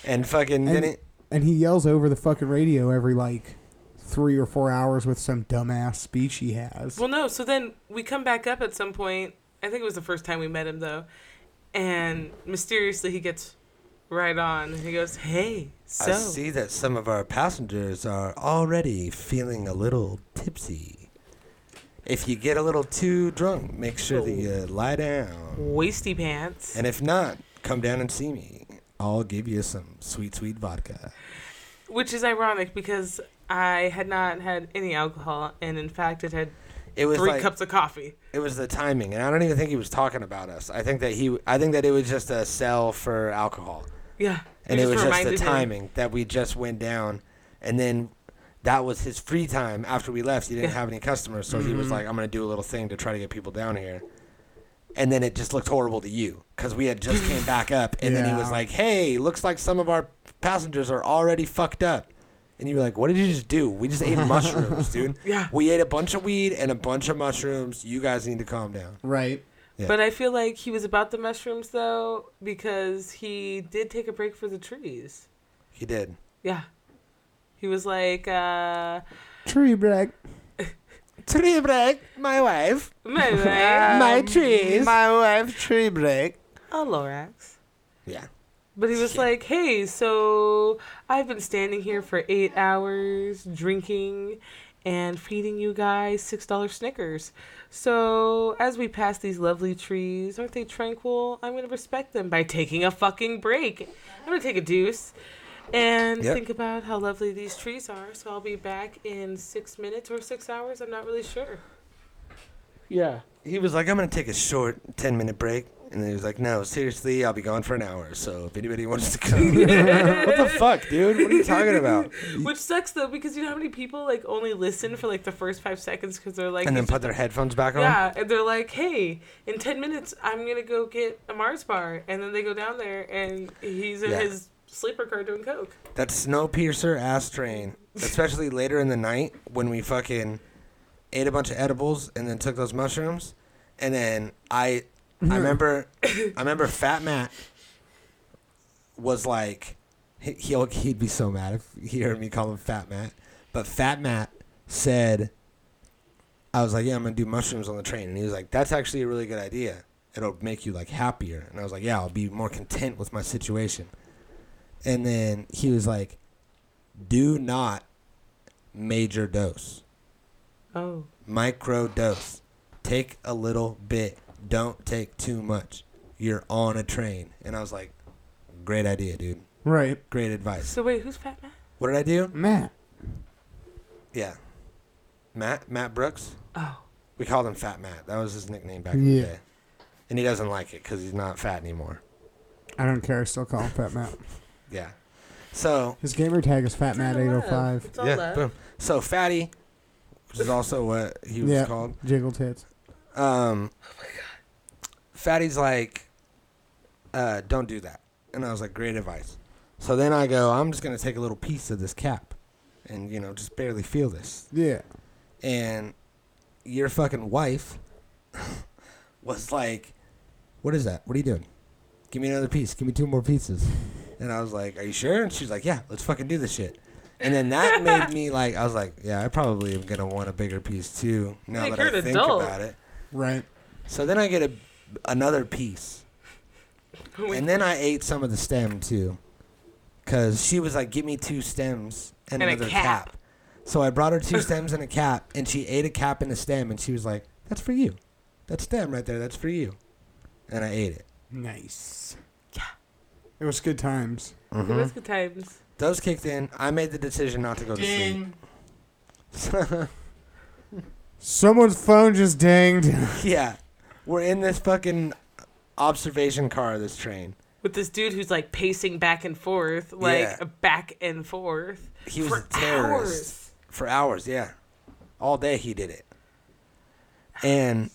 G: And fucking then
D: And,
G: it.
D: and he yells over the fucking radio every like three or four hours with some dumbass speech he has.
C: Well, no. So then we come back up at some point. I think it was the first time we met him though, and mysteriously he gets right on and he goes, "Hey, so
G: I see that some of our passengers are already feeling a little tipsy. If you get a little too drunk, make sure that you lie down.
C: wasty pants."
G: And if not, come down and see me. I'll give you some sweet, sweet vodka.
C: Which is ironic because I had not had any alcohol, and in fact, it had
G: It was
C: three
G: like
C: cups of coffee.
G: it was the timing, and I don't even think he was talking about us. I think that he, I think that it was just a sell for alcohol.
C: Yeah,
G: and it was just the
C: reminded him.
G: timing that we just went down, and then that was his free time after we left. He didn't
C: Yeah.
G: have any customers, so he was like, "I'm gonna do a little thing to try to get people down here," and then it just looked horrible to you because we had just came back up, and then he was
D: Yeah.
G: like, "Hey, looks like some of our passengers are already fucked up." And you were like, "What did you just do? We just ate mushrooms, dude.
C: Yeah.
G: we ate a bunch of weed and a bunch of mushrooms. You guys need to calm down."
D: Right.
G: Yeah.
C: But I feel like he was about the mushrooms though because he did take a break for the trees.
G: He did.
C: Yeah, he was like, uh,
D: Tree break.
G: Tree break, my wife,
C: "My way,
G: my trees,
P: My wife tree break.
C: oh, Lorax."
G: yeah.
C: But he was like, "Hey, so I've been standing here for eight hours drinking and feeding you guys six dollar Snickers. So as we pass these lovely trees, aren't they tranquil? I'm gonna respect them by taking a fucking break. I'm gonna take a deuce." And
G: Yep.
C: think about how lovely these trees are. So I'll be back in six minutes or six hours. I'm not really sure.
G: Yeah. He was like, I'm going to take a short 10 minute break. And then he was like, No, seriously, I'll be gone for an hour. So if anybody wants to come. what the fuck, dude? What are you talking about?
C: Which sucks though, because you know how many people like only listen for like the first five seconds because they're like,
G: And then
C: "It's
G: put their headphones back on?
C: Yeah, and they're like, "Hey, in ten minutes, I'm gonna go get a Mars bar," and then they go down there, and he's in
G: Yeah.
C: his sleeper car doing coke.
G: That Snowpiercer ass train, especially later in the night when we fucking ate a bunch of edibles and then took those mushrooms, and then I, I remember, I remember Fat Matt was like, he- he'll he'd be so mad if he heard me call him Fat Matt, but Fat Matt said, I was like, yeah, I'm gonna do mushrooms on the train, and he was like, that's actually a really good idea. It'll make you like happier, and I was like, yeah, I'll be more content with my situation. And then he was like, do not major dose,
C: Oh,
G: micro dose. Take a little bit. Don't take too much. You're on a train. And I was like, great idea, dude.
D: Right.
G: Great advice.
C: so wait, who's Fat Man?
G: What did I do?
D: Matt.
G: Yeah. Matt, Matt Brooks.
C: Oh,
G: We called him Fat Matt. That was his nickname back in
D: Yeah.
G: the day. And he doesn't like it because he's not fat anymore.
D: I don't care. I still call him Fat Matt.
G: Yeah. So
D: His gamer tag is Fat
C: It's
D: Matt
C: all
D: eight
C: love.
D: oh five.
C: It's all love.
G: So fatty, which is also what he was
D: Yeah.
G: called.
D: Jiggle tits.
G: Um, Fatty's like, uh, don't do that. And I was like, great advice. So then I go, I'm just gonna take a little piece of this cap, and you know, just barely feel this.
D: Yeah.
G: And your fucking wife was like, what is that? What are you doing? Give me another piece. Give me two more pieces. And I was like, are you sure? And she's like, yeah, let's fucking do this shit. And then that made me like, I was like, yeah, I probably am gonna want a bigger piece too. Now
C: Like,
G: that
C: you're
G: I
C: an
G: think
C: adult.
G: about it.
D: Right.
G: So then I get a, another piece. And then I ate some of the stem too. Because she was like, give me two stems and,
C: And a
G: another
C: cap."
G: cap. So I brought her two stems and a cap. And she ate a cap and a stem. And she was like, that's for you. That stem right there, that's for you. And I ate it.
D: Nice.
Q: It was good times.
C: It was good times.
G: Those kicked in. I made the decision not to go to sleep.
Q: Someone's phone just dinged.
G: yeah. We're in this fucking observation car of this train.
C: With this dude who's like pacing back and forth, like
G: Yeah.
C: back and forth.
G: He was
C: for
G: a terrorist.
C: hours.
G: for hours. Yeah, all day he did it. And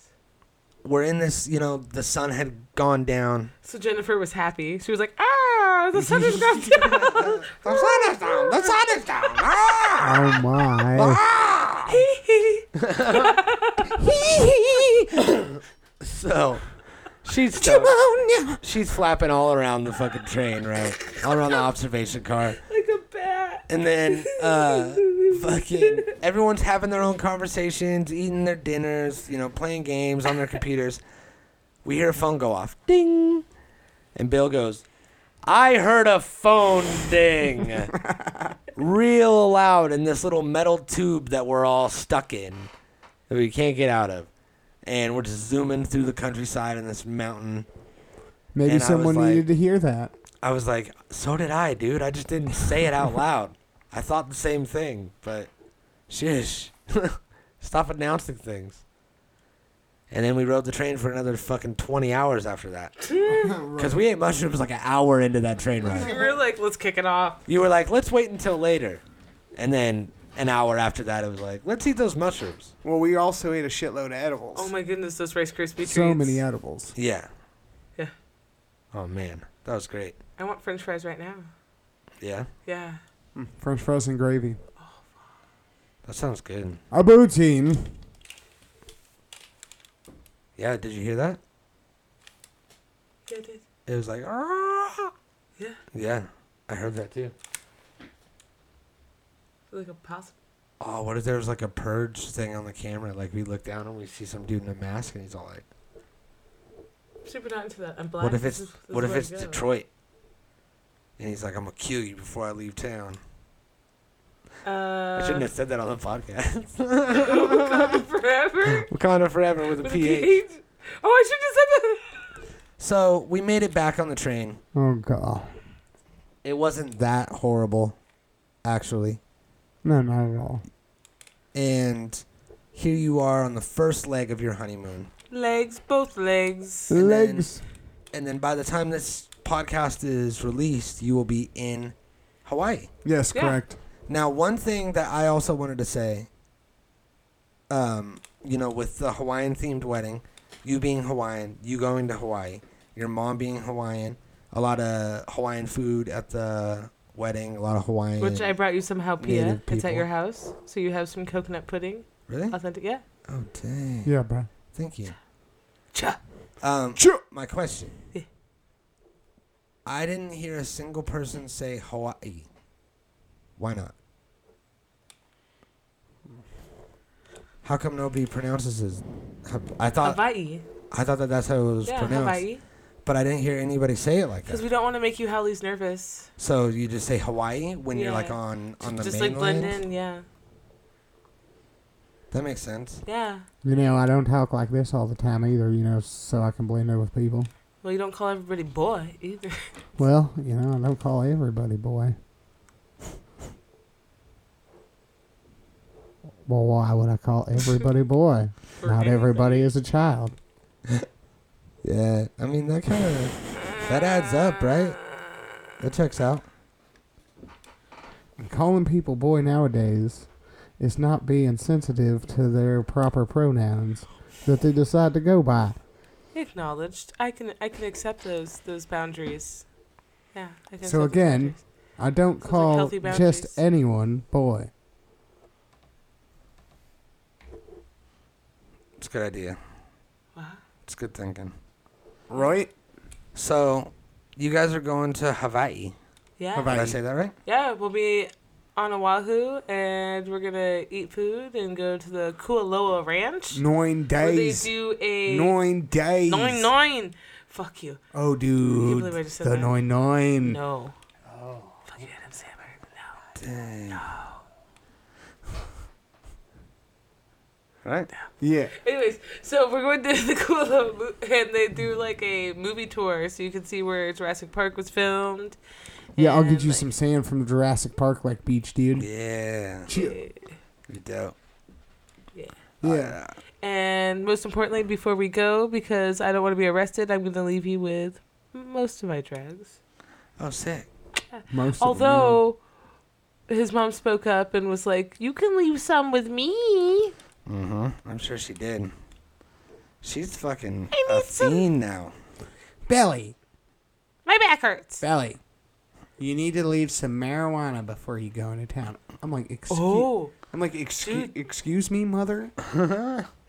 G: we're in this. You know, the sun had gone down.
C: So Jennifer was happy. She was like, ah, the sun has gone down.
G: The sun is down. The sun is down. Ah!
D: Oh my.
G: So she's stoked. she's flapping all around the fucking train, right? All around the observation car.
C: like a bat.
G: And then uh fucking everyone's having their own conversations, eating their dinners, you know, playing games on their computers. We hear a phone go off. Ding. And Bill goes, "I heard a phone ding." Real loud in this little metal tube that we're all stuck in that we can't get out of. And we're just zooming through the countryside in this mountain.
D: Maybe
G: And I was
D: someone
G: like-
D: needed to hear that.
G: I was like, so did I, dude. I just didn't say it out loud. I thought the same thing, but shish. Stop announcing things. And then we rode the train for another fucking 20 hours after that. Because we ate mushrooms like an hour into that train
C: We
G: ride.
C: were like, let's kick it off.
G: You were like, let's wait until later. And then an hour after that, it was like, let's eat those mushrooms.
Q: Well, we also ate a shitload of edibles.
C: Oh my goodness, those Rice Krispie treats.
D: So many edibles.
G: Yeah.
C: Yeah.
G: Oh, man. That was great.
C: I want french fries right now.
G: Yeah.
C: Yeah.
D: French fries and gravy.
G: That sounds good.
D: A poutine.
G: Yeah. Did you hear that?
C: Yeah, it is.
G: It was like, "Ah."
C: Yeah.
G: Yeah, I heard that too.
C: Like a possum.
G: Oh, what if there was like a purge thing on the camera? Like we look down and we see some dude in a mask and he's all like,
C: Super not into that. I'm black.
G: "What if
C: This
G: it's
C: is- this
G: what
C: is
G: if
C: where I
G: it's
C: go.
G: Detroit?" And he's like, "I'm gonna kill you before I leave town."
C: Uh,
G: I shouldn't have said that on the podcast.
C: forever.
G: Wakanda forever with a
C: With a
G: PH.
C: PH. Oh, I shouldn't have said that.
G: So we made it back on the train.
D: Oh god.
G: It wasn't that horrible, actually.
D: No, not at all.
G: And here you are on the first leg of your honeymoon.
C: Legs, both legs.
G: And then-
D: Legs.
G: and then by the time this podcast is released, you will be in Hawaii.
D: Yes,
C: Yeah.
D: correct.
G: Now, one thing that I also wanted to say, um, you know, with the Hawaiian themed wedding, you being Hawaiian, you going to Hawaii, your mom being Hawaiian, a lot of Hawaiian food at the wedding, a lot of Hawaiian.
C: Which I brought you some haupia.
G: Native
C: It's at your
G: people.
C: house, so you have some coconut pudding.
G: really?
C: Authentic, yeah.
G: Oh dang!
D: Yeah, bro.
G: Thank you.
C: Cha.
G: Um,
Q: Sure.
G: my question.
C: Yeah.
G: I didn't hear a single person say Hawaii. Why not? How come nobody pronounces his? I thought
C: Uh, Hawaii.
G: I thought that that's how it was
C: Yeah,
G: pronounced,
C: Hawaii.
G: but I didn't hear anybody say it like
C: Because
G: that.
C: we don't want to make you Howley's nervous.
G: So you just say Hawaii when you're like
C: Yeah.
G: on on the
C: Just like
G: mainland.
C: blend in, yeah.
G: That makes sense.
C: Yeah.
D: You know, I don't talk like this all the time either, you know, so I can blend in with people.
C: Well, you don't call everybody boy either.
D: Well, you know, I don't call everybody boy. Well, why would I call everybody boy?
C: For
D: Not
C: anything.
D: everybody is a child.
G: Yeah, I mean that kind of that adds up, right? That checks out.
D: And calling people boy nowadays is not being sensitive to their proper pronouns that they decide to go by.
C: Acknowledged. I can I can accept those those boundaries. Yeah. I can
D: So
C: accept those
D: again-
C: boundaries.
D: I don't
C: like
D: call
C: healthy boundaries.
D: just anyone boy.
G: It's a good idea.
C: Wow.
G: It's good thinking.
R: Right?
G: So, you guys are going to Hawaii.
C: yeah.
G: Did I say that right?
C: Yeah, we'll be on Oahu and we're gonna eat food and go to the Kualoa Ranch.
R: Nine
C: Where they
R: days.
C: do a
R: Nine days.
C: nine nine. Fuck you.
R: Oh,
C: Can you
R: dude.
C: believe I just said
R: The
C: that?
R: nine
D: Mm.
R: nine.
C: No. Oh. Fuck you, Adam Sandler. No.
G: Dang. Right?
R: Yeah.
C: Anyways, so we're going to the Kualoa mo- and they do like a movie tour, so you can see where Jurassic Park was filmed.
D: Yeah, I'll get
C: and,
D: you
C: like,
D: some sand from Jurassic Park like beach, dude.
G: Yeah.
D: Chill.
G: You dope.
R: Yeah.
C: And most importantly, before we go, because I don't want to be arrested, I'm going to leave you with most of my drugs.
G: Oh, sick.
D: Most of them, yeah.
C: Although his mom spoke up and was like, "You can leave some with me. I
G: Mm-hmm. I'm sure she did. She's fucking
C: I
G: a
C: need some-
G: fiend now.
D: Belly,
C: My back hurts."
D: Belly, you need to leave some marijuana before you go into town. I'm like, excuse,
C: Oh,
R: I'm like, excuse,
C: Dude.
R: excuse me, mother.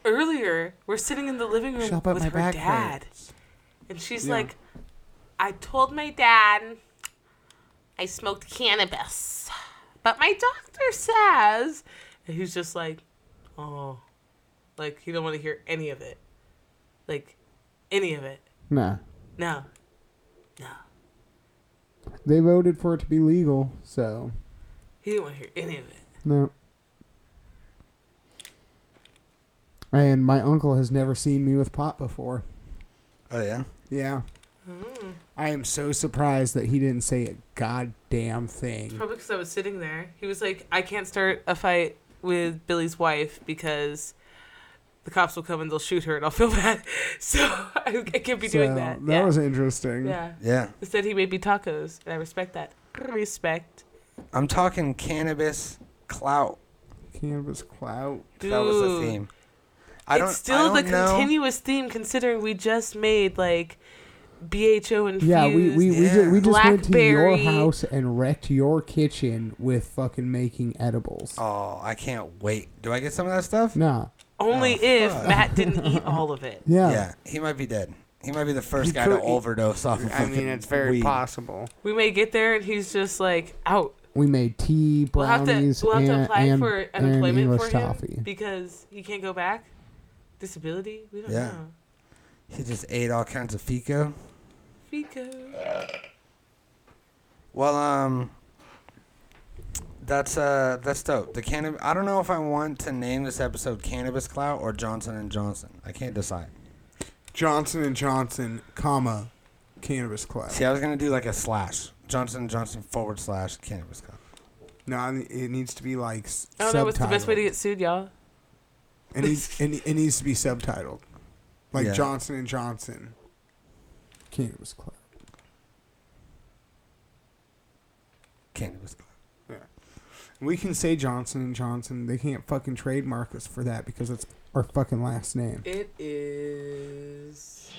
C: earlier we're sitting in the living room
D: shop up
C: with
D: my
C: her
D: back.
C: dad,
D: hurts.
C: and she's
R: Yeah.
C: like, "I told my dad I smoked cannabis, but my doctor says," and he's just like, "Oh, like he don't want to hear any of it, like any of it.
D: Nah,
C: No, no,
D: they voted for it to be legal, so
C: he didn't want to hear any of it."
D: no. And my uncle has never seen me with pot before.
G: Oh, yeah?
D: Yeah.
C: Hmm.
D: I am so surprised that he didn't say a goddamn thing.
C: Probably because I was sitting there. He was like, I can't start a fight with Billy's wife because the cops will come and they'll shoot her and I'll feel bad. So I, I can't be doing
D: So,
C: that. yeah.
D: was interesting.
C: yeah.
G: Yeah.
C: Instead, he made me tacos and I respect that. Respect.
G: I'm talking cannabis clout.
D: Cannabis clout.
G: If that was the
C: Dude.
G: theme. I don't,
C: it's still
G: I don't
C: the
G: know.
C: continuous theme considering we just made like BHO infused.
D: Yeah, we we, we,
G: Yeah.
D: ju- we just went to your
C: Blackberry.
D: house and wrecked your kitchen with fucking making edibles.
G: Oh, I can't wait. Do I get some of that stuff?
D: Nah.
G: Oh,
C: Only if Matt didn't eat all of it.
D: Yeah.
G: Yeah, he might be dead. He might be the first
R: He
G: guy
R: could-
G: to overdose off. Of
R: I mean,
G: fucking
R: it's very
G: weed.
R: possible.
C: We may get there and he's just like out.
D: We made tea,
C: We'll have to
D: brownies,
C: we'll have
D: and,
C: to apply
D: and,
C: for
D: and
C: unemployment
D: English
C: for him
D: toffee.
C: because he can't go back. Disability? We don't
G: Yeah.
C: know.
G: He just ate all kinds of fico.
C: Fico.
G: Well, um, that's uh, that's dope. The cannab- I don't know if I want to name this episode "Cannabis Clout" or "Johnson and Johnson." I can't decide.
R: Johnson and Johnson, comma, cannabis club.
G: See, I was gonna do like a slash Johnson and Johnson forward slash Cannabis Clout.
R: No, I mean, it needs to be like. s-
C: I don't know what's the best way to
R: subtitled.
C: get sued, y'all.
R: It needs, it, it needs to be subtitled, like
G: Yeah.
R: Johnson and Johnson.
D: Cannabis clout.
G: Cannabis Clout.
R: We can say Johnson.
D: Johnson and Johnson, they can't fucking trademark us for that because it's our fucking last name.
C: It is.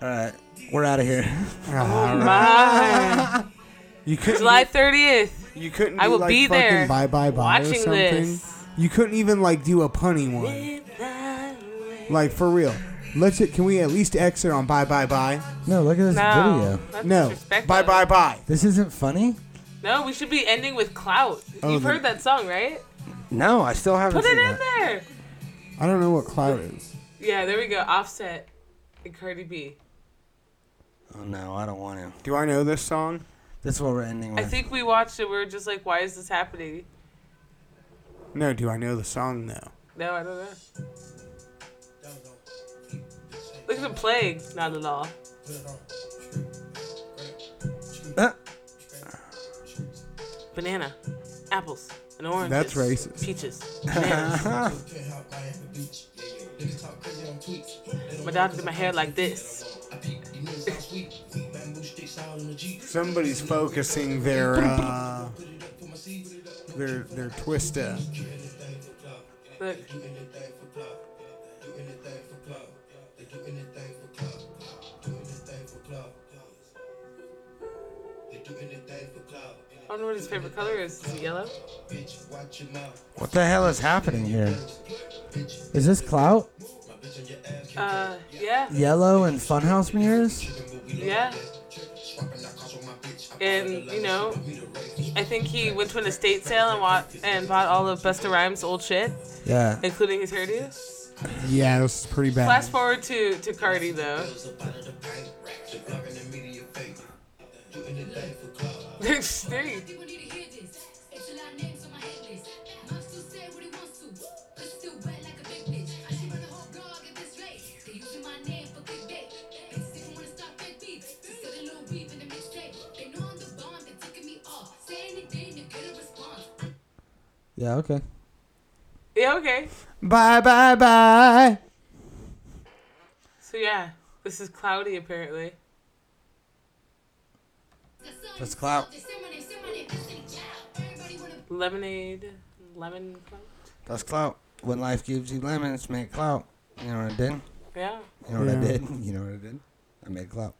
G: All right, we're out of here.
C: Mine.
R: You couldn't. e,
C: July 30th.
R: You couldn't.
C: I
R: do,
C: will
R: like,
C: be
R: fucking-
C: there.
D: Bye bye bye or
C: Watching
D: something.
C: this.
R: You couldn't even like do a punny one. Like for real. Let's. Can we at least exit on bye bye bye?
G: No, look at this
C: No.
G: video.
C: that's
R: No.
C: disrespectful.
R: Bye bye bye.
G: This isn't funny.
C: No, we should be ending with Clout.
D: Oh,
C: You've
R: the-
C: heard that song, right?
G: No, I still haven't
C: Put it
G: seen
C: in
G: that.
C: there.
D: I don't know what clout is.
C: Yeah, there we go. Offset and Cardi B.
G: Oh no, I don't want to.
R: Do I know this song?
G: This is what we're ending
C: I
G: with.
C: think we watched it. We were just like, why is this happening?
R: No. Do I know the song though?
C: No, I don't know. Look at him playing. Not at all.
G: Uh,
C: Banana, apples, and oranges.
D: That's racist.
C: Peaches, bananas. my dog did my hair like this.
R: Somebody's focusing their uh, their their twista.
C: Look. I don't know what his favorite color is. Is it yellow?
G: What the hell is happening here?
S: Is this clout?
C: Uh, yeah,
S: Yellow and funhouse mirrors?
C: yeah. And you know, I think he went to an estate sale and bought and bought all of Busta Rhymes' old shit,
S: Yeah.
C: including his hairdo.
D: Yeah, this is pretty bad.
C: Flash forward to to Cardi though. there you
T: People need to hear this. It's a lot of names on my hit list. Mom still say what he wants to. But still wet like a big bitch. I should run the whole blog at this rate. They using my name for clickbait. Bitches didn't wanna stop fake beef. Just said a little weave in the mixtape. They know I'm the bomb. They're ticking me off. Say anything to get a response. I
S: Yeah, okay.
C: go. Yeah, okay.
D: Bye, bye, bye.
C: So yeah, this is cloudy apparently.
G: Let's clap.
T: They say my name, say my name. This ain't child. Everybody wanna
C: Lemonade, lemon clout.
G: That's clout. When life gives you lemons, make clout. You know what I did?
C: Yeah,
G: You know what I
D: Yeah.
G: did? You know what I did? I made clout.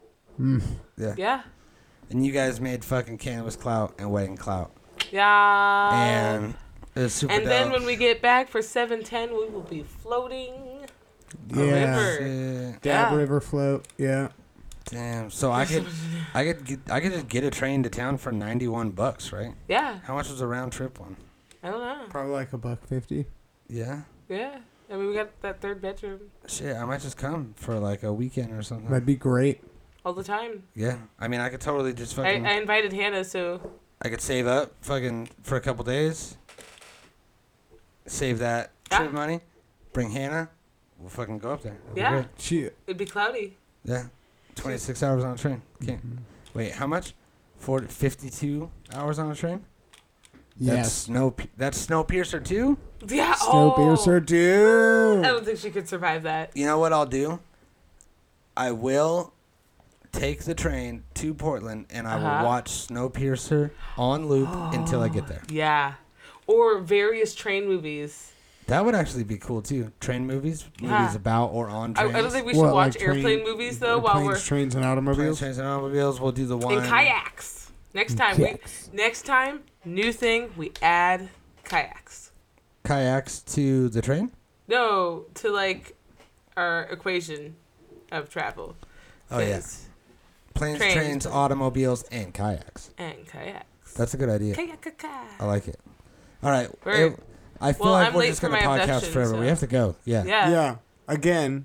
C: yeah,
G: And you guys made fucking cannabis clout and wedding clout.
C: yeah.
G: And it was super
C: Oh. And
G: dope.
C: then when we get back for 710, we will be floating.
D: Yeah.
C: river.
G: Shit.
D: Dab
C: Yeah.
D: River float. Yeah.
G: Damn. So I could, I could, get, I could just get a train to town for ninety-one bucks, right?
C: Yeah,
G: How much was a round trip one?
C: I don't know.
D: Probably like a buck fifty.
G: Yeah.
C: Yeah. I mean, we got that third bedroom
G: Shit, I might just come for like a weekend or something.
D: That'd be great.
C: all the time.
G: yeah. I mean, I could totally just
C: I,
G: fucking, I,
C: I invited Hannah, so
G: could save up fucking for a couple days. Save that
C: Yeah.
G: trip money. Bring Hannah. We'll fucking go up there. It'll be
C: Yeah.
G: great.
D: Shit.
C: it'd be cloudy.
G: Yeah. Twenty-six hours on a train. Can't. Wait, how much? 40, 52 hours on a train. That's
D: Yes.
G: snow. Pe- That's Snowpiercer too.
C: Yeah.
D: Snow
C: oh,
D: piercer,
C: I
D: dude.
C: don't think she could survive that.
G: You know what I'll do? I will take the train to Portland and I
C: Uh-huh.
G: will watch Snowpiercer on loop until I get there.
C: Yeah. Or various train movies.
G: That would actually be cool too. Train movies,
C: Yeah.
G: movies about or on
C: I,
G: trains.
C: I don't think we should
D: What,
C: watch
D: like
C: airplane
D: train-
C: movies, though, while
D: planes,
C: we're
D: trains, and
G: Planes,
D: automobiles.
G: trains, and automobiles. We'll do the one.
C: in kayaks. Next time,
D: Kayaks.
C: we next time, new thing, we add kayaks.
G: Kayaks to the train.
C: No, to like our equation of travel.
G: Oh yeah.
C: Yes.
G: Planes,
C: Trains.
G: trains, automobiles, and kayaks.
C: and kayaks.
G: That's a good idea. I
C: Kayakaka.
G: like it. All right.
C: We're-
G: it- I feel
C: well,
G: like
C: I'm
G: we're
C: late
G: just
C: for
G: gonna
C: my
G: podcast
C: abduction,
G: forever.
C: so-
G: We have to go. Yeah.
C: Yeah.
D: Yeah. Again.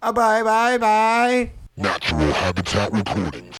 U: Uh, bye, bye, bye.
V: Natural Habitat Recordings.